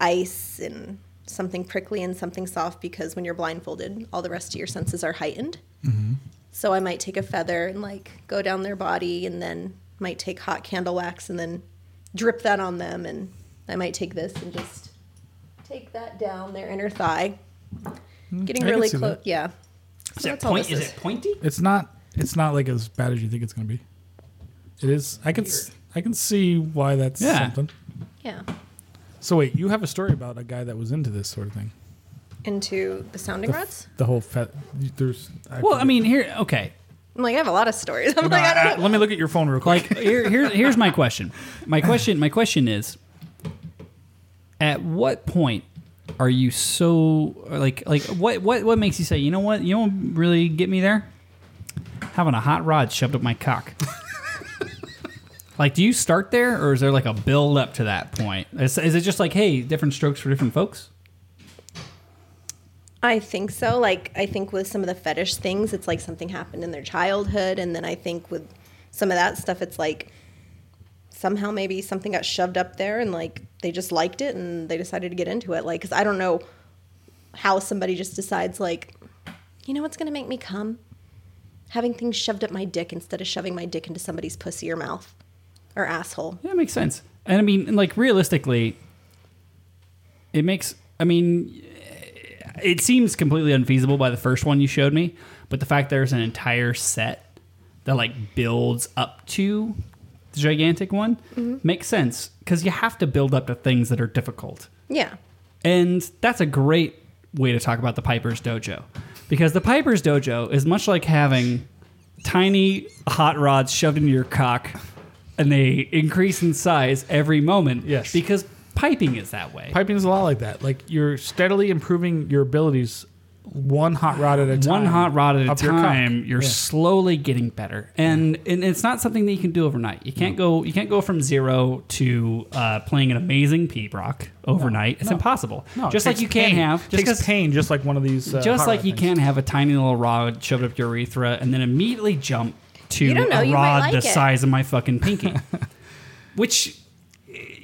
S3: ice and something prickly and something soft because when you're blindfolded, all the rest of your senses are heightened.
S2: Mm-hmm.
S3: So I might take a feather and like go down their body and then might take hot candle wax and then drip that on them and I might take this and just take that down their inner thigh. Getting
S2: Hmm, I can
S3: really
S2: see
S3: close.
S2: that.
S3: Yeah. So
S1: Is it
S3: that's all
S1: point?
S3: this
S1: Is it pointy?
S2: It's not. It's not like as bad as you think it's going to be. It is. I can. s- I can see why that's
S1: Yeah.
S2: something.
S3: Yeah.
S2: So wait, you have a story about a guy that was into this sort of thing.
S3: into the sounding rods?
S2: The whole fat. There's. I
S1: Well, I
S2: forget.
S1: mean, here. Okay.
S3: I'm like, I have a lot of stories. I'm
S2: No,
S3: like, I
S2: I-
S3: don't know.
S2: Uh, let me look at your phone real quick.
S1: like here, here, here's my question my question my question is at what point are you so like like what what what makes you say you know what you don't really get me there having a hot rod shoved up my cock like do you start there or is there like a build up to that point is, is it just like hey different strokes for different folks
S3: I think so. Like, I think with some of the fetish things, it's like something happened in their childhood. And then I think with some of that stuff, it's like somehow maybe something got shoved up there and like they just liked it and they decided to get into it. Like, because I don't know how somebody just decides, like, you know what's going to make me come? Having things shoved up my dick instead of shoving my dick into somebody's pussy or mouth or asshole.
S1: Yeah, it makes sense. And I mean, like realistically, it makes. I mean, it seems completely unfeasible by the first one you showed me, but the fact there's an entire set that like builds up to the gigantic one makes sense because you have to build up to things that are difficult.
S3: Yeah.
S1: And that's a great way to talk about the Piper's Dojo. Because the Piper's Dojo is much like having tiny hot rods shoved into your cock and they increase in size every moment.
S2: Yes.
S1: Because piping is that way.
S2: Piping's a lot like that. Like you're steadily improving your abilities, one hot rod at a time.
S1: One hot rod at a
S2: up your cock.
S1: time, you're
S2: Yeah.
S1: slowly getting better. And, and it's not something that you can do overnight. You can't go you can't go from zero to uh, playing an amazing peep rock overnight. it's impossible.
S2: No, it
S1: just like
S2: takes
S1: you can't
S2: pain.
S1: have just
S2: takes
S1: 'cause-
S2: pain, just like one of these. Uh,
S1: just
S2: hot
S1: like
S2: rod
S1: you
S2: things.
S1: can't have a tiny little rod shoved up your urethra and then immediately jump to
S3: You don't know,
S1: a
S3: you might
S1: rod
S3: like
S1: the
S3: it.
S1: size of my fucking pinky, which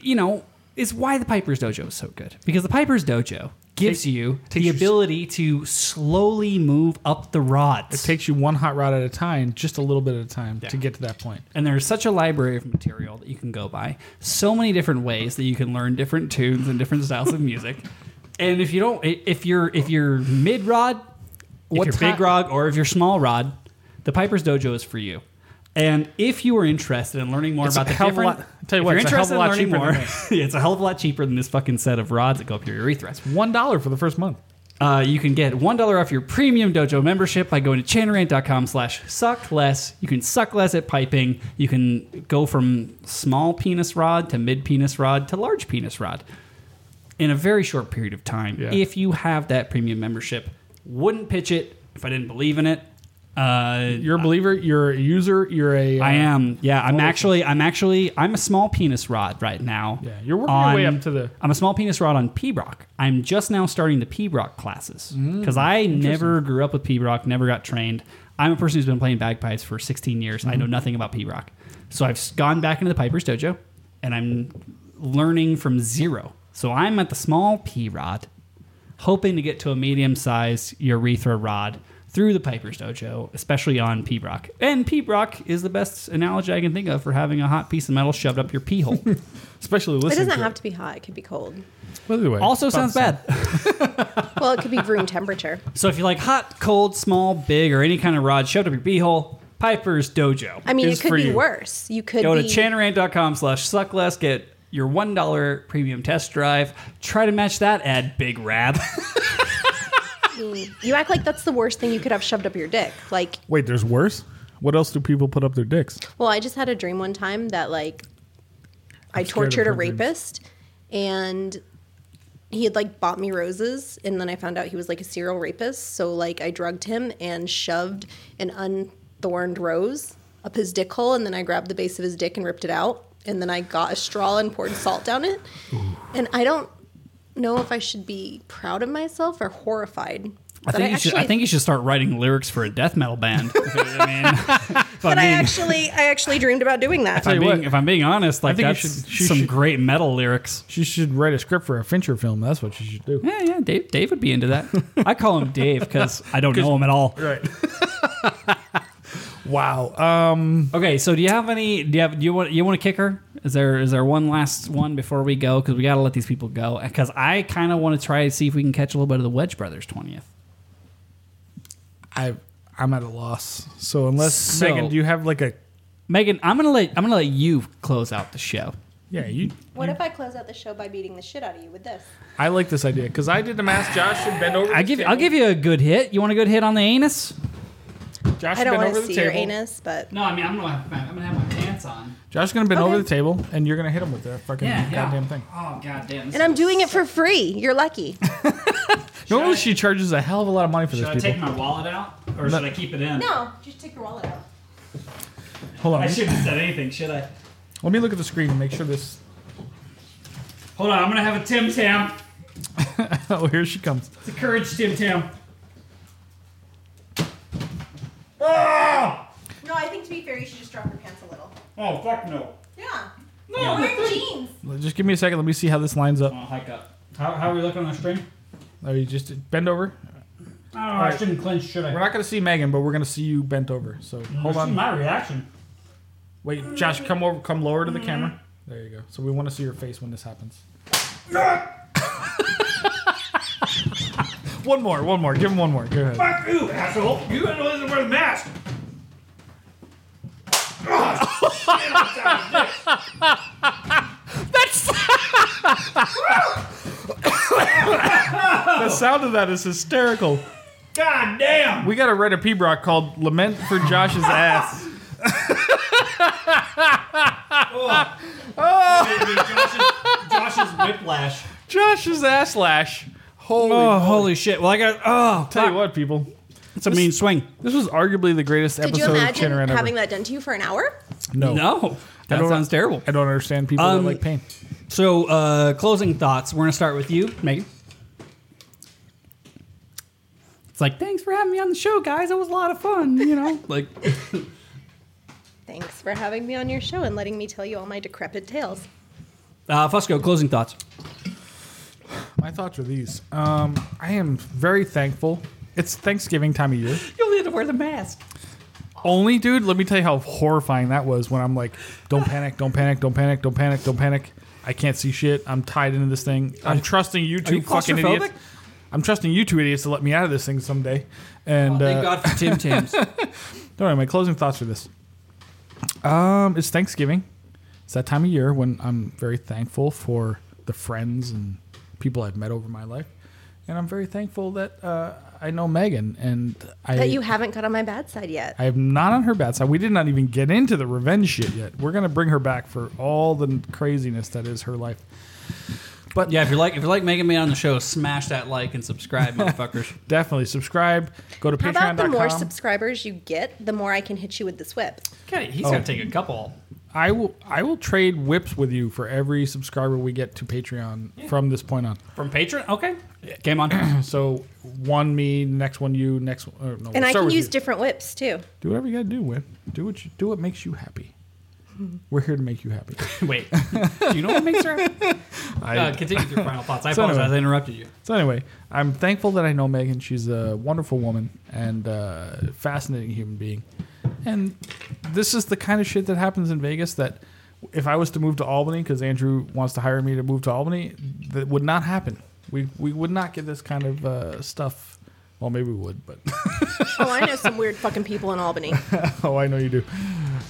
S1: you know is why the Piper's Dojo is so good because the Piper's Dojo gives you
S2: takes
S1: the
S2: your-
S1: ability to slowly move up the rods.
S2: takes you one hot rod at a time, just a little bit at a time to get to that point.
S1: and there's such a library of material that you can go by. So many different ways that you can learn different tunes and different styles of music. And if you don't, i- if you're if you're mid rod,
S2: What
S1: if you're
S2: ti-
S1: big rod, or if you're small rod, the Piper's Dojo is for you. And if you are interested in learning more
S2: It's
S1: about
S2: a
S1: the
S2: hell of a
S1: different,
S2: lot- tell you
S1: if
S2: what,
S1: you're
S2: it's a hell of
S1: interested
S2: a lot
S1: in learning
S2: cheaper
S1: more,
S2: than
S1: yeah, it's a hell of a lot cheaper than this fucking set of rods that go up your urethra.
S2: One dollar for the first month.
S1: Uh, you can get one dollar off your premium dojo membership by going to chanarant.com slash suck less. You can suck less at piping. You can go from small penis rod to mid penis rod to large penis rod in a very short period of time
S2: Yeah.
S1: if you have that premium membership. Wouldn't pitch it if I didn't believe in it. Uh,
S2: You're a believer. You're a user. You're a.
S1: I am. Yeah, I'm actually. I'm actually. I'm a small penis rod right now.
S2: Yeah, you're working your way
S1: on-
S2: up to the-
S1: I'm a small penis rod on PBrock. I'm just now starting the PBrock classes because I never grew up with PBrock. Never got trained. I'm a person who's been playing bagpipes for 16 years. I know nothing about PBrock, so I've s- gone back into the Piper's Dojo, and I'm learning from zero. So I'm at the small P rod hoping to get to a medium sized urethra rod through the Piper's Dojo, especially on P Rock. And P Rock is the best analogy I can think of for having a hot piece of metal shoved up your pee hole.
S2: especially
S3: It
S2: listening.
S3: doesn't have to be hot. It could be cold.
S2: Well, either way,
S1: also
S2: it's about
S1: sounds
S2: the same.
S1: bad.
S3: Well, it could be room temperature.
S1: So if you like hot, cold, small, big, or any kind of rod shoved up your pee hole, Piper's Dojo.
S3: I mean,
S2: Is
S3: it could
S2: for
S3: be
S2: you.
S3: worse. You could
S1: Go to
S3: be-
S1: chanarant.com slash suckless, get your $1 premium test drive. Try to match that ad, Big Rab.
S3: You act like that's the worst thing you could have shoved up your dick. Like,
S2: Wait, there's worse. What else do people put up their dicks?
S3: well, I just had a dream one time that like I
S2: scared of
S3: tortured a
S2: her dreams.
S3: rapist, and he had like bought me roses, and then I found out he was like a serial rapist. So like I drugged him and shoved an unthorned rose up his dick hole, and then I grabbed the base of his dick and ripped it out, and then I got a straw and poured salt down it, and I don't know if I should be proud of myself or horrified.
S1: I
S3: But
S1: think, you should, I
S3: actually
S1: think you should start writing lyrics for a death metal band. I mean, if
S3: But I
S1: being-
S3: actually, I actually dreamed about doing that.
S1: I'm
S2: you
S1: being,
S2: what.
S1: if I'm being honest, like
S2: think you
S1: that's
S2: should- she
S1: some
S2: should-
S1: great metal lyrics.
S2: She should write a script for a Fincher film. That's what she should do.
S1: Yeah, yeah. Dave, Dave would be into that. I call him Dave because I don't know him at all.
S2: Right. wow. Um,
S1: Okay, so do you have any? Do you have? Do you want? You want to kick her? Is there? Is there one last one before we go? Because we got to let these people go. Because I kind of want to try to see if we can catch a little bit of the Wedge Brothers twentieth.
S2: I I'm at a loss. So unless
S1: So-
S2: Megan, do you have like a
S1: Megan, I'm gonna let I'm gonna let you close out the show.
S2: yeah you?
S3: What if I close out the show by beating the shit out of you with this?
S2: I like this idea because I did the math. Josh should bend over.
S1: I give. I'll give you a good hit. You want a good hit on the anus?
S2: Josh
S3: I don't
S2: bend
S3: want
S2: over the
S3: to see
S2: table.
S3: your anus, but
S1: No, I mean I'm gonna have, I'm gonna have my pants on.
S2: Josh is gonna bend over
S3: Okay.
S2: the table, and you're gonna hit him with that fucking goddamn thing.
S1: Oh goddamn.
S3: and I'm doing it for free. You're lucky.
S2: Normally,
S1: I-
S2: she charges a hell of a lot of money for this. People,
S1: my wallet out or
S2: should I
S1: keep it in?
S3: no, just take your wallet out.
S2: hold on. let me-
S1: have said anything, should I?
S2: Let me look at the screen and make sure this.
S1: Hold on, I'm gonna have a Tim Tam.
S2: Oh, here she comes.
S1: It's a courage Tim Tam.
S3: No, I think to be fair, you should just drop your pants a little.
S1: Oh fuck no.
S3: Yeah. No, you're wearing jeans.
S2: Just give me a second. Let me see how this lines up.
S1: I'll hike up. How, how are we looking on the stream?
S2: Are you just bend over?
S1: Oh, I shouldn't clinch, should I?
S2: We're not gonna see Megan, but we're gonna see you bent over. So hold on.
S1: my reaction.
S2: Wait, Josh, come over, come lower to the camera. There you go. So we want to see your face when this happens. one more, one more. Give him one more. Go ahead.
S4: Fuck you, asshole! You didn't know this wear the mask.
S2: The sound of that is hysterical.
S4: God damn!
S2: We got to write a P-Brock called "Lament for Josh's Ass."
S4: Josh's, Josh's whiplash.
S2: Josh's ass lash. Holy!
S1: Oh holy shit! Well I got oh
S2: Tell you what, people,
S1: it's a mean swing.
S2: this was arguably the greatest
S3: Did you
S2: episode of
S3: imagine
S2: Chin Around
S3: having
S2: ever.
S3: that done to you for an hour?
S2: No,
S1: No, that
S2: don't-
S1: sounds terrible.
S2: I don't understand people
S1: Um,
S2: that like pain.
S1: So uh, closing thoughts. We're gonna start with you, Megan. It's like thanks for having me on the show, guys. It was a lot of fun. You know, like
S3: Thanks for having me on your show and letting me tell you all my decrepit tales.
S1: uh, Fusco. Closing thoughts.
S2: My thoughts are these. Um, I am very thankful. It's Thanksgiving time of year.
S1: You only had to wear the mask.
S2: Only, dude, let me tell you how horrifying that was when I'm like, don't panic, don't panic, don't panic, don't panic, don't panic. I can't see shit. I'm tied into this thing. I'm trusting you two
S1: you
S2: fucking
S1: claustrophobic?
S2: idiots. I'm trusting you two idiots to let me out of this thing someday. And uh,
S1: Oh, Thank God for Tim Tams.
S2: All right, my closing thoughts for this. Um, it's Thanksgiving. It's that time of year when I'm very thankful for the friends and people I've met over my life, and I'm very thankful that uh, I know Megan and I.
S3: That you haven't got on my bad side yet.
S2: I am not on her bad side. We did not even get into the revenge shit yet. We're gonna bring her back for all the craziness that is her life. But
S1: yeah, if you're like if you're like making me on the show, smash that like and subscribe, motherfuckers.
S2: definitely subscribe. Go to
S3: How
S2: patreon.com.
S3: about the more subscribers you get, the more I can hit you with this whip?
S1: Okay, he's gonna take a couple.
S2: I will. I will trade whips with you for every subscriber we get to Patreon from this point on.
S1: From Patreon? Okay. Game on.
S2: So one me, next one you, next one. Or no,
S3: And
S2: we'll
S3: I
S2: start
S3: can
S2: with
S3: use
S2: you.
S3: different whips too.
S2: do whatever you gotta do. Win. Do what you do. What makes you happy. We're here to make you happy.
S1: Wait. Do you know what makes her? Uh, continue with your final thoughts. I
S2: So
S1: apologize.
S2: anyway.
S1: I interrupted you.
S2: so anyway, I'm thankful that I know Megan. She's a wonderful woman and uh, fascinating human being. And this is the kind of shit that happens in Vegas. That if I was to move to Albany, because Andrew wants to hire me to move to Albany, that would not happen. We we would not get this kind of uh, stuff. Well, maybe we would, but.
S3: Oh, I know some weird fucking people in Albany.
S2: Oh, I know you do.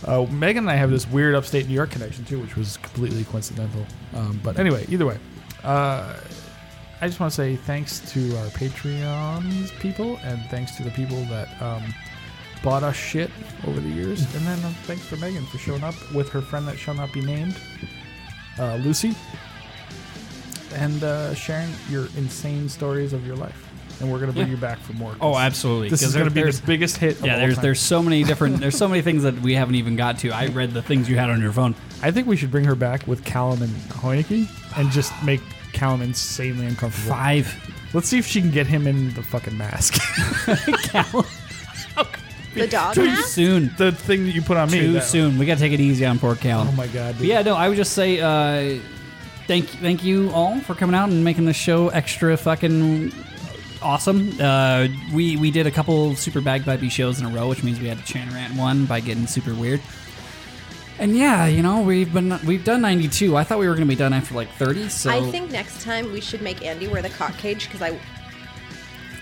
S2: Uh, Megan and I have this weird upstate New York connection too, which was completely coincidental. Um, but anyway, either way, uh, I just want to say thanks to our Patreons people, and thanks to the people that um, bought us shit over the years, and then uh, thanks for Megan for showing up with her friend that shall not be named, uh, Lucy, and uh, sharing your insane stories of your life. And we're gonna bring you back for more.
S1: Oh, absolutely.
S2: This
S1: 'Cause
S2: is gonna be
S1: there's-
S2: the biggest hit. Of
S1: Yeah,
S2: all
S1: there's
S2: time.
S1: there's so many different there's so many things that we haven't even got to. I read the things you had on your phone.
S2: I think we should bring her back with Callum and Hoineke and just make Callum insanely uncomfortable.
S1: Five.
S2: Let's see if she can get him in the fucking mask.
S3: The dog
S1: Too
S3: mask?
S1: soon.
S2: the thing that you put on me.
S1: Too
S2: that-
S1: soon. We gotta take it easy on poor Cal.
S2: Oh my god.
S1: But
S2: dude.
S1: yeah, no, I would just say uh, thank thank you all for coming out and making this show extra fucking awesome. Uh, we we did a couple super bagpipey shows in a row, which means we had to chain rant one by getting super weird. And yeah, you know we've been we've done 92. I thought we were gonna be done after like 30. So
S3: I think next time we should make Andy wear the cock cage because I,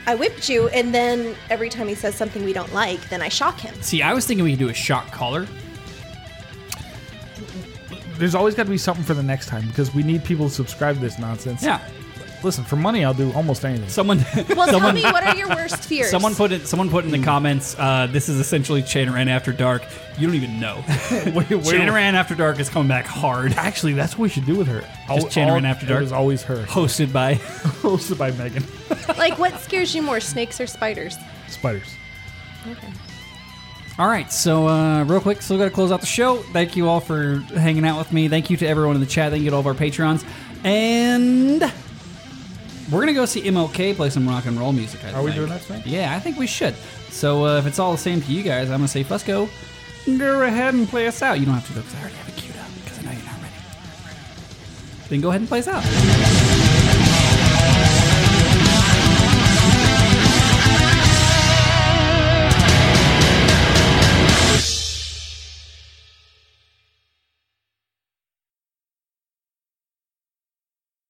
S3: I whipped you, and then every time he says something we don't like, then I shock him.
S1: See, I was thinking we could do a shock collar.
S2: There's always got to be something for the next time because we need people to subscribe to this nonsense.
S1: Yeah,
S2: Listen, for money, I'll do almost anything.
S1: someone.
S3: Well,
S1: someone,
S3: tell me what are your worst fears?
S1: Someone put it. Someone put in the comments. Uh, this is essentially Chain Ran After Dark. You don't even know. Chain Ran After Dark is coming back hard.
S2: Actually, that's what we should do with her. Al-
S1: chain her in
S2: all-
S1: after dark.
S2: It was always her.
S1: Hosted by.
S2: Hosted by Megan.
S3: like what scares you more, snakes or spiders?
S2: Spiders.
S1: All right, so uh, real quick, so we got to close out the show. Thank you all for hanging out with me. Thank you to everyone in the chat. Thank you to all of our patrons, and we're gonna go see MLK play some rock and roll music. I
S2: Are we
S1: think.
S2: doing that tonight?
S1: Yeah, I think we should. So uh, if it's all the same to you guys, I'm gonna say Fusco, go ahead and play us out. You don't have to go because I already have it queued up because I know you're not ready. Then go ahead and play us out.
S2: All right.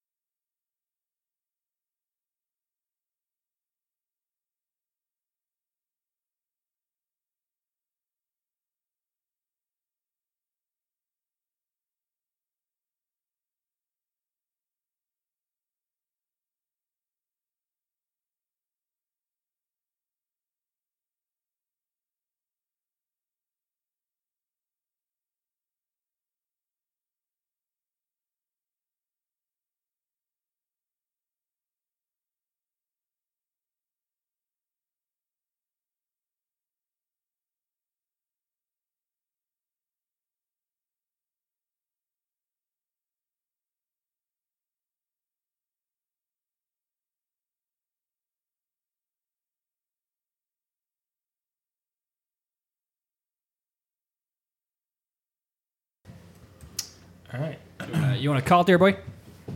S1: Uh, you want to call it there, boy? Uh,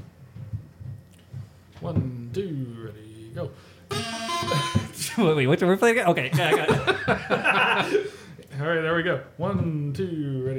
S2: One,
S9: Yo.
S1: wait, wait, what? We're playing again? Okay, yeah, I got it.
S9: All right, there we go. One, two, ready.